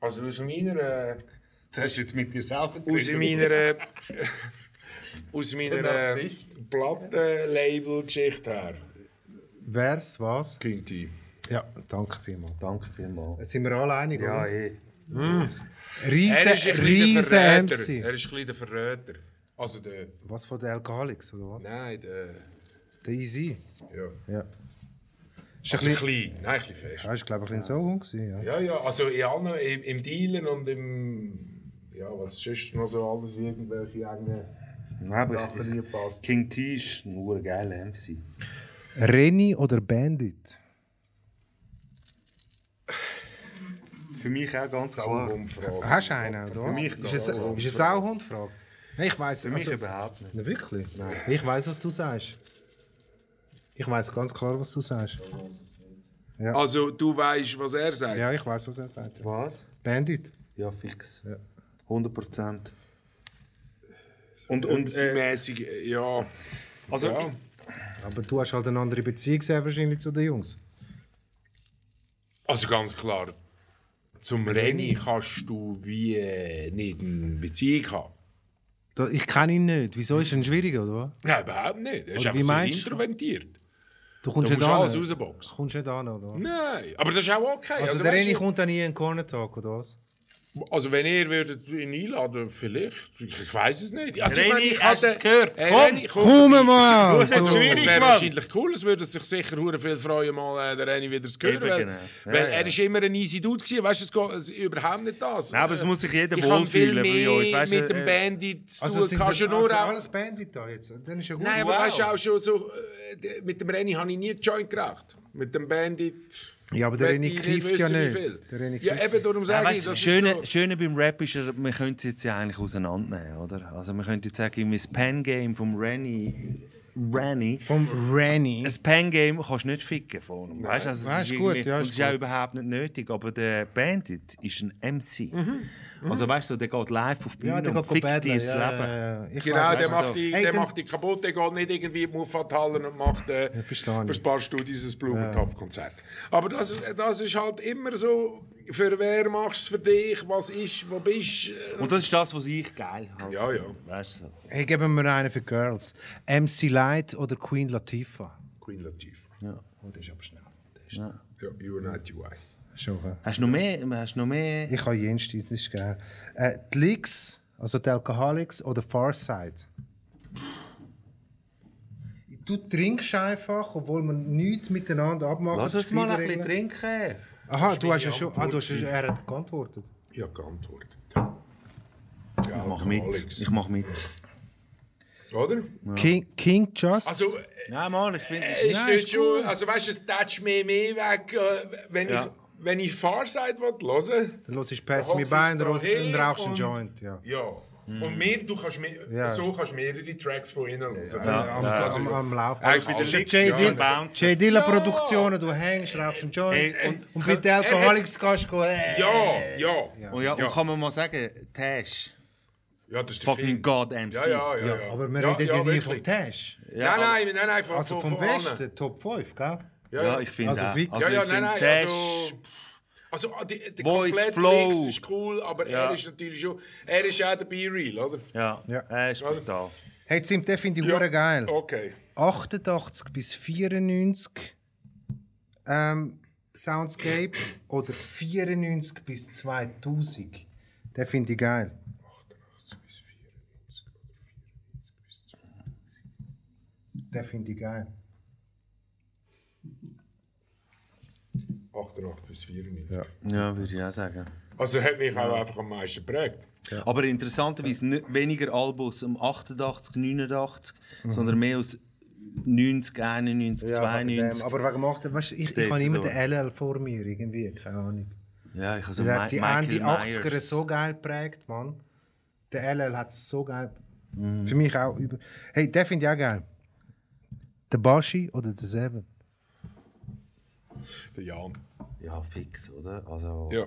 Also aus meiner... Äh,
Das hast du jetzt mit dir selber
aus meiner... äh, aus meiner äh, Plattenlabel-Geschichte her.
Wer's was?
King T.
Ja, danke vielmals.
Danke vielmals.
Sind wir alle einig?
Ja,
oder?
eh.
Riese, riese
Er ist ein
MC.
bisschen der Verräter. Also der...
Was von den Alkoholics, oder was?
Nein, der...
Der Easy.
Ja.
Ja. Ist
Also
ein bisschen,
klein. Nein, ein bisschen fest.
ja, ist, glaube ich, ein bisschen so gewesen, ja.
Ja, ja, also in allen, im, im Dealen und im. Ja, was sonst noch so alles irgendwelche engen
Nein, aber
Sachen
ich,
nie passt.
King T ist ein urgeiler MC.
Renny oder Bandit?
Für mich auch ganz klar.
Umfrage.
Hast du einen, oder?
Oh, mich
ist es,
gar
ist es auch eine Hundfrage? Nein, ich weiß
Für mich
also,
überhaupt nicht.
Na, wirklich? Nein. Ich weiß, was du sagst. Ich weiß ganz klar, was du sagst.
Also, du weißt, was er sagt.
Ja, ich weiß, was er sagt.
Was?
Bandit.
Ja, fix.
Ja.
100 Prozent. Und, und
äh,
äh,
mäßig, ja.
also,
ja.
Aber du hast halt eine andere Beziehung sehr wahrscheinlich zu den Jungs.
Also ganz klar, zum Renny kannst du wie äh, nicht eine Beziehung haben.
Da, ich kenne ihn nicht. Wieso ist er schwieriger, oder was?
Nein, überhaupt nicht. Er ist
Oder wie
einfach so
meinst du?
introvertiert.
Du
Da
kommst
musst
nicht
du
an.
alles
Du
rausboxen.
kommst nicht an, oder? was?
Nein, aber das ist auch okay.
Also,
Also,
der
weisst
Reni
du-
kommt dann nie in den Corner Talk, oder was?
Also wenn ihr würdet ihn einladen, vielleicht, ich, ich weiß es nicht. Also,
Reni,
ich
hast
hatte-
du's gehört?
Hey,
Komm,
Reni, komm,
mal!
Also, Es
schwierig,
wäre
Mann.
wahrscheinlich cool, es würde sich sicher hure viel freuen, mal äh, den Reni wieder zu hören,
Eben,
weil,
genau. Ja,
weil er
ja.
ist immer ein easy Dude gewesen, weißt du, es geht es, überhaupt nicht das. Äh,
Nein, aber es muss sich jeder
ich habe viel
wohlfühlen
mehr
bei uns. Weißt du,
mit dem
äh,
Bandit zu
Also,
tun,
sind
kannst du
also
nur auch...
alles Bandit da jetzt. Dann ist ja gut.
Nein, aber weißt du auch schon so, äh, mit dem Renny habe ich nie Joint geraucht. Mit dem Bandit...
Ja, aber der
möchte
Reni
ich
knifft ja
wissen, wie
nicht.
viel.
Der Reni
Ja,
knifft
eben, darum
Ja,
sage ich,
weißt, das
das
Schöne,
ist so...
Schöne beim Rap ist, ja, wir können es jetzt ja eigentlich auseinandernehmen, oder? Also wir könnten jetzt sagen, irgendwie das Pen-Game vom Rennie... Rennie...
Vom Renny.
Ein Pen-Game kannst du nicht ficken von ihm. Weißt, du, also
Ja,
es
ist
ist
gut,
gut,
ja,
ja,
ist
ist ist auch
gut.
überhaupt nicht nötig, aber der Bandit ist ein MC. Also weißt du, der geht live auf die
Mhm. Ja,
Bühne
der
und
geht
fickt dir
battlen.
das
Ja,
Leben.
ja, ja. Ich
Genau,
weiss,
der,
weiss
macht
es.
die,
Hey,
der
dann-
macht die kaputt, der geht nicht irgendwie in die Muffathallen und macht äh,
verstehe
für
ich.
ein paar Studios ein Blumentopf-Konzert. Aber das, ist- das ist halt immer so, für wer machst du es für dich, was ist, wo bist äh,
Und das ist das, was ich geil habe.
Ja, ja.
Weißt du, so.
Hey, geben wir einen für Girls. MC Light oder Queen Latifah?
Queen Latifah.
Ja.
Und der ist aber schnell. Der ist
Ja.
ja, Unite UI.
Schon. hä?
Hast du noch mehr? Hast du noch mehr?
Ich habe jeden Stil, das ist geil. Äh, die Leaks, also die Alcoholics oder Farside? Du trinkst einfach, obwohl man nichts miteinander abmachen.
Lass uns mal ein bisschen trinken.
Aha, du hast ja
ja
schon.
am
Ah, du hast ja, er hat geantwortet.
Ich habe geantwortet.
Ich mach mit. Ich mach mit.
Oder?
King, King Just?
Also,
Nein, Mann, ich bin.
äh, ist jetzt schon, also weißt du, es tätscht mir mehr weg, äh, wenn
Ja.
ich, wenn ich Farside hören will.
dann los ich Pass
hock
mir
ich
bei und
da
rauchst
hin
und rauchst einen
und-
Joint. Ja.
Ja. Und mehr, du kannst mehr,
Hmm. Ja.
so kannst du mehrere Tracks von innen hören.
Äh, Am,
also
am, am Lauf. Also
Eigentlich bei den
J.
Licks-
Dilla-
Ja.
J. Dilla Produktionen, du hängst, rauchst einen Joint.
Hey,
und, und bei den Alkoholics kannst du. gehen, Äh,
äh, Ja, ja.
Oh ja,
Ja.
und kann man mal sagen, Tash,
Ja, das ist der
fucking
King.
God MC.
Ja, ja, ja.
Ja,
ja.
aber wir
ja,
reden ja nie vom
wirklich.
Tash.
Nein, nein, nein, nein, von,
Also
von,
vom
von allen.
Westen, Top 5, gell?
Ja,
Ja, ja.
ich finde
Also
auch.
fix.
ja, ja,
ich
nein,
finde
nein,
Tash,
also... Also, ah, die, der
Voice,
komplette
Flow.
Mix ist cool, aber
Ja.
er ist natürlich schon... Er ist auch der B-Real, oder?
Ja,
Ja.
er ist brutal.
Hey, Zim, den finde ich hure geil.
Okay.
88 bis 94 ähm, Soundscape oder 94 bis 2000. Den finde ich geil. Den finde ich geil.
88 bis 94.
Ja, würde ich auch sagen.
Also hat mich auch einfach am meisten geprägt.
Aber interessanterweise nicht weniger Albus um 88, 89,
Mhm.
sondern mehr aus 90, 91,
Ja, wegen dem.
92.
aber wegen dem 8, weißt, du, ich, ich
Dort
habe immer
durch.
den LL vor mir, irgendwie, keine Ahnung.
ja, ich habe so
Der
Ma
hat die
Michael
Ende 80er
Myers.
so geil geprägt, Mann. Der LL hat es so geil. Für mich auch über. Hey, den finde ich auch geil. Der Bashi oder der Seven.
Der Jan.
Ja, fix, oder? Also,
Ja.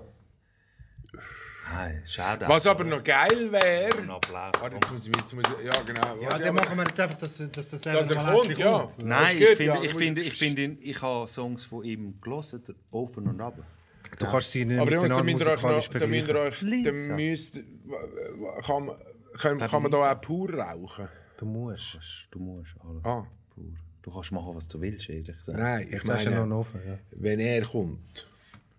nein, schau da.
Was aber noch geil wäre. Warte,
Applaus.
jetzt muss ich jetzt muss ich, Ja, genau.
Ja,
Was
dann
aber-
machen wir jetzt einfach, dass, dass der Seven
Dass er
mal
kommt,
endlich
ja. Das
Nein,
ist
ich
gut,
finde,
ja,
ich,
du
finde,
musst-
ich, finde, ihn- ich habe Songs von ihm gelesen, der Offen und Runner.
Du kannst sie nicht
Aber
miteinander
Jungs, dann müsst ihr euch
musikalisch
noch, dann müsst ihr
vergleichen.
euch, dann müsst, kann, man- kann, kann man da auch pur rauchen?
Du musst.
Du musst alles.
Ah,
Pur. Du kannst machen, was du willst, ehrlich gesagt.
nein, ich
Das hast du ja noch
meine,
einen offen, ja.
wenn er kommt,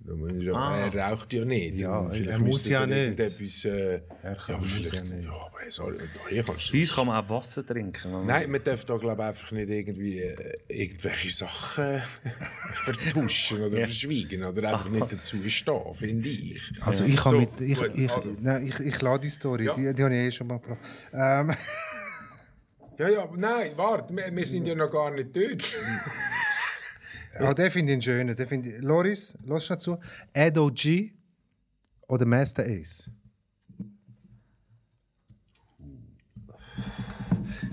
dann muss ich,
Ah.
er raucht ja nicht.
Ja,
Vielleicht
er muss
müsste
ja
er
nicht.
irgendetwas,
Er
äh,
kann-
ja, aber
muss
vielleicht,
ja nicht.
ja, aber er soll, hier kannst
Bei
du.
uns kann man auch Wasser trinken. wenn man-
Nein, man darf da glaube ich einfach nicht irgendwie äh, irgendwelche Sachen vertuschen oder verschweigen oder einfach nicht dazu stehen, finde ich.
Also ich habe
So,
mit... Ich,
gut,
ich,
also.
nein, ich, ich lade die Story,
Ja.
die, die habe ich eh schon mal gebracht. Ähm,
Ja, ja, aber nein, warte, wir, wir sind ja noch gar nicht dort.
ja, den finde ich einen schönen. Den finde ich, Loris, lass schnell zu. Edo G oder Master Ace?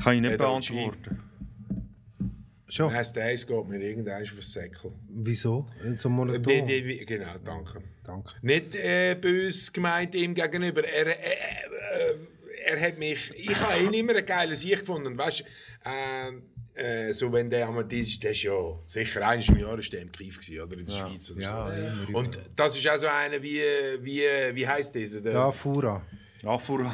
Kann ich nicht
Edo G.
beantworten.
Schon?
Nein, der Eis geht mir irgendwann auf den Säckel.
Wieso? So
Wie-
monoton?
wie- Äh, wie- Genau, danke.
Danke.
Nicht äh, bös gemeint ihm gegenüber. Er, äh, äh, er hat mich. Ich habe ihn immer ein geiles Ich gefunden. Weißt du, äh, äh, so wenn der einmal das ist, das ist ja sicher eines im Jahr ist der im Kief gewesen, oder in der Schweiz oder so. Und das ist auch so einer wie, wie, wie heißt dieser? Der,
Da, Fura.
Ja, vor
Ja,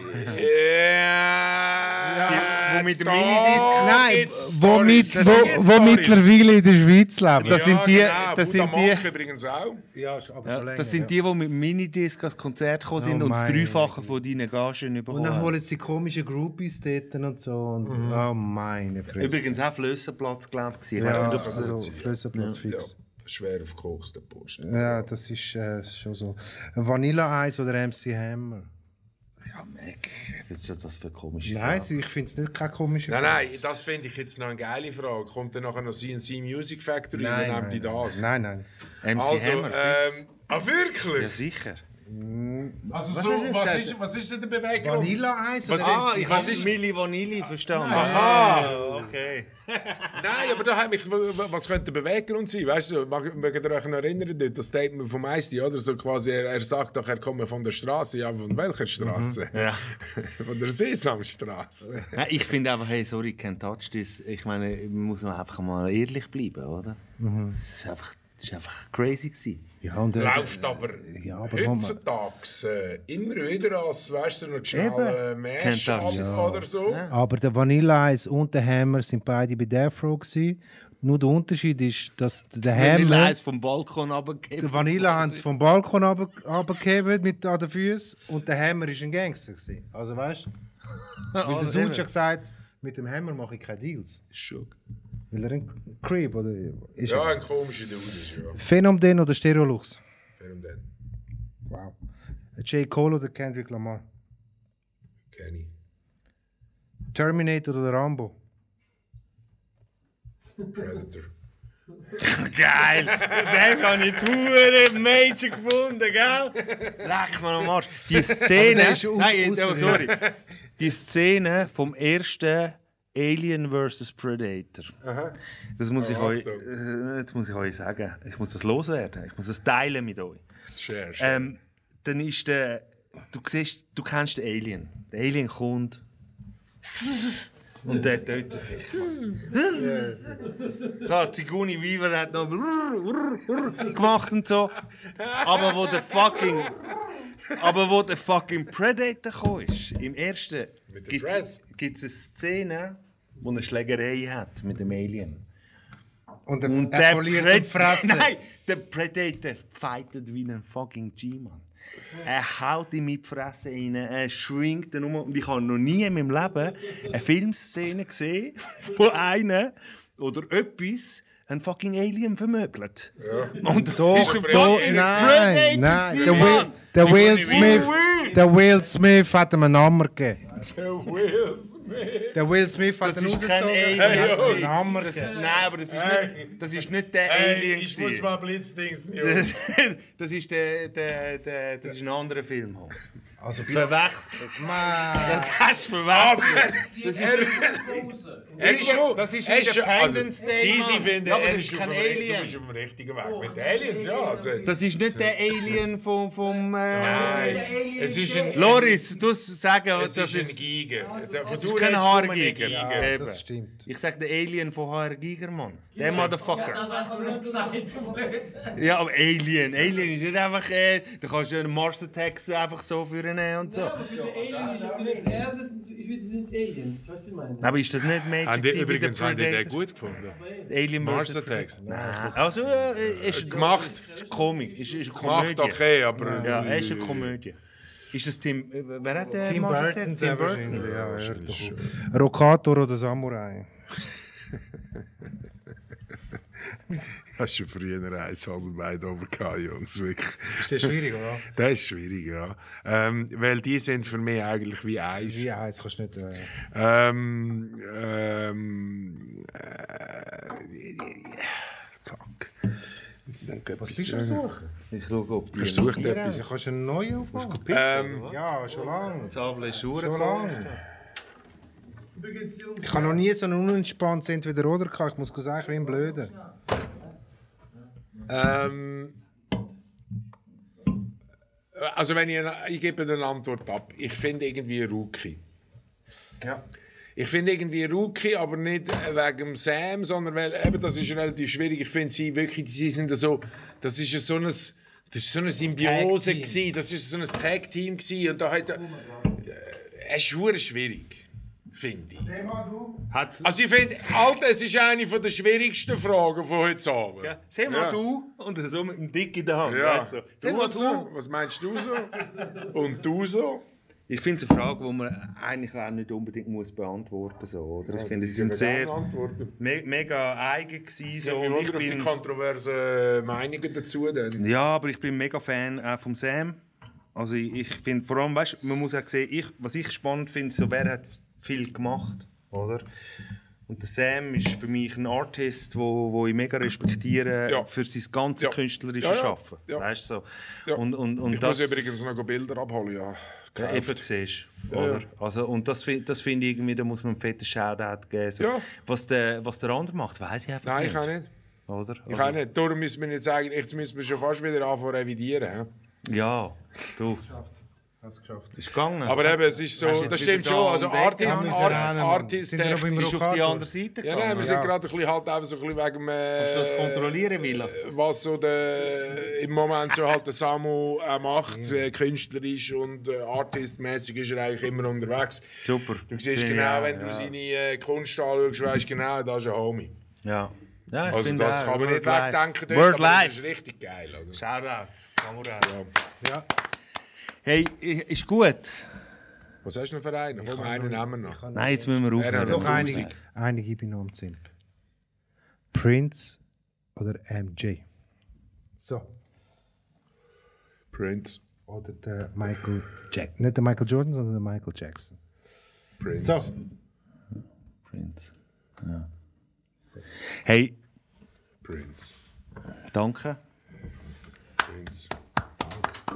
wo mit dem
da
Minidisc-
Nein,
gibt's
wo, mit,
Storys, das
wo,
gibt's
wo
Storys.
mittlerweile in der Schweiz leben.
Das sind die-
Genau.
das
Buddha
sind die-
Monk übrigens auch.
Ja, ist aber
Ja,
schon länger.
das sind die, die mit dem Minidisc ans Konzert gekommen sind
Oh
und das
mein
Dreifache von deinen Gagen
Und
überholen.
dann holen sie komische Groupies dort und so. Und,
Mhm.
Oh meine Fresse.
Übrigens auch Flössenplatz, glaube ich. Ich
ja,
weiss nicht, ob
also Flössenplatz fix.
Schwer auf Koks der Post.
Ja. das ist äh, schon so. Vanilleeis oder MC Hammer?
Ja, Mac, was ist das für komische
Nein, sie- ich finde es nicht keine komische
Nein, nein, das finde ich jetzt noch eine geile Frage. Kommt dann nachher noch CNC Music Factory
Nein,
dann
nein,
nehmt ihr das?
Nein, nein.
MC
Also,
Hammer, fix.
ähm, ah,
Ja,
wirklich?
sicher.
Also, so,
ist es
was,
denn?
ist, was ist denn der Beweggrund?
Vanilleeis
Was
Ah,
oder
ist, was ist,
Milli Vanilli, verstanden?
aha,
okay.
nein, aber da hat mich, was könnte der Beweggrund sein? Weißt du, mag- mögt ihr euch noch erinnern, dort, das Statement vom Meisti, oder? So quasi, er, er sagt doch, er komme von der Straße. Ja, von welcher Straße?
Ja.
Mhm.
Von der Sesamstraße.
Nein, ich finde einfach, hey, sorry, kein Touch. Das, ich meine, muss man einfach mal ehrlich bleiben, oder?
Mhm.
Das ist einfach, das ist einfach crazy gewesen.
Ja, und, äh,
Läuft aber,
ja, aber
heutzutage äh, immer wieder als, weißt du, so noch schnell äh, Mesh
Kennt das.
ab oder so.
aber der Vanilleeis und der Hammer sind beide bei Death Row. gewesen. Nur der Unterschied ist, dass der
Wenn ich
Hammer.
eins vom Balkon runtergegeben
Der Vanille haben sie vom Balkon runter- runtergegeben mit an den Füßen und der Hammer war ein Gangster. Gewesen. Also weißt du? Weil
Also,
der Such hat gesagt, mit dem Hammer mache ich keine Deals. Weil er ein Creep oder ist
Ja,
er.
ein komischer Dude ist, ja.
Phänomen oder Stereolux?
Warum denn?
Wow. J. Cole oder Kendrick Lamar?
Kenn ich.
Terminator oder Rambo?
Predator.
Geil! Den habe ich jetzt hure Mädchen gefunden, gell? Leck mir am Arsch. Die Szene...
der ist aus-
nein,
aus-
oh, sorry. Die Szene vom ersten Alien vs. Predator. Das muss ich euch... Äh, jetzt muss ich euch sagen. Ich muss das loswerden. Ich muss das teilen mit euch.
Share, share.
Ähm, dann ist der... Du, siehst, du kennst den Alien. Der Alien kommt... Und der tötet dich. Klar, Ziguni Weaver hat noch gemacht und so. Aber wo der fucking. Aber wo der fucking Predator gekommen ist, im ersten,
Mit der Dress.
gibt es eine Szene, wo eine Schlägerei hat mit dem Alien.
Und der,
Und
er
der
poliert
Pred-
und fressen.
Nein, der Predator fightet wie ein fucking G-Man. Er haut ihm in die Fresse rein, er schwingt ihn um. Und ich habe noch nie in meinem Leben eine Filmszene gesehen, wo einer oder etwas einen fucking Alien vermöbelt. Und das
Doch,
ist der
doch,
fucking
Oh,
Predator
nein, nein.
gewesen, Mann.
Der Will, der Will
Sigourney
Smith,
Weaver.
der Will Smith hat ihm einen Hammer gegeben.
Will Smith.
Der Will Smith hat
Das
ihn
ist kein
rausgezogen.
Alien.
Er hat
Hey,
einen
yo.
Hammer
Das,
gegeben.
nein, aber das ist
Hey.
nicht, das ist nicht der
Hey,
Alien.
ich
gewesen.
muss mal Blitzdings nehmen.
das, das ist der, der, der, das ist ein anderer Film.
Also,
Verwechselt.
Mann.
Das hast du verwechselt.
Er ist schon.
Das ist
er
Independence
also,
Day,
Steezy
Mann.
finde,
Ja, aber
er
das ist
ist
kein
auf dem recht-
Alien.
Du bist auf dem richtigen Weg. Mit Aliens, ja. Also,
Das ist nicht der Alien vom. vom äh...
nein. Es ist ein.
Loris, du musst sagen,
Es
was das
ist ein
ist.
Giger. Von
Das ist
du
kein
redest nur nicht
Haargiger.
Giger.
Eben.
Das stimmt.
Ich sag der Alien von HR Giger, Mann. Der
also-
Motherfucker. Ja, aber Alien. Alien ist nicht einfach. Äh, da kannst du einen Mars Attacks einfach so führen äh, und so.
das sind Aliens. Weißt du, was ich meine?
Aber ist das nicht Magic?
Haben die,
gewesen bei
übrigens,
der
haben die den
Predator?
gut gefunden?
Alien
Mars
vs.
Attacks.
Nein. Also, äh, ist
Gemacht.
Ist Komik. Ist, ist eine Komödie.
Macht okay, aber.
Ja, er ist eine Komödie. Ist das Tim. äh, Wer hat den
Tim
Mars
Burton,
Attacks?
sehr wahrscheinlich. Ja, er hat doch- Rokator oder Samurai.
Hast du früher eins Hasenbein oben gehabt, Jungs? Wirklich.
Ist das schwierig, oder?
Das ist schwierig, ja. Ähm, weil die sind für mich eigentlich wie eins.
Ja, jetzt kannst du nicht. Äh,
Ähm, ähm, äh, fuck. Was bist du versucht?
Ich schaue, ob die.
Versucht etwas.
wieso kannst du einen neuen aufmachen?
Ähm,
Ja, schon lange.
Tafel ist
Schon lange. Ich habe noch nie so einen unentspannten Entweder-Oder gehabt. Ich muss sagen, ich bin ein Blöder.
ähm, also wenn ich, eine- ich gebe eine Antwort ab. Ich finde irgendwie Rookie.
Ja.
Ich finde irgendwie Rookie, aber nicht äh, wegen Sam, sondern weil eben, das ist relativ schwierig. Ich finde sie wirklich, sie sind so, das ist ja so ein, das ist so eine Symbiose
Tag-Team.
gewesen, das ist so ein Tag Team gewesen und da hat, äh, es ist hure schwierig, finde ich.
Hat's,
Also ich finde, Alter, es ist eine von der schwierigsten Fragen von heute Abend.
ja. Seh mal
Ja.
du und so mit dem Dick in der Hand.
Ja.
Weißt du? so. Seh
Du
mal
und
du.
so? Was meinst du so? Und du so?
Ich finde es eine Frage, die man eigentlich auch nicht unbedingt muss beantworten muss. So, oder? ich finde, sie sind sehr
Antworten.
me mega eigen gewesen. So,
Ich
und ich
wundere auf die
bin,
kontroversen Meinungen dazu. Dann.
ja, aber ich bin mega Fan auch vom Sam. Also ich, ich finde vor allem, weißt, man muss auch sehen, ich, was ich spannend finde, so wer hat viel gemacht, oder? Und der Sam ist für mich ein Artist, wo, wo ich mega respektiere
Ja.
für sein ganzes
Ja.
künstlerische
Ja, ja.
Schaffen.
Ja.
Weißt, so.
Ja.
und, und, und
Ich
das,
muss übrigens noch Bilder abholen, ja.
Ja,
Gekauft.
eben siehst oder? Also, und das, fi- das finde ich irgendwie, da muss man einen fetten Shoutout geben. So.
Ja.
Was, der, was der andere macht, weiß ich einfach
Nein, ich
nicht.
kann nicht.
Oder? Also,
Ich kann nicht. Darum müssen wir jetzt sagen, jetzt müssen wir schon fast wieder anfangen zu revidieren. hä?
Ja, du. Ist gegangen.
Aber eben, es ist so,
Hast du jetzt
das stimmt
wieder
schon.
da
Also
um die Ecke?
Artist,
Ja, wir
Art,
müssen ran, Mann.
Artist,
Sind wir noch beim
bist auf die
Rokator.
andere Seite
Ja,
gegangen.
nein, wir sind
Ja.
gerade ein bisschen, halt einfach so ein bisschen wegen dem...
Kannst du das
Äh,
kontrollieren, Villas?
was so der, im Moment so halt der Samu äh, macht, äh, künstlerisch und äh, artistmäßig ist er eigentlich immer unterwegs.
Super.
Du siehst
Finde ich
genau,
auch,
wenn du
ja.
seine äh, Kunst anschaust, weißt du genau, das ist ein Homie.
Ja. ja ich
Also
finde
das
auch,
kann man nicht
World Life.
wegdenken. dort,
World
aber das
Life.
ist richtig geil. Oder?
Shoutout. Samurai.
Ja.
Hey, i- ist gut.
Was hast du noch für einen? Komm, einen nehmen wir noch.
Nein, jetzt müssen wir
Er
aufhören.
hat noch
Musik.
einige.
Einige ich bin noch am Zimp. Prince oder MJ? So.
Prince.
Oder der Michael Jackson. Nicht der Michael Jordan, sondern der Michael Jackson.
Prince.
So.
Prinz. Ja. Hey,
Prince.
danke.
Prince.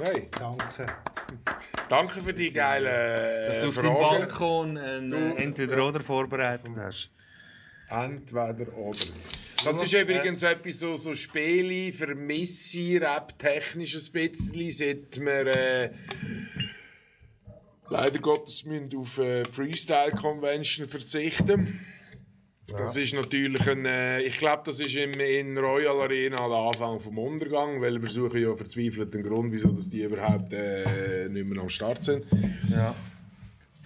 Hey,
Danke.
danke für die geile äh,
Dass du auf deinem
Frage.
Balkon ein äh, Entweder-Oder vorbereitet hast.
Entweder oder.
Also,
Das ist übrigens
äh,
etwas, so, so Spiele vermisse ich rap-technisch ein bisschen, seit wir äh, leider Gottes müssen auf äh, Freestyle-Convention verzichten. Das ist natürlich ein, äh, ich glaube, das ist im, in Royal Arena der Anfang vom Untergang, weil wir suchen ja verzweifelt den Grund, wieso dass die überhaupt äh, nicht mehr am Start sind.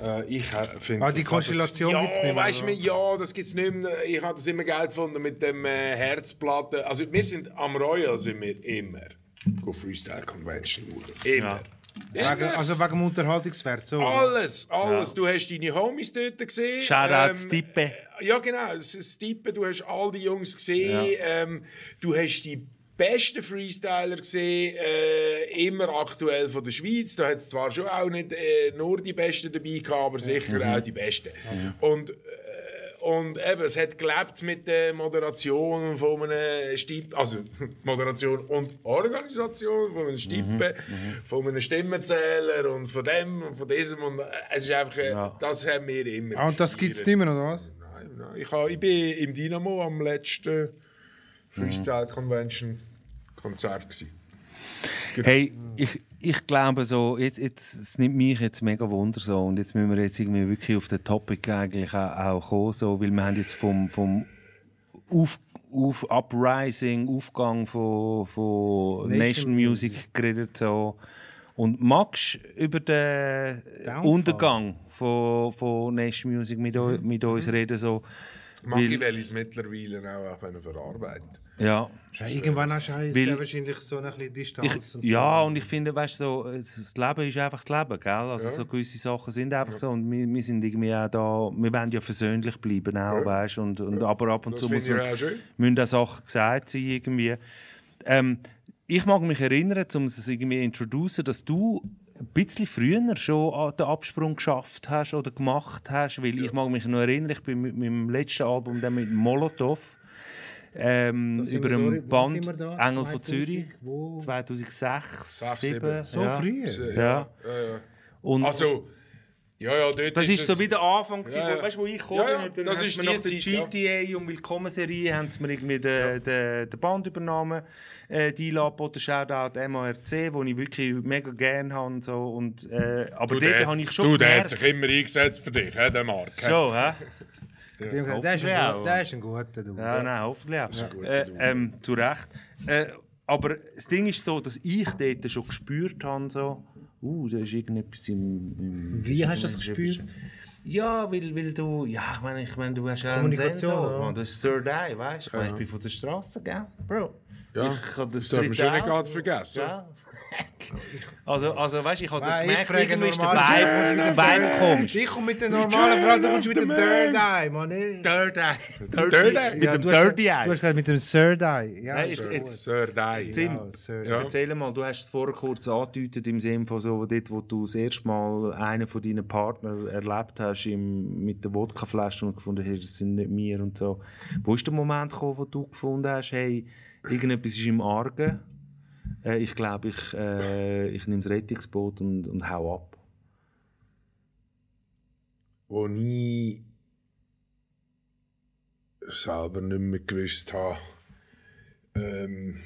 Äh, ich äh, finde.
Ah, die
das-
Konstellation
das-
gibt's nicht mehr,
Ja, weisst du,
oder?
ja, das gibt's nicht mehr. Ich habe das immer geil gefunden mit dem äh, Herzplatten. Also, wir sind am Royal sind wir immer. Go Freestyle Convention schauen. Immer.
Wegen,
Immer.
also wegen dem Unterhaltungswert. So.
Alles, alles. Du hast deine Homies dort gesehen.
Shoutout Stippe.
Äh, Ja, genau. S- Stippe, ähm, du hast all die Jungs gesehen. Ähm, du hast die besten Freestyler gesehen, äh, immer aktuell von der Schweiz. Da hat es zwar schon auch nicht äh, nur die Besten dabei gehabt, aber sicher auch die Besten. Und, äh, und eben, es hat gelebt mit der Moderation von einem Stippen, also Moderation und Organisation von einem Stippen, von einem Stimmenzähler und von dem und von diesem. Und äh, es ist einfach, äh, das haben wir immer.
Ah, und das gibt es nicht mehr, oder was?
Nein, nein. Ich, hab, ich bin im Dynamo am letzten Freestyle Convention Konzert. Gewesen.
Hey, ich, ich glaube so, jetzt, jetzt, es nimmt mich jetzt mega Wunder so und jetzt müssen wir jetzt irgendwie wirklich auf den Topic eigentlich auch, auch kommen, so, weil wir haben jetzt vom, vom auf, auf Uprising, Aufgang von, von Nation, Music geredet so. Und magst du über den Untergang von, von Nation Music mit, eu- mit uns reden so?
Maggi will es mittlerweile auch, auch können verarbeiten
Ja.
Ja, irgendwann hast du auch
Weil-
sehr wahrscheinlich so ein bisschen Distanz.
Ich,
und so.
ja, und ich finde, weißt du, so, es- das Leben ist einfach das Leben, gell? Also so gewisse Sachen sind einfach so und wir, wir sind irgendwie auch da, wir wollen ja versöhnlich bleiben auch, weißt du, und, und, aber ab und
Das
zu
finde
muss
ich
man,
auch schön.
müssen auch Sachen gesagt sein irgendwie. Ähm, ich mag mich erinnern, um es irgendwie zu introducen, dass du ein bisschen früher schon an- den Absprung geschafft hast oder gemacht hast, weil ich mag mich noch erinnern, ich bin mit meinem letzten Album, dann mit Molotov, ähm,
sind
über
wir so-
dem
wo
Band
sind wir da?
Engel von
2000,
Zürich.
wo?
2006,
Sechs,
2007.
sieben.
Oh. So
ja.
früh?
Ja. Und
Also, ja, ja, dort
das
ist
ist so
es-
wie der Anfang, gewesen,
Ja, ja.
wo, weißt, du, wo ich gekommen
Ja, ja,
bin. Dann
das
hat
ist
man
die
nach der
Zeit, ja.
GTA und Willkommenserie haben sie mir irgendwie den, den, den Band übernommen. Äh, die Labote Shoutout MARC, wo ich wirklich mega gerne habe. Und so. und, äh, aber dort
der-
habe ich schon
du, der hat
gemerkt.
sich immer eingesetzt für dich, he, der Mark. he?
Schon, hä?
Der, der, ist
Hoffentlich
ein,
auch.
gut- der ist ein guter, du.
Ja, nein, hoffentlich auch. äh, ähm, zu Recht. Äh, aber das Ding ist so, dass ich dort schon gespürt habe, so, uh, da ist irgendetwas im... im
Wie hast du das gespürt?
Ja, weil, weil du, ja, ich meine, ich meine, du hast ja einen
Kommunikation,
Sensor,
ja.
Mann, du hast Third Eye, weißt du? Ich, meine, ich bin von der Straße, gell? Bro.
Ja.
Ich habe das
Das darf man schon nicht
dritte Auge.
gerade vergessen.
Ja. Also, also weißt du, ich habe
Nein,
dort gemerkt,
ich frage
irgendwie ist der Vibe,
normal.
Vibe komisch.
Ich komme mit der normalen Frage, du kommst mit dem Third Eye, Mann. ey.
Third Eye.
Third Eye?
Mit
Ja,
dem
du hast-
Third
Du
Eye.
hast gesagt, mit dem Third Eye. Ja,
Nein,
ist
ich-
gut.
jetzt-
Sir Dai.
Sim.
Ja, Third Eye.
Ja.
Erzähl mal, du hast es vorher kurz angedeutet im Sinne von so, dort, wo du das erste Mal einen von deinen Partnern erlebt hast im, mit der Wodkaflasche und gefunden hast, das sind nicht wir und so. Wo ist der Moment gekommen, wo du gefunden hast, hey, irgendetwas ist im Argen, äh, ich glaube, ich, äh, ich nehme das Rettungsboot und, und hau ab.
Wo ich selber nicht mehr gewusst habe, ähm,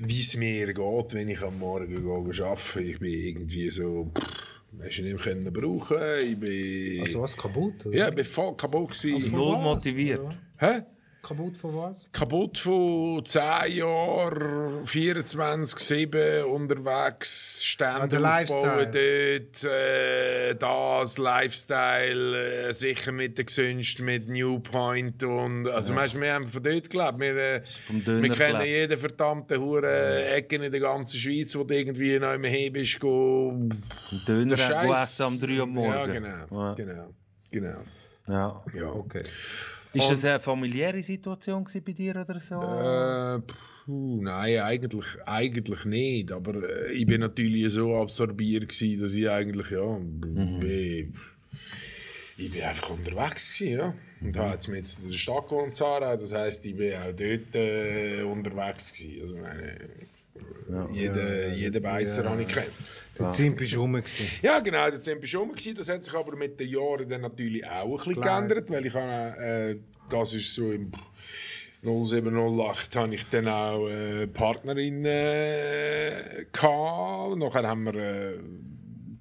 wie es mir geht, wenn ich am Morgen gehe arbeite. Ich bin irgendwie so, pff, hast du nicht mehr können brauchen. Ich bin,
Also was, kaputt? Oder?
ja, ich bin voll kaputt gewesen.
Null
was?
motiviert.
Hä?
Kaputt von was?
kaputt von 10 Jahren, 24, 7 unterwegs,
Ah,
Stände
der
aufbauen dort, äh, das, Lifestyle, äh, sicher nicht der gesündeste mit New Point und, also weißt, wir haben von dort gelebt, wir, äh,
Vom Döner
wir kennen
gelebt.
jeden verdammten Hure Ecken in der ganzen Schweiz, wo du irgendwie noch immer hin bist, go,
Ein Döner
der
wo
Scheiss-
essen am 3 Uhr am Morgen.
Ja, genau,
Ja.
genau, genau,
Ja.
ja. Okay.
Ist das eine familiäre Situation gewesen bei dir oder so?
Äh, puh, nein, eigentlich, eigentlich nicht. Aber äh, ich bin natürlich so absorbiert, gewesen, dass ich eigentlich, ja, bin, ich bin einfach unterwegs gewesen, ja. Und da hat es mir jetzt in der Stadt gewohnt, Zara. Das heisst, ich bin auch dort äh, unterwegs gewesen. Also, ich meine, jeden, jeden Beißer habe ich kennt.
Der Zimp war rum. gewesen.
Ja, genau, das sind wir schon mal gewesen. Das hat sich aber mit den Jahren dann natürlich auch ein bisschen geändert, weil ich habe, äh, das ist so im 0708 habe ich dann auch äh, Partnerin äh, gehabt. Nachher haben wir äh,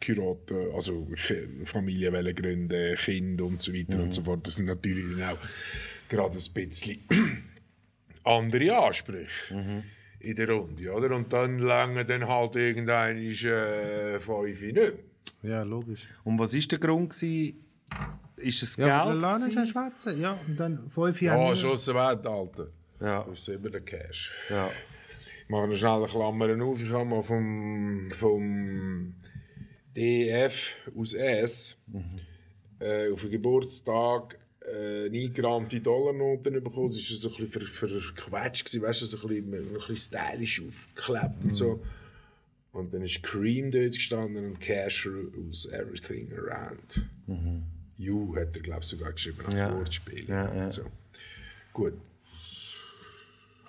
Kurate, also Ki- Familie wollen gründen, Kind und so weiter und so fort. Das sind natürlich dann auch gerade ein bisschen andere Ansprüche in der Runde, oder? Und dann lange dann halt irgendein ist äh, fünf nicht. mehr.
Ja, logisch.
Und was war der Grund? Gewesen? Ist es
Ja,
Geld?
lass
gewesen?
uns dann schwätzen. Ja, und dann fünf Jahre.
Ja,
mehr.
Oh, schon so weit, Alter.
Ja.
Das ist immer der Cash.
ja.
Ich mache noch schnell eine Klammer auf. Ich habe mal vom, vom DF aus S äh, auf den Geburtstag äh, eine eingerahmte Dollarnoten bekommen. Es war so ein bisschen ver verquetscht, gewesen, weißt du, so ein bisschen, ein bisschen stylisch aufgeklebt und so. Und dann ist Cream dort gestanden und Cash aus Everything Around. You hat er, glaube ich, sogar geschrieben als Wortspiel. und So. Gut.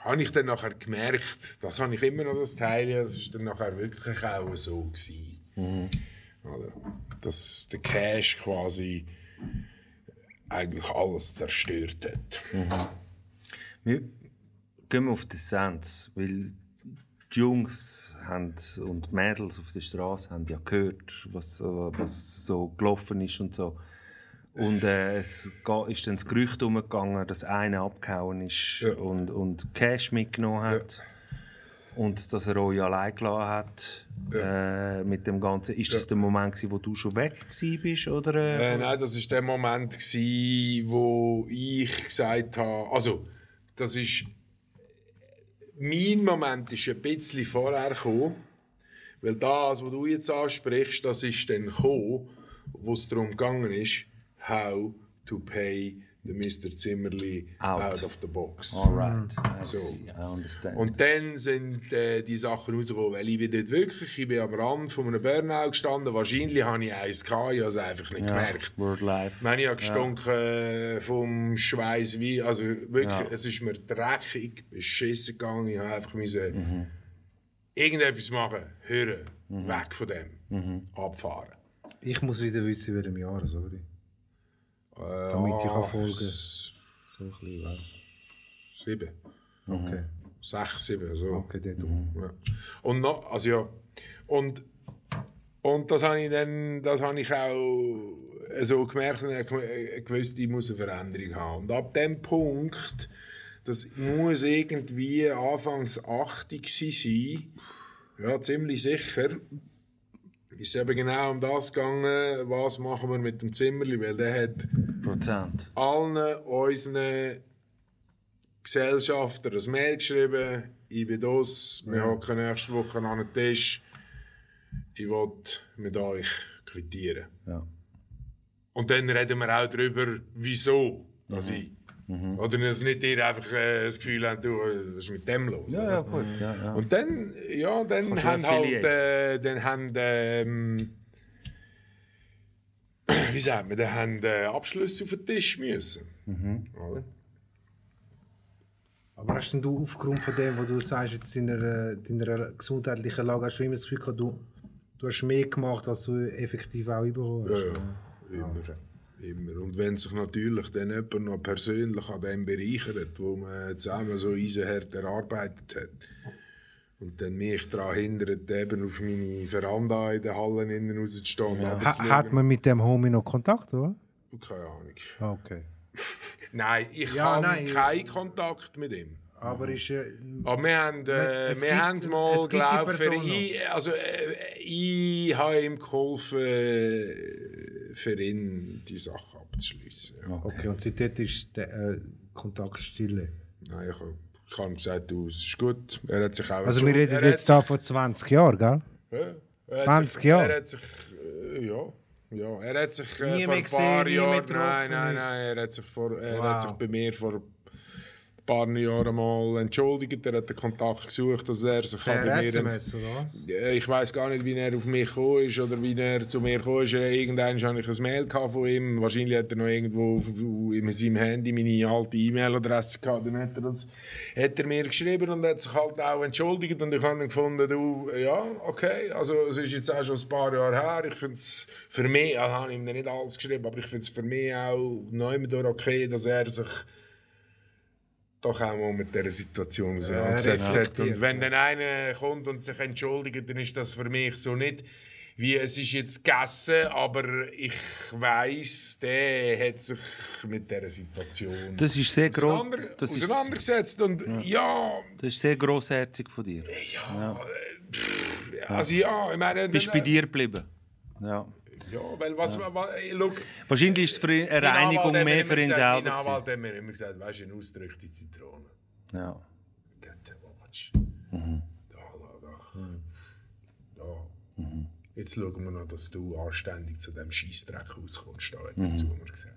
Habe ich dann nachher gemerkt, das habe ich immer noch das Teil, das ist dann nachher wirklich auch so gewesen. Oder? Dass der Cash quasi eigentlich alles zerstört hat.
Wir gehen wir auf die Essenz, weil die Jungs haben, und die Mädels auf der Straße haben ja gehört, was, äh, was so gelaufen ist und so. Und äh, es ga- ist dann das Gerücht umgegangen, dass einer abgehauen ist
Ja.
und, und Cash mitgenommen hat. Und dass er euch allein gelassen hat äh, mit dem Ganzen. Ist das der Moment, gewesen, wo du schon weg warst? Oder, äh,
Äh, nein, das war der Moment, gewesen, wo ich gesagt habe, also, das ist, mein Moment ist ein bisschen vorher gekommen, weil das, was du jetzt ansprichst, das ist dann gekommen, wo es darum gegangen ist, how to pay the Mr. Zimmerli
Out.
out, of the box.
Ah.
Alright, I
So.
see, I understand.
Und dann sind äh, die Sachen rausgekommen, weil ich bin dort wirklich, ich bin am Rand von einem Burnout gestanden, wahrscheinlich habe ich eins gehabt, ich habe es einfach nicht gemerkt.
Word Life.
Meine ich habe gestunken äh, vom Schweiß wie, also wirklich,
Ja.
es ist mir dreckig, beschissen gegangen, ich habe einfach müssen
Mhm.
irgendetwas machen, hören, weg von dem,
Mhm.
abfahren.
Ich muss wieder wissen, in welchem Jahr, sorry. Damit
Äh,
ich kann folgen.
S-
So ein bisschen, ja.
Sieben,
Okay,
sechs, sieben, so.
okay, der
Ja. Und noch, also ja, und, und das habe ich dann, das habe ich auch so gemerkt und ich habe äh, gewusst, ich muss eine Veränderung haben. Und ab dem Punkt, das muss irgendwie anfangs 80 gewesen sein, ja, ziemlich sicher, ist es eben genau um das gegangen, was machen wir mit dem Zimmerli, weil der hat
Prozent.
allen unseren Gesellschaftern ein Mail geschrieben. Ich bin das, wir hocken nächste Woche an einem Tisch. Ich will mit euch quittieren.
Ja.
Und dann reden wir auch darüber, wieso.
Mhm.
dass ich. Oder dass nicht ihr einfach äh, das Gefühl habt, du, äh, was ist mit dem los? oder?
gut. Ja, ja.
Und dann, ja, dann
Kannst du
haben halt,
Affiliate.
äh, dann haben, ähm, wie sagen wir, dann haben äh, Abschlüsse auf den Tisch müssen.
Mhm.
Oder?
Aber hast denn du aufgrund von dem, was du sagst, jetzt in deiner, deiner gesundheitlichen Lage, hast du immer das Gefühl gehabt, du, du hast mehr gemacht, als du effektiv auch überhaupt hast?
Ja, ja. Immer. Immer. Und wenn sich natürlich dann jemand noch persönlich an dem bereichert, wo man zusammen so eisenhart erarbeitet hat, und dann mich daran hindert, eben auf meine Veranda in den Hallen innen rauszustehen.
Ha, hat
genau.
man mit dem Homie noch Kontakt, oder?
Keine Ahnung.
Ah, okay.
Nein, ich
Ja,
habe
nein.
keinen Kontakt mit ihm.
Aber ist äh,
Aber wir haben, äh,
Es
wir
gibt-
haben mal,
es gibt die
glaube für
Person noch.
ihn, also äh, ich habe ihm geholfen, äh, für ihn die Sache abzuschliessen. Ja.
okay. Und seitdem ist der äh, Kontakt stille.
Nein, ich habe ich habe ihm gesagt, du, es ist gut. Er hat sich auch
Also wir reden
er
jetzt
hat,
da von 20 Jahren, gell?
ja, er hat
20
sich,
Jahre.
Er hat sich, äh, ja. Ja, er hat sich äh,
Nie
vor
mehr
ein paar
gesehen, nie mehr
Jahren,
getroffen,
nein, nein,
nichts.
nein, er hat sich, vor, er
Wow.
hat sich bei mir vor ein paar Jahren mal entschuldigt, er hat den Kontakt gesucht, dass er sich auch
Per
bei mir
SMS oder was?
Ja, Äh, Ich weiß gar nicht, wie er auf mich gekommen ist oder wie er zu mir gekommen ist. Irgendwann hatte ich ein Mail gehabt von ihm. Wahrscheinlich hat er noch irgendwo auf- auf- in seinem Handy meine alte E-Mail-Adresse gehabt. Dann hat er, das, hat er mir geschrieben und hat sich halt auch entschuldigt. Und ich habe dann gefunden, du, ja, okay, also es ist jetzt auch schon ein paar Jahre her. Ich finde es für mich, also, ich habe ihm dann nicht alles geschrieben, aber ich finde es für mich auch noch immer durch okay, dass er sich doch auch mal mit dieser Situation auseinandergesetzt hat. Und wenn dann einer kommt und sich entschuldigt, dann ist das für mich so nicht, wie es ist jetzt gegessen, aber ich weiß, der hat sich mit dieser Situation
Das ist sehr groß.
auseinander-
Das ist,
auseinandergesetzt. Und ja,
das ist sehr großherzig von dir.
ja, äh, pff, also ja, ich meine...
Bist
dann-
bei dir geblieben. Ja.
Ja, weil was... was ey, look,
Wahrscheinlich ist es für ihn eine
mein Anwalt
Reinigung
hat mir
mehr
immer
für ihn
gesagt-
selber.
Mein
gewesen.
Anwalt hat mir immer gesagt, weißt du, eine ausgedrückte Zitrone.
Ja.
Götter, Watsch.
Mhm.
Da, da, da. da.
Mhm.
Jetzt schauen wir noch,
Mhm.
dass du anständig zu diesem Scheissdreck rauskommst, da hat der Zumer gesagt.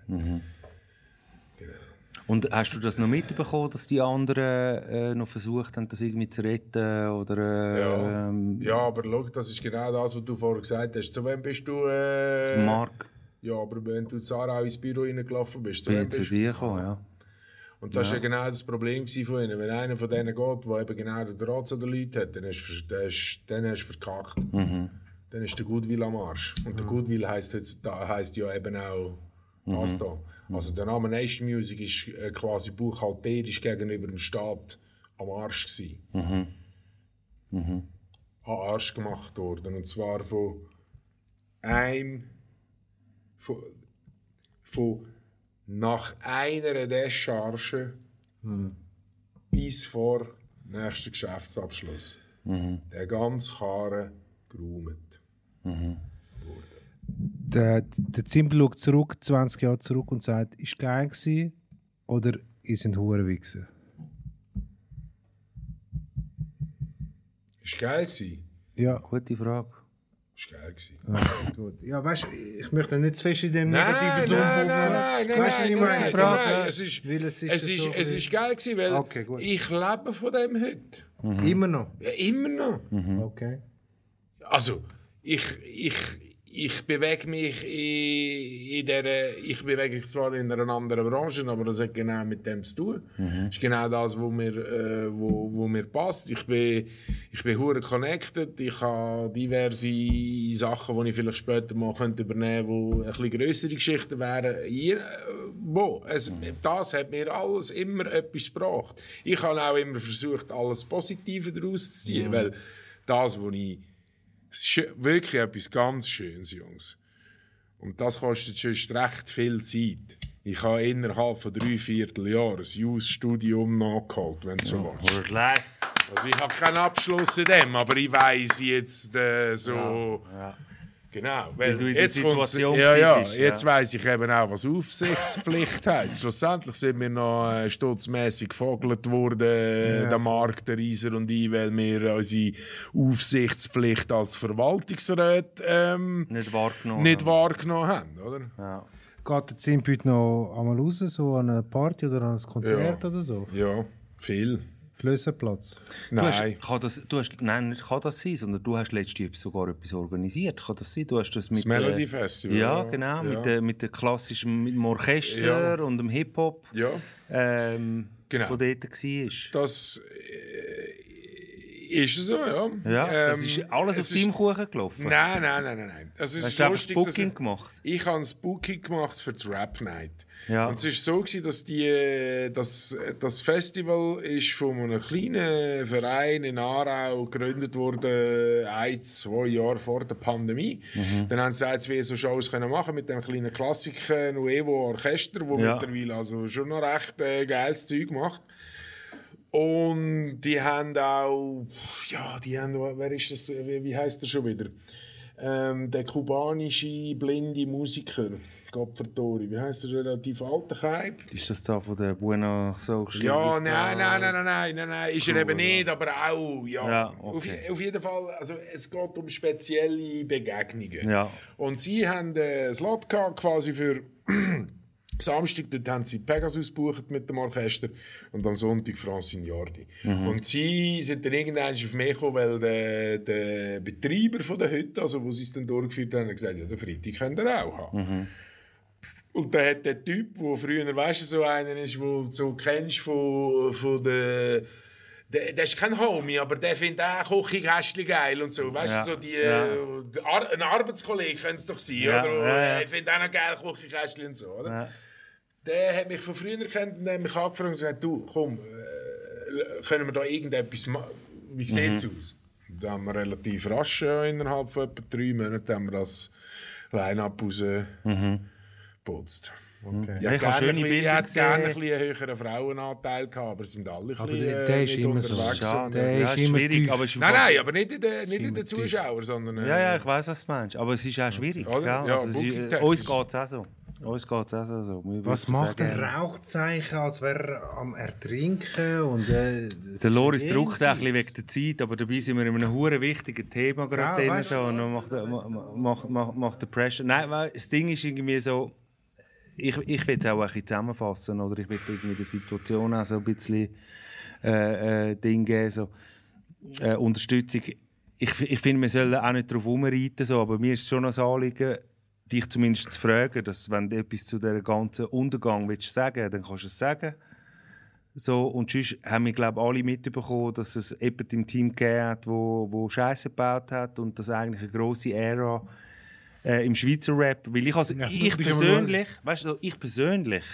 Und hast du das noch mitbekommen, dass die anderen äh, noch versucht haben, das irgendwie zu retten? Oder, äh,
Ja.
ähm,
Ja, aber schau, das ist genau das, was du vorher gesagt hast. Zu wem bist du? Äh,
Marc,
Ja, aber wenn du Zara ins Büro reingelaufen bist, zu
bin
wem
ich zu
bist du?
dir gekommen, ja.
Und das war ja genau das Problem gewesen von ihnen. Wenn einer von denen geht, der eben genau den Draht zu den Leuten hat, dann hast du dann hast- dann hast du verkackt. Dann ist der Goodwill am Arsch. Und der Goodwill heisst, heutzutage, heisst ja eben auch das da. Also der Name Nation Music ist äh, quasi buchhalterisch gegenüber dem Staat am Arsch gewesen. An Arsch gemacht worden. Und zwar von einem... Von, von nach einer Descharge
Mhm.
bis vor nächsten Geschäftsabschluss
Mhm.
der ganze Karren geräumt.
Der, der Zimbel schaut zurück, 20 Jahre zurück und sagt, ist geil gewesen oder ihr sind Hurenwichser.
Ist geil gewesen.
Ja,
Gute Frage.
Ist geil gewesen.
Ah. gut. Ja, weißt du, ich möchte nicht zu fest in dem
Nein, nein,
negativen
nein, nein, nein, nein,
Weißt du,
nein,
wie ich
nein,
meine?
nein, nein, es ist,
Weil es
es
ist
ist,
so ein
es ist geil gewesen, weil
Okay, gut.
ich lebe von dem heute.
Immer noch.
Ja, immer noch.
Okay.
Also, ich, ich, ich bewege mich in, in der, ich bewege mich zwar in einer anderen Branche, aber das hat genau mit dem zu tun. Das ist genau das, wo mir, äh, wo, wo mir passt. Ich bin, ich bin hure connected. Ich habe diverse Sachen, die ich vielleicht später mal könnte übernehmen könnte, die ein bisschen größere Geschichten wären. Hier, äh, wo? Es, Das hat mir alles immer etwas gebracht. Ich habe auch immer versucht, alles Positive daraus zu ziehen, weil das, was ich es ist schö- wirklich etwas ganz Schönes, Jungs. Und das kostet sonst recht viel Zeit. Ich habe innerhalb von drei Vierteljahren ein Jus-Studium nachgeholt, wenn du so willst. Also ich habe keinen Abschluss in dem, aber ich weiss jetzt äh, so... Genau, weil,
du in der
jetzt kommt's-
Situation
ja, ja,
bist, ja.
jetzt weiss ich eben auch, was Aufsichtspflicht heisst. Schlussendlich sind wir noch äh, stutzmässig gefogelt worden, äh, der Markt, der Reiser und ich, weil wir unsere Aufsichtspflicht als Verwaltungsrat ähm,
Nicht wahrgenommen.
nicht wahrgenommen haben, oder?
ja.
Geht der Zimbel heute noch einmal raus, so an eine Party oder an ein Konzert
Ja.
oder so?
Ja, viel.
Flössenplatz.
Du hast,
Nein.
kann das, du hast, nein, nicht kann das sein, sondern du hast letztens sogar etwas organisiert. Kann das sein? Du hast das mit äh,
Das Melody Festival.
Ja, genau. Mit, der, mit der klassischen, mit dem Orchester und dem Hip-Hop,
Ja.
ähm,
Genau.
wo dort war.
Das äh, ist so, ja.
Ja, das
Ähm,
ist alles auf
es
deinem Kuchen gelaufen.
Nein, nein, nein, nein, nein. Es ist
Hast du einfach
lustig,
das Booking
dass-
gemacht?
Ich habe das Booking gemacht für die Rap Night.
Ja.
Und es ist so gewesen, dass die, das, das Festival ist von einem kleinen Verein in Aarau gegründet wurde, ein, zwei Jahre vor der Pandemie. Dann haben sie gesagt, wir so Shows können machen mit dem kleinen Klassiker Nuevo Orchester, wo
Ja.
mittlerweile also schon noch recht äh, geiles Zeug macht. Und die haben auch, ja, die haben, wer ist das, äh, wie, wie heißt er schon wieder? Ähm, der kubanische blinde Musiker, Gopfertori, wie heißt er, relativ alter Kerl?
Ist das da von der Buenos Aires?
Ja, nein, nein, nein, nein, nein, nein, nein, ist er eben nicht, aber auch, ja.
Ja,
auf,
okay.
je- auf jeden Fall, also es geht um spezielle Begegnungen.
Ja.
Genau. Und sie haben äh, einen Slot gehabt, quasi für Samstag, dort haben sie Pegasus gebucht mit dem Orchester und am Sonntag Francine Jordi.
Mhm.
Und sie sind dann irgendwann auf mich gekommen, weil der, der Betreiber von der Hütte, also wo sie es dann durchgeführt haben, hat gesagt, ja, den Freitag könnt ihr auch haben.
Mhm.
Und dann hat der Typ, der früher, weißt du, so einer ist, wo du so kennst von, von der... Der, der ist kein Homie, aber der findet auch Küchenkästchen geil und so. Weißt du, so
Ja,
die...
ja.
die Ar ein Arbeitskollege könnte es doch sein,
Ja,
oder?
ja, ja.
Ich finde auch noch geil Küchenkästchen und so, oder?
Ja.
Der hat mich von früher kennt und hat mich angefragt und gesagt, du, komm, äh, können wir da irgendetwas machen? Wie
Mhm.
sieht es aus? Da haben wir relativ rasch, äh, innerhalb von etwa drei Monaten, haben wir das Line-Up
Mhm.
rausgeputzt. Okay.
Ja, ich habe schöne Bilder
hätte gerne ein
gesehen.
bisschen einen höheren Frauenanteil gehabt, aber sind alle ein
Aber
bisschen,
der,
äh,
der ist
nicht
immer so.
unterwegs.
Der
ja,
ist immer
schwierig,
tief.
aber es ist
Nein, nein, aber nicht in den, nicht in den
tief.
Zuschauern, sondern... äh,
Ja, ja, ich weiß, was du meinst. Aber es ist auch schwierig.
Oder?
Gell?
Ja,
also, es ist,
booking-technisch.
uns geht es auch so. Uns geht's auch so.
Was
Wir würden das
macht
auch
der
gerne.
Rauchzeichen, als wäre er am Ertrinken? Und, äh,
Der Loris druckt auch ein bisschen wegen der Zeit, aber dabei sind wir in einem hure wichtigen Thema gerade
Ja,
drin.
weißt du
So, und dann macht, macht, macht, macht der Pressure. Nein, weil das Ding ist irgendwie so,
ich, ich will es auch ein bisschen zusammenfassen, oder ich will irgendwie der Situation auch so ein bisschen äh, äh, Ding geben, so, äh, Unterstützung. Ich, ich finde, wir sollen auch nicht darauf herumreiten, so, aber mir ist schon ein Anliegen, dich zumindest zu fragen, dass wenn du etwas zu diesem ganzen Untergang willst sagen dann kannst du es sagen. So, und sonst haben wir, glaube ich, alle mitbekommen, dass es jemanden im Team gegeben hat, wo, wo Scheiße gebaut hat und das eigentlich eine grosse Ära äh, im Schweizer Rap. Weil ich, also, ich, persönlich, weißt du, ich persönlich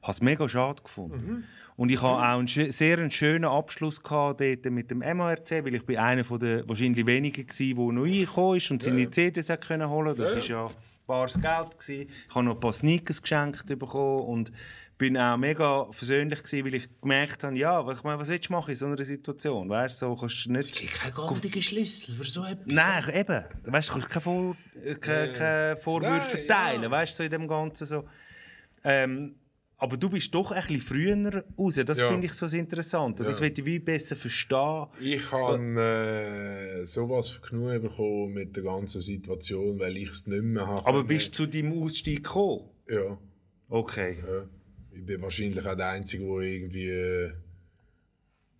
habe es mega schade gefunden. Und ich habe auch einen schö- sehr einen schönen Abschluss gehabt dort mit dem MHRC, weil ich bin einer von den wahrscheinlich wenigen gsi, der noch reingekommen ist und seine CDs hat können holen. Das ist ja bares Geld gewesen. Ich habe noch ein paar Sneakers geschenkt bekommen und bin auch mega versöhnlich gewesen, weil ich gemerkt habe, ja, was- ich meine, was willst du machen in so einer Situation? Weißt du, so kannst du nicht...
Kein goldiger Schlüssel für so etwas.
Nein, eben. Weißt, du kannst keine, Vor äh, keine, keine Vorwürfe verteilen, weißt du, so in dem Ganzen so. Ähm, aber du bist doch ein bisschen früher raus. Das
Ja.
finde ich so das Interessante. Das will ich wie besser verstehen.
Ich habe äh, sowas genug bekommen mit der ganzen Situation, weil ich es nicht mehr habe.
Aber bist du zu deinem Ausstieg gekommen?
Ja.
Okay.
Ja. Ich bin wahrscheinlich auch der Einzige, der irgendwie äh,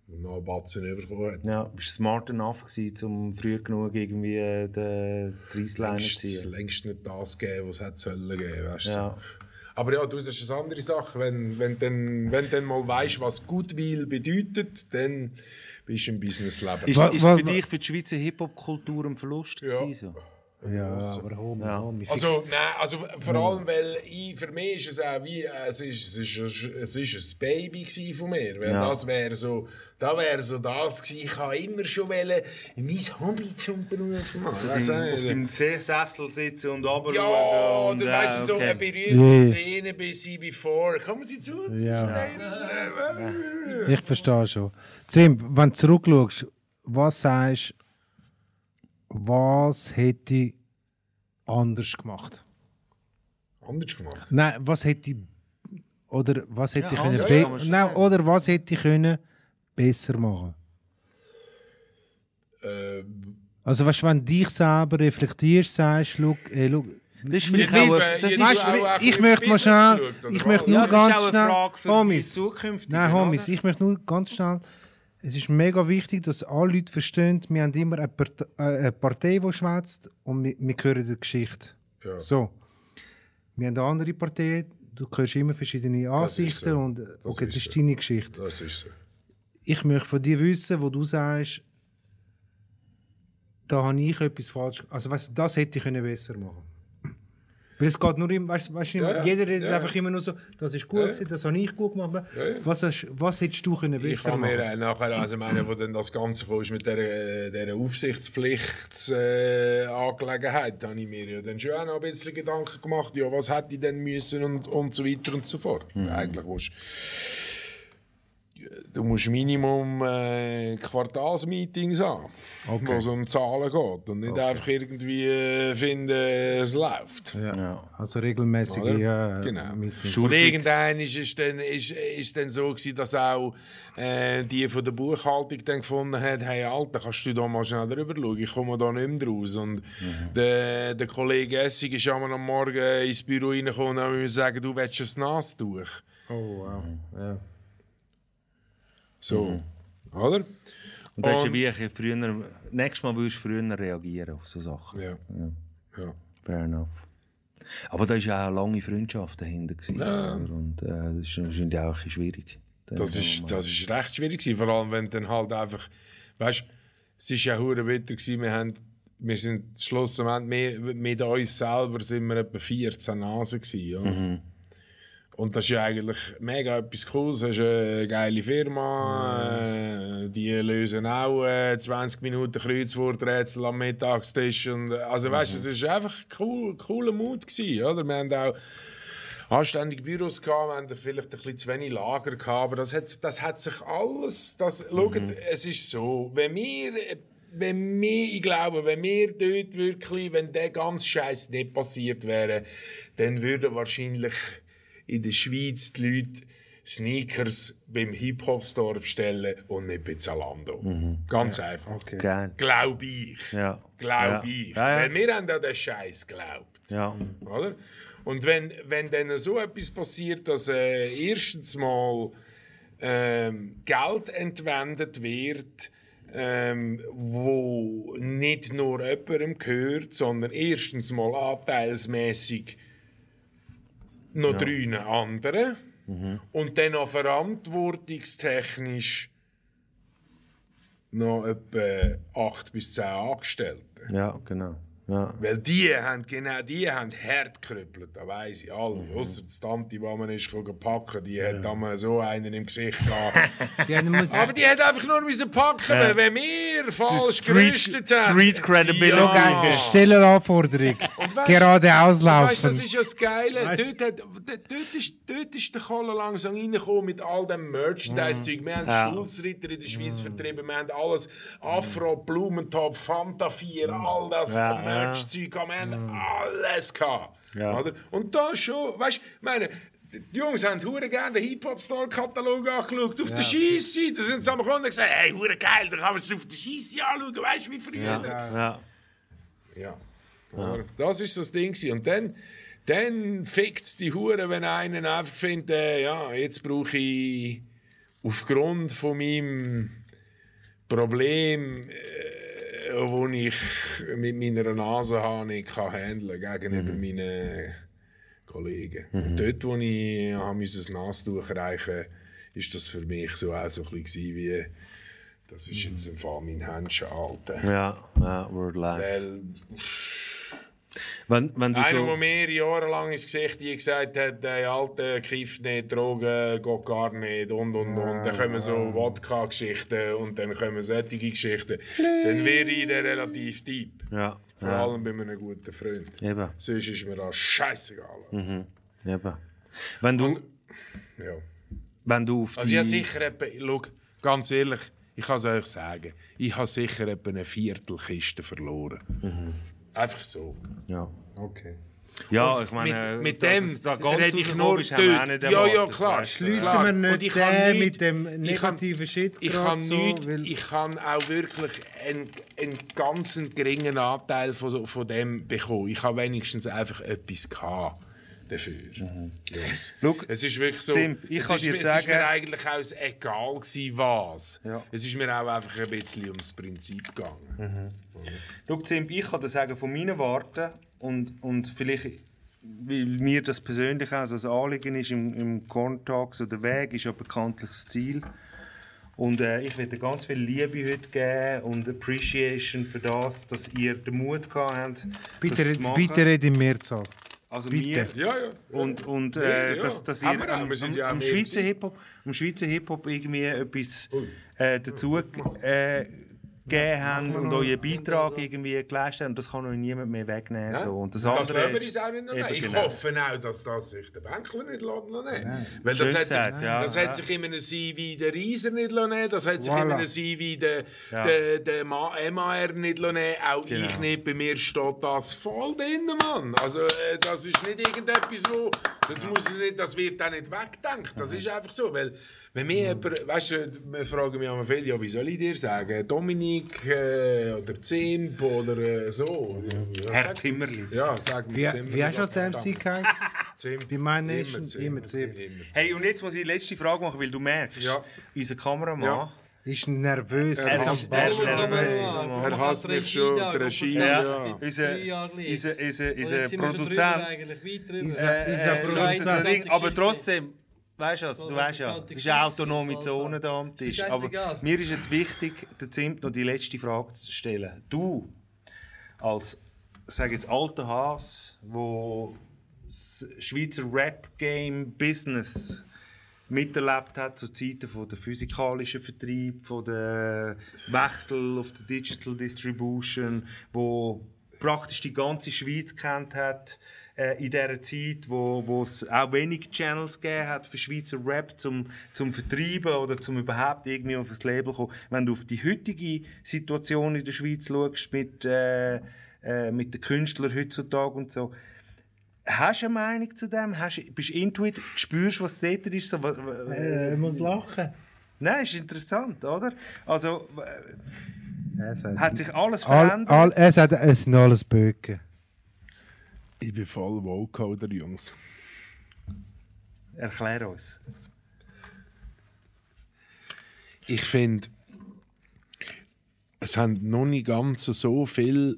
noch einen Batzen bekommen hat.
Ja, bist du smart enough gewesen, um früh genug irgendwie äh, den Dreisleiner zu
Längst,
ziehen?
längst nicht das geben, was es hätte sollen geben, weißt du.
Ja.
Aber ja, du, das ist eine andere Sache. Wenn, wenn, dann, wenn dann mal weißt, was Goodwill bedeutet, dann bist du im Businessleben.
Ist, ist
wa-
für
wa-
dich, für die Schweizer Hip-Hop-Kultur ein Verlust?
Ja.
gewesen, so?
Ja, aber home,
Ja.
home.
Also, nein, also vor allem, weil ich, für mich ist es auch wie, äh, es ist, es ist, es ist ein Baby gsi von mir. Weil
Ja.
das wäre so, da wäre so das gsi, ich habe immer schon wollen, mein Hobby zum Beruf machen.
Auf
Weißt du, äh,
dem Sessel sitzen und runter
ja,
schauen und, äh,
oder weißt du, so
okay.
eine berühmte Szene bei sie before. Kommen Sie zu uns?
Ja.
Ja.
Ich verstehe schon. Zim, wenn du zurückschaust, was sagst du, was hätte ich anders gemacht?
Anders gemacht.
Nein, was hätte ich oder was hätte ich können
anders
be-
kann man schon
Nein, oder was hätte ich können besser machen?
Ähm,
Also weißt, du, wenn du dich selber reflektierst, sagst, schau, ey, schau
Das ist
jetzt
vielleicht auch
sind
eine-
wir-
das
jetzt
ist-
ist
Weißt,
auch
du,
ein
ich
bisschen
möchte mal
Business
schnell,
geschaut, oder
ich
was?
möchte
Ja, das
nur
ist
ganz
auch eine
schnell,
Frage für die
Homies,
Zukünftige,
nein
oder?
Homies, ich möchte nur ganz schnell, es ist mega wichtig, dass alle Leute verstehen, wir haben immer eine, Part äh, eine Partei, die schwätzt und wir, wir hören die Geschichte.
Ja.
So, wir haben eine andere Partei, du hörst immer verschiedene
Das ist
Ansichten
so.
und äh, okay,
ist
das ist
so.
deine Geschichte
Das ist so.
ich möchte von dir wissen, wo du sagst, da habe ich etwas falsch gemacht. Also weißt du, das hätte ich können besser machen Weil es geht nur immer, weißt, weißt, du,
ja,
jeder redet
ja.
einfach immer nur so, das ist gut,
Ja, ja.
gewesen, das habe ich gut gemacht.
ja.
Was, hast, was hättest du können
Ich
besser
kann mir
machen
äh, nachher, also ich meine, wo dann das Ganze kam, ist mit dieser, dieser Aufsichtspflichtangelegenheit, äh, Angelegenheit, da habe ich mir ja dann schon auch noch ein bisschen Gedanken gemacht, ja, was hätte ich denn müssen und, und so weiter und so fort.
Mhm.
Eigentlich musst du musst Minimum äh, Quartalsmeetings haben, wo es um Zahlen geht und nicht einfach irgendwie äh, finden, es läuft.
Also regelmäßige
Oder?
äh,
Genau.
Meetings.
Und irgendwann ist es dann, ist, ist dann so, gewesen, dass auch äh, die von der Buchhaltung dann gefunden hat, hey Alter, kannst du da mal schnell drüber schauen, ich komme da nicht mehr raus. Und der, der Kollege Essig ist einmal am Morgen eh, ins Büro reingekommen und hat mir gesagt, du willst ein nasses Tuch.
Oh, wow. Ja.
So, oder?
Und das ist ja
Und-
wie ich früher, nächstes Mal würdest du früher reagieren auf so Sachen.
Ja. ja.
Fair enough. Aber da war ja auch eine lange Freundschaft dahinter. Gewesen, oder? Und äh, das ist wahrscheinlich auch ein bisschen schwierig. Dann
Das
so
ist,
mal-
das ist recht schwierig gewesen, vor allem wenn dann halt einfach, weißt, es ist ja hure bitter gewesen, wir haben, wir sind schlussendlich mit, mit uns selber sind wir etwa 14 Nasen gewesen, ja. Und das ist ja eigentlich mega etwas Cooles. Du hast eine geile Firma, äh, die lösen auch äh, 20 Minuten Kreuzworträtsel am Mittagstisch. Und, äh, also weißt du, es war einfach cool, cooler Mut. Gewesen, oder? Wir haben auch anständige Büros gehabt, wir hatten vielleicht ein bisschen zu wenig Lager gehabt, aber das hat, das hat sich alles, das,
Mhm.
schaut, es ist so, wenn wir, wenn wir, ich glaube, wenn wir dort wirklich, wenn der ganze Scheiß nicht passiert wäre, dann würden wahrscheinlich in der Schweiz die Leute Sneakers beim Hip-Hop-Store bestellen und nicht bei Zalando.
Mhm.
Ganz einfach.
Geil.
Glaube ich.
Ja.
Glaube
ja.
ich.
Ja,
Weil
ja.
wir haben an den Scheiß geglaubt.
ja.
Oder? Und wenn, wenn dann so etwas passiert, dass äh, erstens mal ähm, Geld entwendet wird, ähm, wo nicht nur jemandem gehört, sondern erstens mal anteilsmäßig noch drei anderen und dann auch verantwortungstechnisch noch etwa acht bis zehn Angestellte.
Ja, genau. Ja.
Weil die haben, genau die haben hart gerüppelt, da weiss ich alle.
Mhm.
Ausser die Tante, die man ist gegangen packen, die hat damals so einen im Gesicht gehabt.
Die haben- muss-
Aber die hat einfach nur müssen packen, weil wenn wir falsch gerüstet haben.
Street Credibility.
Ja.
Stelleranforderung. Geradeaus
Weißt, das
laufen.
ist ja das Geile. Dort, hat, dort, dort, ist, dort ist der Kohle langsam reingekommen mit all dem Merchandise-Zeug. Wir haben Schulzritter in der Schweiz vertrieben, wir haben alles Afro, Blumentop, Fanta 4, all das Merch-Zeug. Wir haben alles gehabt. Oder? Und da schon, weißt du, ich meine, die Jungs haben hure gerne den Hip-Hop-Store-Katalog angeschaut, auf der Scheisse. Da sind sie am Kunden gesagt, hey, hure geil, da kann man es auf der Scheisse anschauen, weißt du, wie früher.
Ja.
Ja. Oder? Das ist so das Ding. gewesen. Und dann, dann fickt es die Hure, wenn einer einfach findet, äh, ja, jetzt brauche ich aufgrund von meinem Problem, äh, wo ich mit meiner Nase habe, nicht kann handeln gegenüber meinen Kollegen. Und dort, wo ich ja, das Nastuch reichen ist das für mich so auch so ein bisschen gewesen wie, das ist jetzt im Fall mein Händchen, Alter.
Ja, ja, Word Life.
Weil
Wenn, wenn du
Einer,
so,
der mir jahrelang ins Gesicht die gesagt hat, ey, Alter, kiff nicht, Drogen, geht gar nicht und und und. Dann kommen so Wodka-Geschichten und dann kommen solche Geschichten. Dann wäre ich dann relativ deep.
ja,
Vor
ja,
allem bei einem guten Freund.
eben,
Sonst ist mir das scheißegal.
eben. Wenn du,
Ja.
wenn du auf
Also
die...
ich habe sicher etwa, schau, ganz ehrlich, ich kann es euch sagen, ich habe sicher etwa eine Viertelkiste verloren. Mhm. Einfach so.
Ja.
Okay.
Ja, eh, ich meine,
mit, mit
Ah,
dem
dass es da ganz
rede ich
rausgekommen
nur
ist, haben wir auch
dort.
nicht
Ja, ja,
erwartet,
klar.
weißt
Schliessen
klar.
wir nicht
Und ich
den
kann nicht-
mit dem
ich kann-
negativen Shit
Ich
grad
kann,
so,
nicht,
weil-
ich kann auch wirklich einen, einen ganz geringen Anteil von, von dem bekommen. Ich habe wenigstens einfach etwas gehabt dafür. Yes.
Schau,
es ist wirklich so,
Simp, Mhm. ich
es,
kann
ist,
dir
mir- es ist
sagen-
mir eigentlich auch egal gewesen, was.
Ja. Hm.
Es ist mir auch einfach ein bisschen ums Prinzip gegangen.
Schau, Zimp, ich kann dir sagen, von meinen Warten und, und vielleicht, weil mir das persönlich auch so ein Anliegen ist im, im Corn-Talk, so der Weg ist ja bekanntlich das Ziel. Und äh, ich werde ganz viel Liebe heute geben und Appreciation für das, dass ihr den Mut gehabt habt,
Bitte,
das
red-
zu machen.
bitte red im Mehrzahl.
also
bitte.
mir
Ja, ja.
und, und äh,
Ja, ja.
dass, dass
Haben
ihr
wir auch.
am,
Wir sind
am,
ja auch
am
mehr
Schweizer
im
Hip-Hop am Schweizer Hip-Hop irgendwie etwas äh, dazu äh, gegeben habt und euren Beitrag irgendwie geleistet habt. Und das kann euch niemand mehr wegnehmen. So. Und das,
Das
andere
lassen wir uns
ist,
auch nicht noch
eben
nehmen. Ich
genau.
hoffe auch, dass das sich der Bänkler nicht lassen lassen nehmen Weil
Schön
das hat, sich,
gesagt, ja.
das
Ja.
hat sich in einem CV der Rieser nicht lassen nehmen das hat sich in
Voilà.
einem CV der, der, der Ma- MAR nicht lassen nehmen auch
Genau.
ich nicht. Bei mir steht das voll drin, Mann. Also äh, das ist nicht irgendetwas, wo, das, muss nicht, das wird auch nicht weggedacht. Das ist einfach so, weil wenn mir jemand, weißt du, wir fragen mich immer viel, ja, wie soll ich dir sagen, Dominik äh, oder Zimp oder äh, so.
Herr Zimmerli.
Ja, sag mir
Wie,
Zimmer.
wie hast du das MC geheißen?
Zimmer.
Bei meinen Nation immer Zimmer.
Hey, und jetzt muss ich die letzte Frage machen, weil du merkst,
Ja.
unser Kameramann.
Ja.
Ist nervös.
Er
ist am
hasst-
Ball.
er ist nervös.
Er hasst mich schon, der Regie, ja.
Unser, unser, unser, unser Produzent.
Isa- Isa
Äh,
Produzent.
das ist ein Ding, aber trotzdem, weißt du, was, du weißt ja, es ist eine autonome Zone da am Tisch. Aber
Scheissegal.
mir ist jetzt wichtig, der Zimt noch die letzte Frage zu stellen. Du als, sag jetzt alter Haas, wo das Schweizer Rap Game Business miterlebt hat zu Zeiten von der physikalischen Vertrieb, von der Wechsel auf die Digital Distribution, wo praktisch die ganze Schweiz kennt hat äh, in der Zeit, wo wo es auch wenig Channels gegeben hat für Schweizer Rap zum zum Vertreiben oder zum überhaupt irgendwie auf das Label kommen. Wenn du auf die heutige Situation in der Schweiz schaust mit äh, äh, mit den Künstlern heutzutage und so, Hast du eine Meinung zu dem? Hast, du- bist du intuit? Spürst du, was dort ist? So, wa- wa-
Äh, ich muss lachen.
Nein, ist interessant, oder? Also, w-
Er sagt-
hat sich alles
All,
verändert?
all, er sagt, es sind alles Böcke.
Ich bin voll Vocoder, Jungs.
Erklär uns.
Ich finde, es haben noch nicht ganz so viele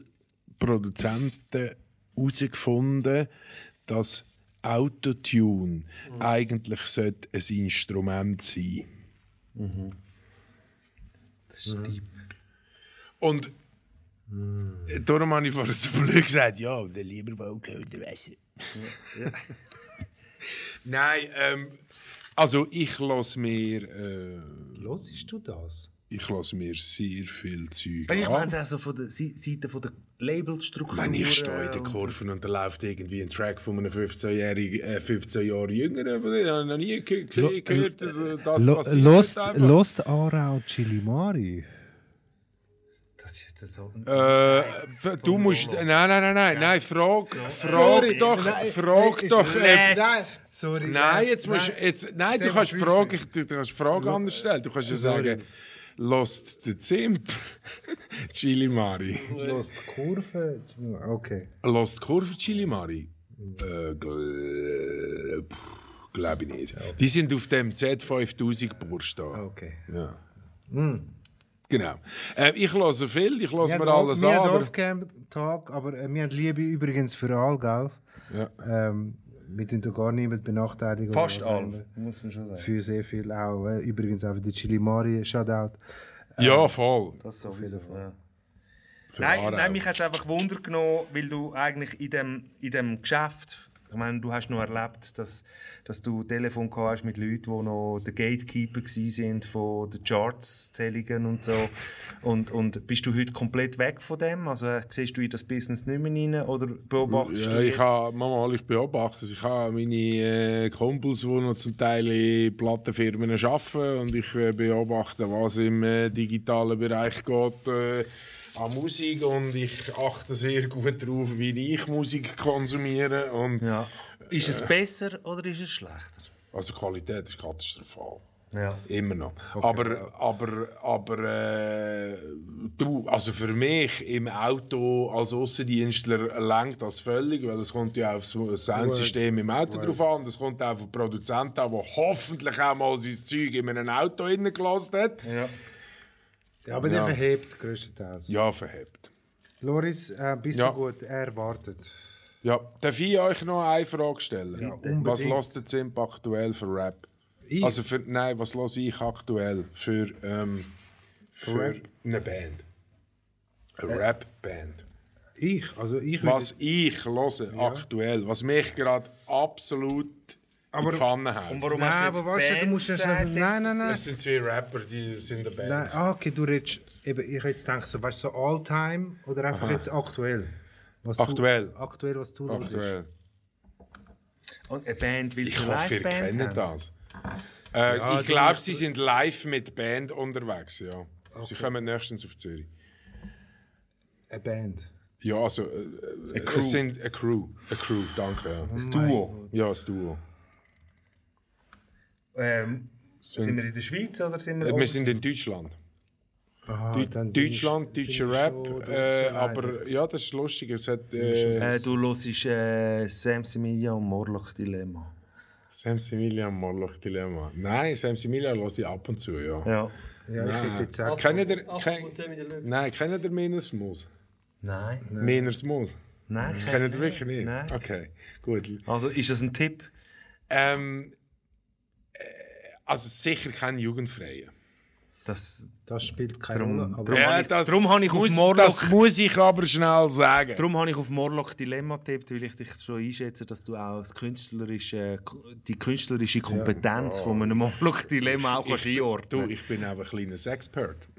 Produzenten herausgefunden, dass Autotune eigentlich sollte ein Instrument sein Und darum habe ich vorher so blöd gesagt, ja, der lieber Vocoder, weißt du. Nein, ähm, also ich lasse mir... Äh,
Hörst du das?
ich lasse mir sehr viel Zeug
Ich meine
an.
es auch so von der Se- Seite von der Labelstruktur.
Wenn ich stehe in
äh,
den Kurven und da läuft irgendwie ein Track von einem 15-jährigen, äh, 15 Jahre jüngeren, von dem habe ich noch nie ge- gesehen, gehört, dass äh, das
Lo-
passiert
Lost,
einfach.
Lost Arau Chilimari.
Das ist jetzt so.
Äh, f- du musst, nein, nein, nein, nein, nein, frag, frag doch, frag doch, äh,
Nein, sorry.
nein, jetzt musst, jetzt, nein, du kannst fragen, du, du kannst Fragen anders stellen, du kannst ja sagen, Lost the Zimp, Chili Mari.
Los, die Kurve. Okay.
Lost Kurve Chili Mari? Äh, gl- pff, Glaube ich nicht. Die sind auf dem Z5000 Burst da.
Okay.
Ja. Genau. Äh, ich höre viel, ich höre mir
Wir haben-
alles
wir
an.
haben
Aber
Off-Camp-Tag, aber äh, wir haben Liebe übrigens für alle, gell?
Ja.
Ähm, wir tun da gar niemanden benachteiligen.
Fast
oder was auch
alle,
immer.
muss man schon sagen.
Für sehr viel auch. Äh, übrigens auch für die Chili Mari, Shoutout.
ja, voll.
Das sowieso. Ja.
Für
Nein,
Aarau.
nein, mich hat es einfach Wunder genommen, weil du eigentlich in dem, in dem Geschäft, ich meine, du hast noch erlebt, dass, dass du Telefon gehabt hast mit Leuten, die noch der Gatekeeper gewesen sind von den Charts-Zählungen und so. Und, und bist du heute komplett weg von dem? Also äh, siehst du in das Business nicht mehr rein oder beobachtest
ja,
du
ich
jetzt?
habe manchmal ich beobachte es. Ich habe meine äh, Kumpels, die noch zum Teil in Plattenfirmen arbeiten und ich äh, beobachte, was im äh, digitalen Bereich geht äh, an Musik und ich achte sehr gut darauf, wie ich Musik konsumiere und
ja. Ist es besser oder ist es schlechter?
also die Qualität ist katastrophal.
Ja.
Immer noch. Aber, aber, aber äh, du, also für mich im Auto als Aussendienstler lenkt das völlig, weil es kommt ja auf das Soundsystem im Auto drauf an. Das kommt auch vom Produzenten an, der hoffentlich auch mal sein Zeug in einem Auto reingelassen hat.
Aber der
Ja.
verhebt größtenteils.
Ja, verhebt.
Loris, äh, bist
Ja.
du gut? Er wartet.
Ja, darf ich euch noch eine Frage stellen? was lasst ihr Zimp aktuell für Rap?
Ich?
Also für, nein, was lasse ich aktuell für, ähm, für eine Band?
Äh,
Eine Rap-Band.
Ich? Also ich
Was ich höre aktuell, was mich gerade absolut in die Pfanne hält.
Warum
Nein,
hast du
aber weißt
jetzt
du, du
Band
musst ja schon.
gesagt?
Nein, nein, nein.
Es sind zwei Rapper, die sind eine Band.
nein. Ah, okay, du redest. Eben, ich hätte jetzt gedacht, so, weißt du, so all-time oder einfach jetzt aktuell? Was
Aktuell.
Du, aktuell, was du
Aktuell.
Und Eine Band will
Ich hoffe, ihr
Liveband
kennt
haben.
das. Äh, ich glaube, sie sind live mit Band unterwegs. Ja. Sie kommen nächstens auf Zürich.
Eine Band.
Ja, also äh, äh, es sind eine Crew. Eine Crew, danke.
Oh
Ja. Ein Duo. Ja, ein Duo.
Ähm,
Sind-
sind wir in der Schweiz oder sind wir...
Äh, Wir sind in Deutschland.
Aha,
Deu-
dann bin ich-
Deutschland,
bin ich
deutscher Rap.
schon
Äh,
draussen, leider.
aber ja, das ist lustig. Es hat äh,
Äh, du hörst äh, Sam Semilla und Morlock Dilemma.
Sam Similian Morloch Dilemma. Nein, Sam Similian höre ich ab und zu, ja.
Ja.
Ja, ich hätte jetzt auch.
Kennt ihr, kennt-
8% in der Lux.
nein, kennt ihr Miners Moos?
Nein.
Miners Moos?
Nein.
Kennt ihr wirklich nicht?
Nein.
Okay, gut.
Also ist das ein Tipp?
Ähm, äh, also sicher kein Jugendfreie.
Das,
Das spielt keine
Drum-
Rolle. Aber
drum- Ja,
das
darum habe ich auf
muss,
Morloch-
Das muss ich aber schnell sagen.
darum habe ich auf Morlock Dilemma getippt, weil ich dich schon einschätze, dass du auch das künstlerische, äh, die künstlerische Kompetenz von einem Morlock Dilemma auch kannst
Du,
einordnen
ich bin auch ein kleiner Sexpert.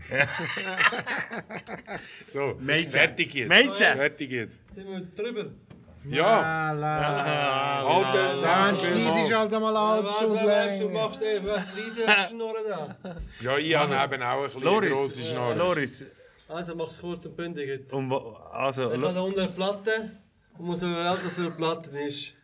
so, fertig jetzt.
Mädchen.
Fertig jetzt.
Sind wir drüber?
Ja,
Ah,
Alter,
Dann
danke
schneidest du
vielmals.
halt einmal halb
Warte,
Stunde
warte, du
lang.
machst einfach riesen Schnurren an.
Ja, ich habe eben auch ein kleiner
Loris,
grosser Schnarr.
Loris,
Also mach's kurz und bündig. jetzt.
um, wo- also,
Ich habe
lo,
da unten eine Platte und muss mir erlauben, dass es eine Platte ist.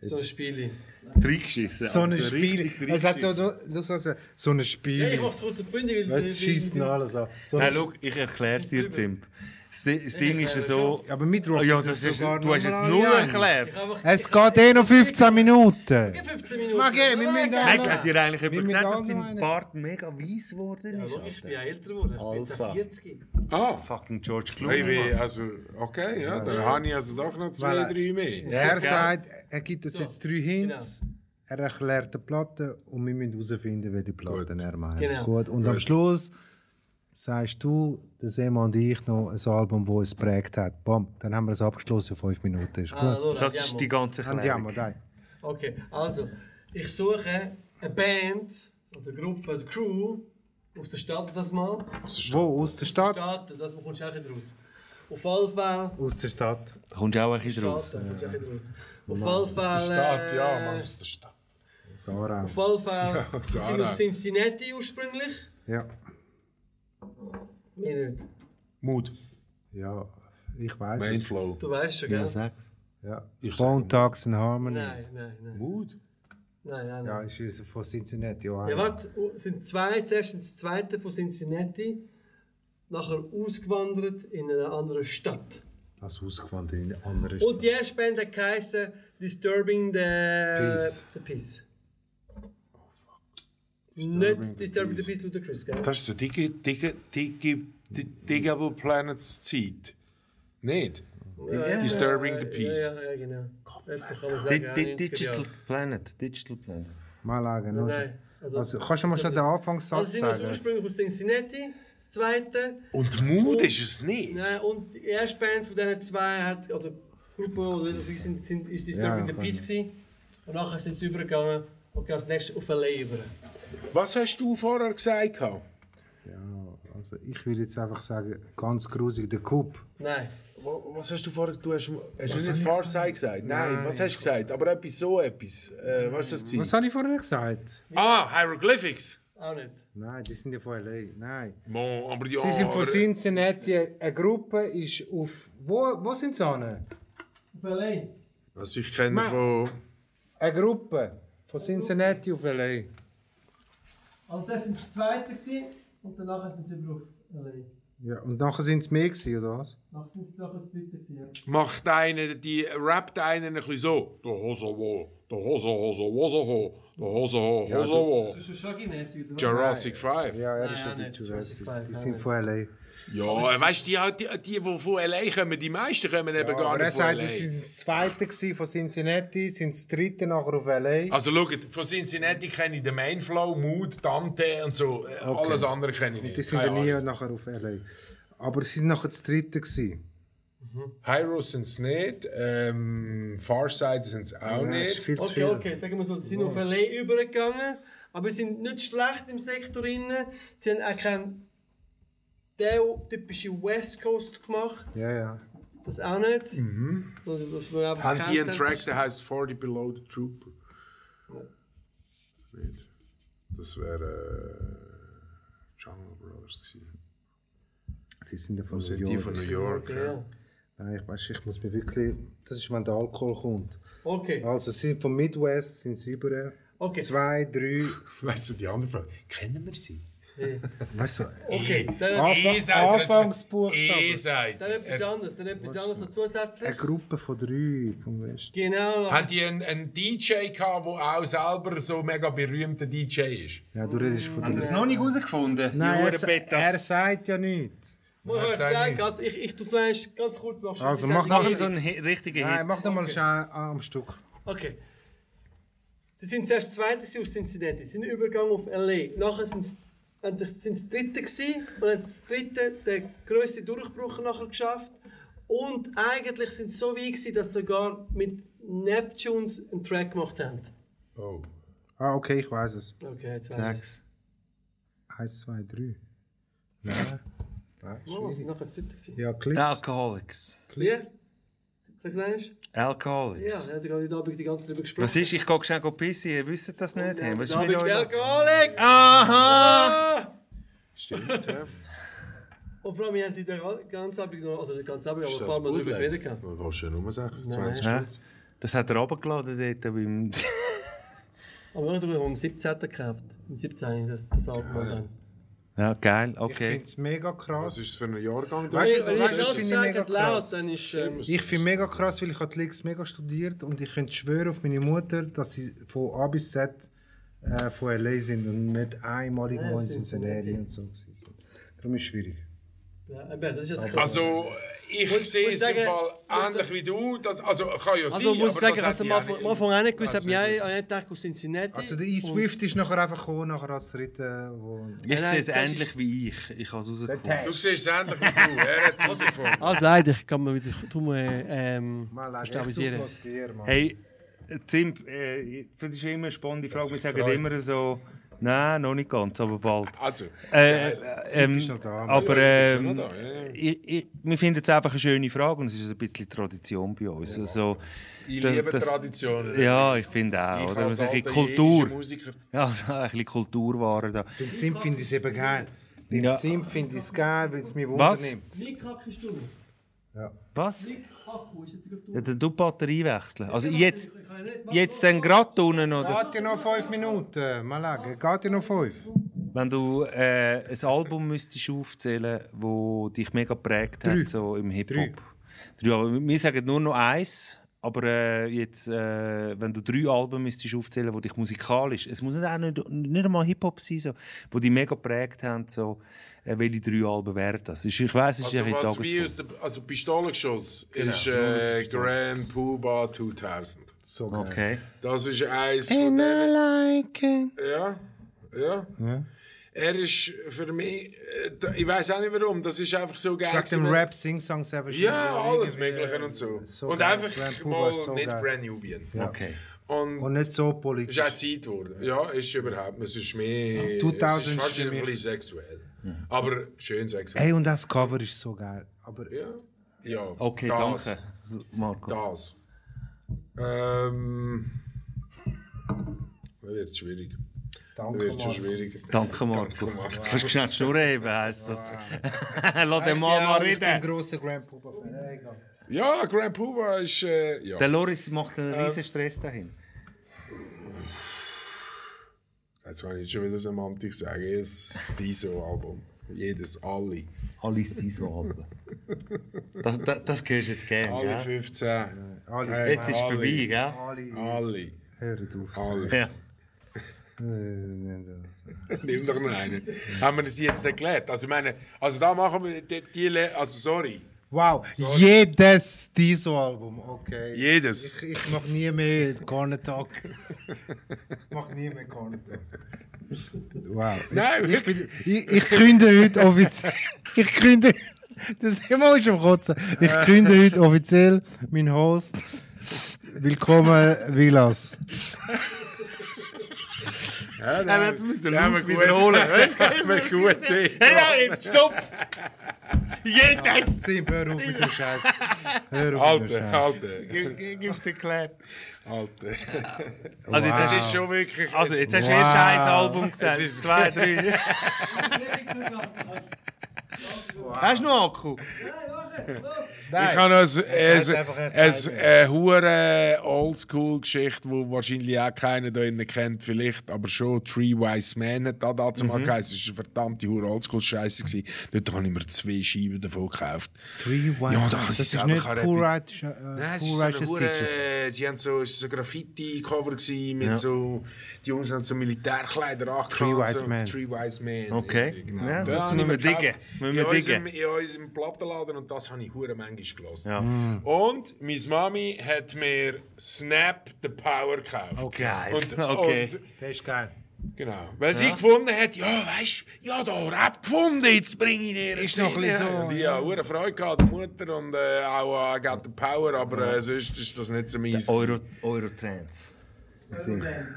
So ein Spiel.
reingeschissen.
So ein
Also,
Spiel.
richtig
Es hat so,
reingeschissen.
du sagst, so ein
Ich
Spiel.
mach's kurz und bündig. weil-
Weißt du, schießt ihn alles an. So
Nein,
ein-
schau, ich erkläre es dir, Zimp.
Das, Di- das Ding ist ja so.
Aber mit Rocket
Ja, das ist, du hast es null erklärt.
Es geht eh noch 15 Minuten.
15 Minuten.
Mag ich, wir müssen
Hey, hat dir eigentlich jemand
mit
gesagt, dass
anderen
dein
einen.
Bart mega weiss geworden
Ja,
ist?
logisch, ich
Alter?
bin ja älter geworden. Ich bin
Alpha.
jetzt 40.
Ah,
Fucking George Clooney.
Baby,
Mann.
also, okay, ja, dann habe ich also doch noch zwei,
Voilà.
drei mehr.
Er sagt, er gibt uns jetzt drei Hints.
Genau.
Er erklärt die Platte und wir müssen herausfinden, welche Platten er meint.
Genau.
Gut. Und am Schluss sagst du, der Seema und ich noch ein Album, das uns geprägt hat. Bam, dann haben wir es abgeschlossen, fünf Minuten. Ist gut.
Allora,
Das ist
andiamo.
die ganze
Andiamo,
Erklärung.
dai.
Okay, also, ich suche eine Band oder Gruppe oder Crew aus der Stadt das mal.
Wo? Aus der Stadt?
Stadt, das kommst du auch nicht raus. Auf alle Fälle.
Aus der Stadt.
Da kommst du auch ein bisschen raus.
Staaten, kommst du auch nicht raus. Auf alle Fälle.
Der Staat, ja,
äh,
Mann, ist der Staat.
Sarah.
Auf alle Fälle.
Ja,
sie sind
Sarah.
aus Cincinnati ursprünglich.
Ja.
Mir nicht.
Mut.
Ja, ich weiß es.
Mainflow.
Du weißt schon, gell?
Ja.
Ich sag
Bone Talks in Harmony.
nein, nein, nein.
Mut.
Nein, nein,
Ja,
nein.
ist unser von Cincinnati. Ja,
Ja, warte, u- sind zwei, zuerst sind das zweite von Cincinnati, nachher ausgewandert in eine andere Stadt.
Das ausgewandert in eine andere Stadt.
Und die erste Band hat geheißen Disturbing the
Peace.
The Peace. Nicht Disturbing the Peace Ludacris, gell?
Das ist so Digi, Digi, Digi, Di- Digable Planets Zeit. Nicht?
Ja,
Disturbing
ja,
the Peace.
Ja, ja, ja genau. Etwa kann man
Di
sagen, ah,
di
90er
Digital
Jahre.
Planet. Digital Planet.
Mal sagen, noch.
Nein, also,
Also, kannst du mal schon den
also
Anfangssatz
sind das
sagen?
ursprünglich aus Cincinnati, das zweite.
Und Mut ist es nicht.
Nein, und die erste Band von diesen zwei hat, also Gruppe oder wie sind, sind, ist Disturbing
Ja,
the Peace gewesen. Und nachher sind sie übergegangen und gehen als nächstes auf LA über.
Was hast du vorher gesagt? gehabt?
Also, ich würde jetzt einfach sagen, ganz grusig, der Coup.
Nein,
Wa- Was hast du vorher Du hast, hast du nicht Farsight gesagt? Nein, was hast du gesagt? Aber etwas so etwas. Äh, was ist das?
Was
Gewesen?
habe ich vorher gesagt?
Ah, Hieroglyphics.
auch nicht.
Nein, die sind ja von LA. Nein.
Mo, aber ja,
Sie sind von
aber-
Cincinnati. Eine Gruppe ist auf. Wo, wo sind sie hin?
Auf LA.
Also ich kenne
Ma-
von...
Eine Gruppe von Cincinnati auf LA.
Also das sind das zweite gewesen und danach sind sie über auf LA.
Ja, und nachher sind es mehr gewesen, oder was?
Nachher sind sie nachher das dritte gewesen. ja.
Macht einen, die rappt einen ein bisschen so. Der Hose wo, der Hose Hose Hose ho, der Hose ho, Hose wo.
Das ist schon Shaggy-mäßig, oder?
Jurassic 5.
Ja, er
Nein,
ist
ja,
ja die
nicht. Jurassic
Jurassic.
Park,
Die
ja,
sind
nicht.
von LA.
Ja, äh, weißt du, die, hat- die, die, die von L.A. kommen, die meisten kommen eben
Ja,
gar
aber er
nicht von
sagt,
L.A.
es sind das zweite gewesen von Cincinnati, sind das dritte nachher auf LA.
Also schaut, von Cincinnati kenne ich den Mainflow, Mood, Dante und so. Äh, Alles andere kenne ich nicht.
Die sind
Keine
dann nie
Ahnung.
nachher auf LA. Aber sie sind nachher das dritte gewesen.
Hyros sind es nicht, ähm, Farside sind es auch
Ja, das ist
nicht.
viel zu
Okay,
viel.
okay, sagen wir so, sie sind auf LA übergegangen, aber sie sind nicht schlecht im Sektor innen. Sie haben auch keinen der typische West Coast gemacht,
Ja, ja.
das auch nicht.
Mhm.
So, dass man einfach
Haben die einen
kennt,
Track,
das-
der heißt 40 Below the Trooper? Nicht. Das wäre äh, Jungle Brothers gewesen.
Die sind ja von
Wo
New
sind die
York.
von New York?
Ja,
Ja.
ja.
Nein, ich weiß, ich muss mir wirklich. Das ist, wenn der Alkohol kommt.
Okay,
Also, sie sind vom Midwest, sind sie über. äh,
okay.
Zwei, drei.
Weißt du, die andere Frage, kennen wir sie?
Weißt du,
okay. Dann,
Anfang, Anfangsbuchstaben.
dann
seid.
etwas anderes, dann etwas anderes noch zusätzlich.
Eine Gruppe von drei vom Westen.
Genau,
Haben die einen, einen DJ gehabt, der auch selber so mega berühmter DJ ist?
Ja, du redest von
Haben das
drei.
noch nicht herausgefunden?
Nein,
Jure
er, sa-
Betas.
er sagt ja nichts.
muss
Ja,
ich
sag
sagen,
nicht.
also ich, ich tue gleich ganz kurz machst du
Also,
die
mach
Machen
Sendung
nachher
so
fertig.
einen hi- richtigen Hit.
Nein, mach doch mal schon am Stück.
Okay. Sie sind zuerst Zweite gewesen aus Cincinnati, sie sind übergegangen auf LA. Nachher sind sie haben sich- sind sie Dritte gewesen und haben das Dritte den grössten Durchbruch nachher geschafft. Und eigentlich sind sie so weit gewesen, dass sie sogar mit Neptunes einen Track gemacht haben.
Oh.
Ah, okay, ich weiß es.
Okay, jetzt weiß
Next.
Eins, zwei, drei. Nein. Nein,
ich. Oh, sie sind
schwierig.
nachher das Dritte gewesen.
Ja, Klicks.
Ah,
Alcoholics.
Clear? Sagst du eins?
Alcoholics.
Ja, er hat gerade heute Abend die ganze Zeit darüber gesprochen.
Was ist? Ich gehe schnell pissen. Ihr wisst das nicht. Hey, was ist mit euch los? Ah.
Alkoholik!
Aha!
Stimmt, ja.
Und vor allem, wir haben heute ganz Abend noch, also nicht ganz Abend, aber
Ist
ein
das
paar Mal darüber
Bootleg?
geredet. gehabt.
Du um, hast ja nur 26
Hä?
Stunden.
Das hat er runtergeladen dort beim...
um Aber wir haben es am 17. gekauft. Am 17. das, das Album dann.
Ja, geil,
Ich
okay.
finde es mega krass.
Was ist das für ein Jahrgang?
Weißt du,
Wenn ihr
weißt du,
das
finde ich mega
sagt laut,
krass.
dann ist... Ähm,
Ich finde mega krass, weil ich habe die Leaks mega studiert und ich könnte schwören auf meine Mutter, dass sie von A bis Z äh, von LA sind und nicht einmal irgendwo in Cincinnati und so gewesen sind. Darum ist es schwierig.
ja, eben, das ist ja das Krasse.
Also, ich sehe
muss
es
sagen,
im Fall
muss-
ähnlich wie du. Das, also, kann ja sein,
Also muss ich
aber
sagen,
das
also
hätte
am
ich
Anfang
auch
am Anfang auch nicht gewusst,
hat's
habe ich
nicht
auch auch nicht gedacht, aus Cincinnati.
Also der E-Swift ist nachher einfach gekommen, nachher als dritter, wo...
Ich
nein,
sehe es
das ist-
ähnlich wie ich. Ich habe es rausgefunden.
Du siehst es ähnlich wie du. Er hat es rausgefunden.
Also eigentlich kann man wieder drum äh, ähm,
Mal leg ich
stabilisieren.
auf das Bier, Mann.
Hey, Zimp, äh, das ist immer eine spannende Frage. Wir sagen
gefreut.
immer so, nein, noch nicht ganz, aber bald.
Also,
Äh, ähm,
noch da, Mann.
aber
Ja, du bist schon
ähm,
noch da, ja, ja.
ich, ich, wir finden es einfach eine schöne Frage und es ist ein bisschen Tradition bei uns. Also,
ich
das-
liebe
das-
Traditionen.
Ja, ich finde auch.
Ich
oder?
als
Also ein bisschen
alter
Kultur.
jüdischer Musiker.
Ja, also ein bisschen Kulturware da.
Beim Zimt finde ich es eben geil. Beim
Ja.
Zimt finde ich es geil, weil es mich
Was?
wundernimmt.
Wie kacke ist du?
Was?
Wie kacke ist
Ja, dann du die Batterie wechseln. Also jetzt, jetzt dann gerade unten, oder?
Geht ja noch fünf Minuten, mal legen. Geht ja noch fünf.
Wenn du äh, ein Album müsstest aufzählen, wo dich mega geprägt hat, so im Hip-Hop. Drei. aber Wir sagen nur noch eins, aber äh, jetzt, äh, wenn du drei Alben müsstest aufzählen, wo dich musikalisch, es muss nicht, auch nicht, nicht einmal Hip-Hop sein, so, wo dich mega geprägt haben, so, äh, welche drei Alben wären das? Ist- Ich weiss, es ist
Also,
ja
was
Tagesform.
wir aus der also Pistolengeschoss ist
Genau.
äh, Grand Poobah 2000.
So geil.
Okay.
Das ist eins von
And
denen-
I like it.
Ja, ja. Er ist für mich, äh, da- ich weiß auch nicht warum, das ist einfach so geil.
Sag dem
gewesen.
Rap, Sing, Songs, einfach
Ja,
schnell
alles
irgendwie.
Mögliche und so.
so
und
geil.
einfach
Grand Poobah
mal
ist so
nicht
geil.
Brand Nubian.
okay.
Und,
Und nicht so
ist auch
politisch.
Zeit geworden. Ja, ist überhaupt. Es ist mehr.
2000
es ist fast
ist
ein
für mich-
bisschen sexuell. Aber schön sexuell.
Hey, und das Cover ist so geil. Aber äh,
Ja. ja.
Okay,
das,
danke, Marco.
Das. Ähm. Das wird schwierig. Das
danke
wird schon
mal.
schwierig.
Danke, Marco. Kannst du schnell die Schnur heben, heisst das. Lass den Mann
Ja,
mal
ich bin ein
reden.
grosser Grand Pooper-Fan. Ja, egal.
Ja, Grand Poobah ist. Äh, ja.
Der Loris macht einen riesen Stress dahin.
Jetzt kann ich schon wieder Semantik sagen. Jedes Diesel-Album. Jedes, alle.
Alles diese Alben. Das, das, das hörst du jetzt gerne,
Alle
gell?
15.
Alle,
Hey,
Jetzt ist es
alle.
vorbei, gell?
alle,
Alle.
hört auf.
Alle.
Ja.
Äh,
Nimm doch noch einen. Haben wir das jetzt erklärt? Also, ich meine, also da machen wir die, die Le- Also, sorry.
Wow, jedes Diesel-Album, okay.
Jedes.
Ich, ich mach nie mehr Corner Talk. ich mach nie mehr Corner Talk. Wow.
Nein,
Ich, bin, ich, ich künde heute offiziell. Ich künde. Das immer ist am Kotzen. Ich künde heute offiziell mein Host. Willkommen, Vilas.
Er hat es müssen
Ja,
laut
aber gut.
wiederholen.
haben wir gut. hey.
Hey, nein, stopp! Jedes!
Sim, hör auf mit dem Scheiß. Hör auf mit dem
Alter,
Scheiß.
Alter,
Gib den Clap.
Alter.
Also, jetzt
Das
hast
ist schon wirklich.
du, also, jetzt hast du
Wow.
erst ein Album gesagt.
ist-
zwei, drei. Hast du noch Akku?
Ich kann es es
hat einfach
es eine hure Oldschool-Geschichte, wo wahrscheinlich auch keiner da innen kennt, vielleicht, aber schon Three Wise Men hat da dazu mal geheißen. Es war eine verdammte hure Oldschool-Scheiße gewesen. Dort habe ich mir zwei Scheiben davon gekauft.
Three Wise
Ja,
Men.
doch, es
das
ist
ist
aber
nicht
kein
Poor
Rap-
Righteous äh,
Nein, es
Poor
war so eine
Righteous Teachers.
hure, die haben so, es ist so Graffiti-Cover gewesen mit so, die Jungs haben so Militärkleider angehabt.
Three Wise
so,
Men.
Three Wise Men.
Okay.
Ja, genau.
Ja, das
habe
müssen
ich
wir
gekauft.
diggen. Müssen
In
wir
unserem, in unserem Plattenladen und das habe ich hure manchmal gelesen. Und meine Mami hat mir Snap the Power gekauft.
Okay.
Und,
Okay.
und
Das ist geil.
Genau. Weil sie gefunden hat, ja, weißt du, ja, da Rap gefunden, jetzt bringe ich dir Ist
noch ein bisschen so,
Und ich habe hure Freude gehabt, die Mutter und äh, auch äh, Get the Power, aber äh, sonst ist das nicht so meins.
Euro, Eurotrans.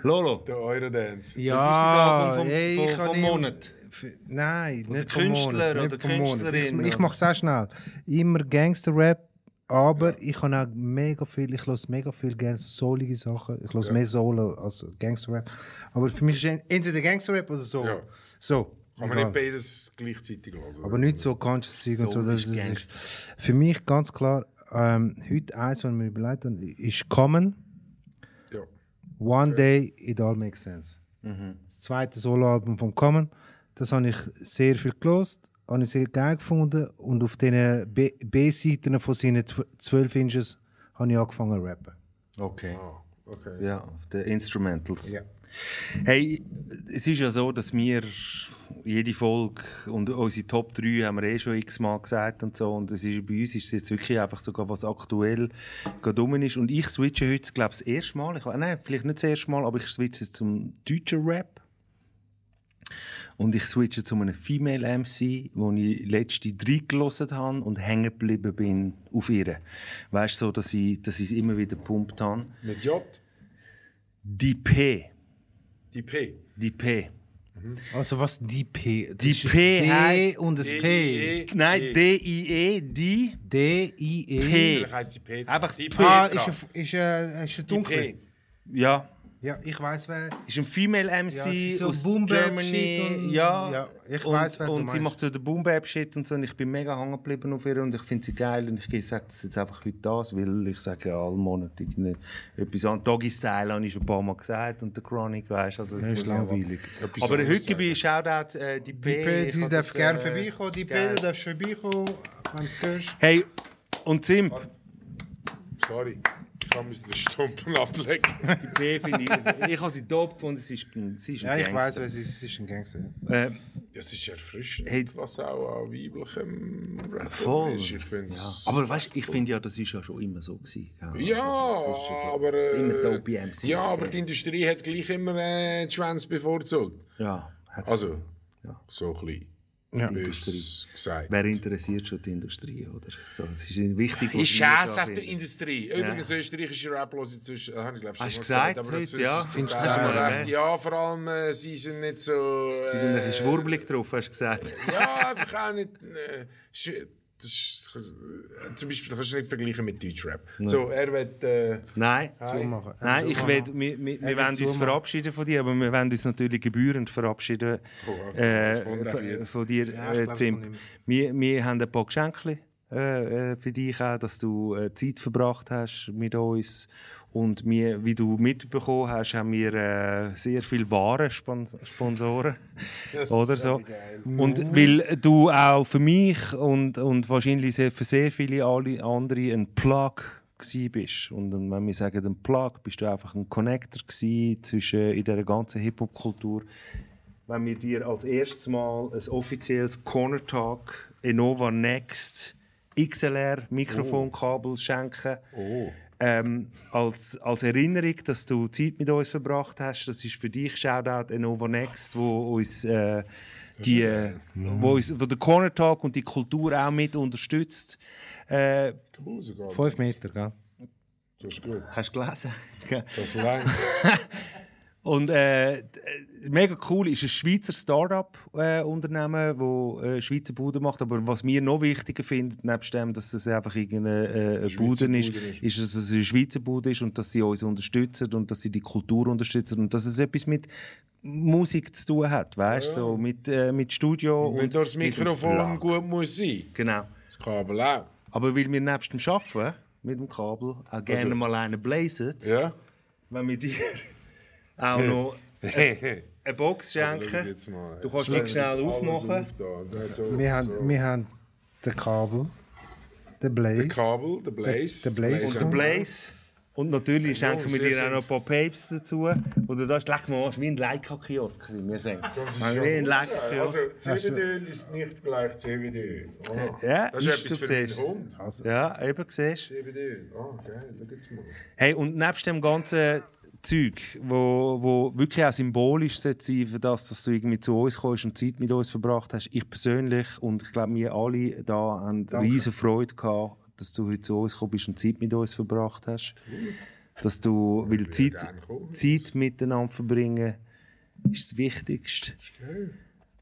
Lolo,
Der Eurodance.
Ja,
Dus Album vom-
ey,
vom-
ich
vom
kann ihm-
Monat?
F- Nein, nicht vom
Künstler
Monat, nicht
oder
vom Monat.
Künstlerin,
Ich, ich
oder?
mache es auch schnell. Immer Gangster-Rap, aber ich kann auch mega viel, ich höre mega viel Gangster-soulige Sachen. Ich höre mehr Solo als Gangster-Rap. Aber für mich ist en- entweder Gangster-Rap oder Solo.
Ja.
So.
Kann man
egal.
nicht beides gleichzeitig hören.
Aber nicht so conscious Zeug und so. Das, das ist für mich ganz klar, ähm, heute eins, was ich mir überlegt habe, ist Common.
Ja.
Mhm.
One Day It All Makes Sense. Das zweite Soloalbum von Common. Das habe ich sehr viel gelost, habe ich sehr geil gefunden. Und auf diesen B- B-Seiten von seinen zw- 12 Inches habe ich angefangen zu rappen.
Okay.
Ah, Okay.
Ja, der Instrumentals.
Ja.
Hey, es ist ja so, dass wir jede Folge und unsere Top 3 haben wir eh schon x-mal gesagt und so. Und es ist, bei uns ist es jetzt wirklich einfach sogar, was aktuell gerade rum ist. Und ich switche heute, glaube ich, das erste Mal. Ich, we- nein, vielleicht nicht das erste Mal, aber ich switche jetzt zum deutschen Rap. Und ich switche zu einem Female MC, wo ich letzte drei gelesen habe und hängen geblieben bin auf ihr. Weißt du, so, dass ich, dass ich es immer wieder gepumpt habe.
Mit J,
Die P.
die P.
Die P.
Also was die P? Das
Die
ist ein
P
D
heisst- E.
und das P.
E,
Nein, D-I-E, die
D, I, E.
P.
heißt die P.
Einfach
die
P.
Ah,
Petra.
ist ein, ist ein, ist ein
Die
dunkler.
P.
Ja,
Ja, ich weiß wer.
ist ein Female
Ja,
MC
sie ist so
aus
Boom Bap
Germany.
Shit und-
ja.
Ja, ich
und,
weiss, wer du
Und sie
meinst.
macht so den Boom Bap Shit und so. Und ich bin mega hängen geblieben auf ihr und ich finde sie geil. Und ich sage das jetzt einfach heute das, weil ich sage ja alle Monate irgende- etwas an. Doggy Style habe ich schon ein paar Mal gesagt und der Chronic, weißt du. Also, das ist langweilig.
Etwas
Aber
anderes
heute gebe ich Shoutout äh, die P.
Die P,
Ich
sie
habe
darf
das,
gerne
äh,
vorbeikommen. Die
ist
P,
geil.
du darfst vorbeikommen, wenn du gehörst.
Hey, und Simp.
Sorry, ich kann mir den Stumpen ablegen.
Die P finde ich. Ich habe sie top gefunden. Sie ist, sie ist ein
Ja, ich weiß,
Gangster.
es ist, es ist ein Gangster. ja.
Äh,
Es ist erfrischend,
Hey.
was auch an weiblichem Rap
Voll.
ist. Ich find's-
Aber weißt du, ich finde ja, das ist ja schon immer so gewesen. Ja,
Ja,
also, das ist schon so.
aber. Äh,
Immer die OPMCs
Ja, aber
gegeben.
die Industrie hat gleich immer äh, die Schwänze bevorzugt.
Ja, hat's-
Also,
Ja.
so ein bisschen.
Ja.
Bös gesagt.
wer interessiert schon die Industrie, oder? So, es ist wichtig,
Ich
was wir
schätze
da
auf die
finden.
Industrie. Übrigens, österreichische Rap höre ich inzwischen, das habe ich glaube schon
Hast
mal
du gesagt
aber das
heute, ja?
ist zum
Findest du,
Teil
hast du mal
recht.
erwähnt?
Ja, vor allem, äh, sie sind nicht so... äh,
Sie sind ein bisschen schwurbelig drauf, hast du gesagt.
ja, einfach auch nicht... Äh, sch- das ist, äh, zum Beispiel kannst du nicht vergleichen mit Deutschrap. So, er wird... Äh,
Nein,
Zumachen.
Nein ich will, wir, wir, wir wollen uns verabschieden von dir, aber wir wollen uns natürlich gebührend verabschieden äh,
Oh, das kommt auch
von,
jetzt.
von dir,
ich
äh,
glaub, es kommt
Zimp.
nicht
Wir, wir haben ein paar Geschenke äh, äh, für dich auch, dass du äh, Zeit verbracht hast mit uns. Und wir, wie du mitbekommen hast, haben wir äh, sehr viele wahre Spon Sponsoren. oder so. Und weil du auch für mich und, und wahrscheinlich sehr, für sehr viele alle andere ein Plug gsi bist. Und dann, wenn wir sagen ein Plug, bist du einfach ein Connector gsi zwischen in dieser ganzen Hip-Hop-Kultur. Wenn wir dir als erstes Mal ein offizielles Corner Talk Enova Next XLR Mikrofonkabel schenken. Ähm, als, als Erinnerung, dass du Zeit mit uns verbracht hast, das ist für dich Shoutout Enova Next, wo uns äh, die, äh, wo uns, wo der Corner Talk und die Kultur auch mit unterstützt. Äh,
Fünf Meter, gell?
Das ist gut.
hast du gelesen? Gell?
Das langt.
Und äh, d- äh, mega cool ist ein Schweizer Start-up-Unternehmen, wo äh, Schweizer Bude macht. Aber was mir noch wichtiger findet, nebst dem, dass es einfach irgendeine äh, Bude ist, ist, dass es eine Schweizer Bude ist und dass sie uns unterstützen und dass sie die Kultur unterstützen und dass es etwas mit Musik zu tun hat, weißt du, so mit, äh, mit Studio
Wenn das
mit dem
Mikrofon
Plug.
gut muss sein,
Genau.
das Kabel auch.
Aber weil wir nebst dem Arbeiten mit dem Kabel auch gerne
Also-
mal einen blazen,
Ja?
wenn wir dir auch noch eine Box schenken. Du kannst die schnell aufmachen.
Wir haben, wir haben den Kabel, den Blaze.
Den Kabel, den Blaze.
Der- der Blaze. Ja.
Und der Blaze. Und natürlich schenken wir
sehr
dir auch
schön.
noch ein paar Papes dazu. Oder da ist gleich mal wie ein Leica-Kiosk. gewesen, Wir sagen.
Das ist
Wie
ja
ein
gut.
Leica-Kiosk.
Also, CBD ist nicht gleich CBD. Oh.
Ja,
das
ist,
ist etwas
du
für den
siehst.
Hund.
Ja, eben siehst
CBD. Ah, geil, schau jetzt mal.
Hey, und nebst dem ganzen Zeug, wo, wo wirklich auch symbolisch sein sollte für das, dass du irgendwie zu uns kommst und Zeit mit uns verbracht hast, ich persönlich und ich glaube, wir alle da haben riesen Freude gehabt, dass du heute zu uns gekommen bist und Zeit mit uns verbracht hast. Dass du, weil Zeit,
gerne gekommen.
Zeit miteinander verbringen ist das Wichtigste.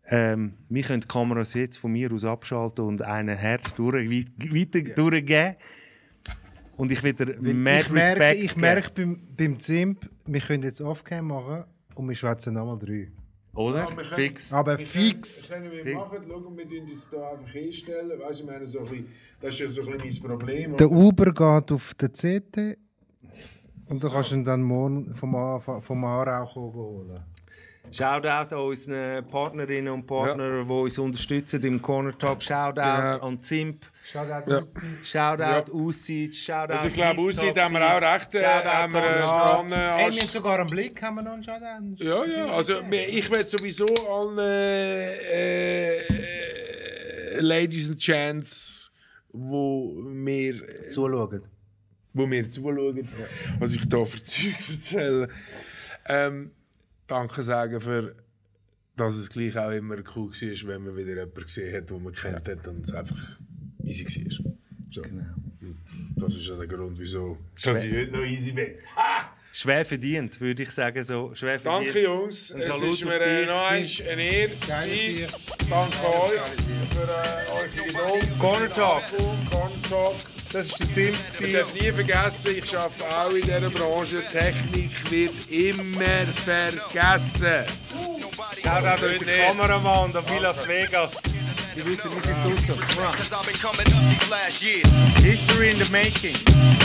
Ähm, wir können die Kameras jetzt von mir aus abschalten und einen Herz durch, weit, weiter durchgeben. Und ich wieder mehr
ich merke,
Respekt
ich
geben.
merke beim, beim Zimp, wir können jetzt Offcam machen und wir schwätzen nochmal drei.
Oder?
wir können-
Fix.
Aber
Wir
fix!
Können, können wir machen, schauen, wir tun uns hier einfach hinstellen. Weißt du, ich meine, so ein bisschen, das ist ja so ein bisschen mein Problem.
Der Uber geht auf den CT und du kannst ihn dann morgen vom, A- vom Aarau holen.
Shoutout an unseren Partnerinnen und Partner, die uns unterstützen im Corner Talk. Shoutout
Genau.
an Zimp.
Shoutout
Ja.
Shoutout Aussicht. Shoutout
Also ich glaube,
Hits
aussieht haben wir auch
Taxi.
recht. äh,
Shoutout
Haben wir
an
äh,
Staff.
dran, äh,
Ey, wir haben sogar einen Blick, haben wir noch einen Shoutout?
Ja, ja, also mir- ich werde sowieso allen äh, äh, Ladies and Chance, wo mir,
Zuschauen.
wo mir zuschauen, was ich da für Zeug erzähle, ähm, danke sagen für, dass es gleich auch immer cool war, wenn man wieder jemanden gesehen hat, den man kennt hat und es einfach easy war. So. Und Das ist ja der Grund, wieso dass ich heute noch easy bin.
Schwer verdient, würde ich sagen. So. Schwer verdient.
Danke Jungs,
Ein
es
Salut
ist
auf
mir
dich.
äh, noch eins eine Ehre. gewesen. Danke euch für äh, eure Geduld.
Corner Talk.
Corner Talk.
Das ist der Zimp.
Ich darf nie vergessen, ich arbeite auch in dieser Branche. Technik wird immer vergessen.
Shoutout an
Nicht.
unseren Kameramann an Vilas Vegas. Die wissen, wir sind draußen.
Cause I've been coming up these last years.
History in the making.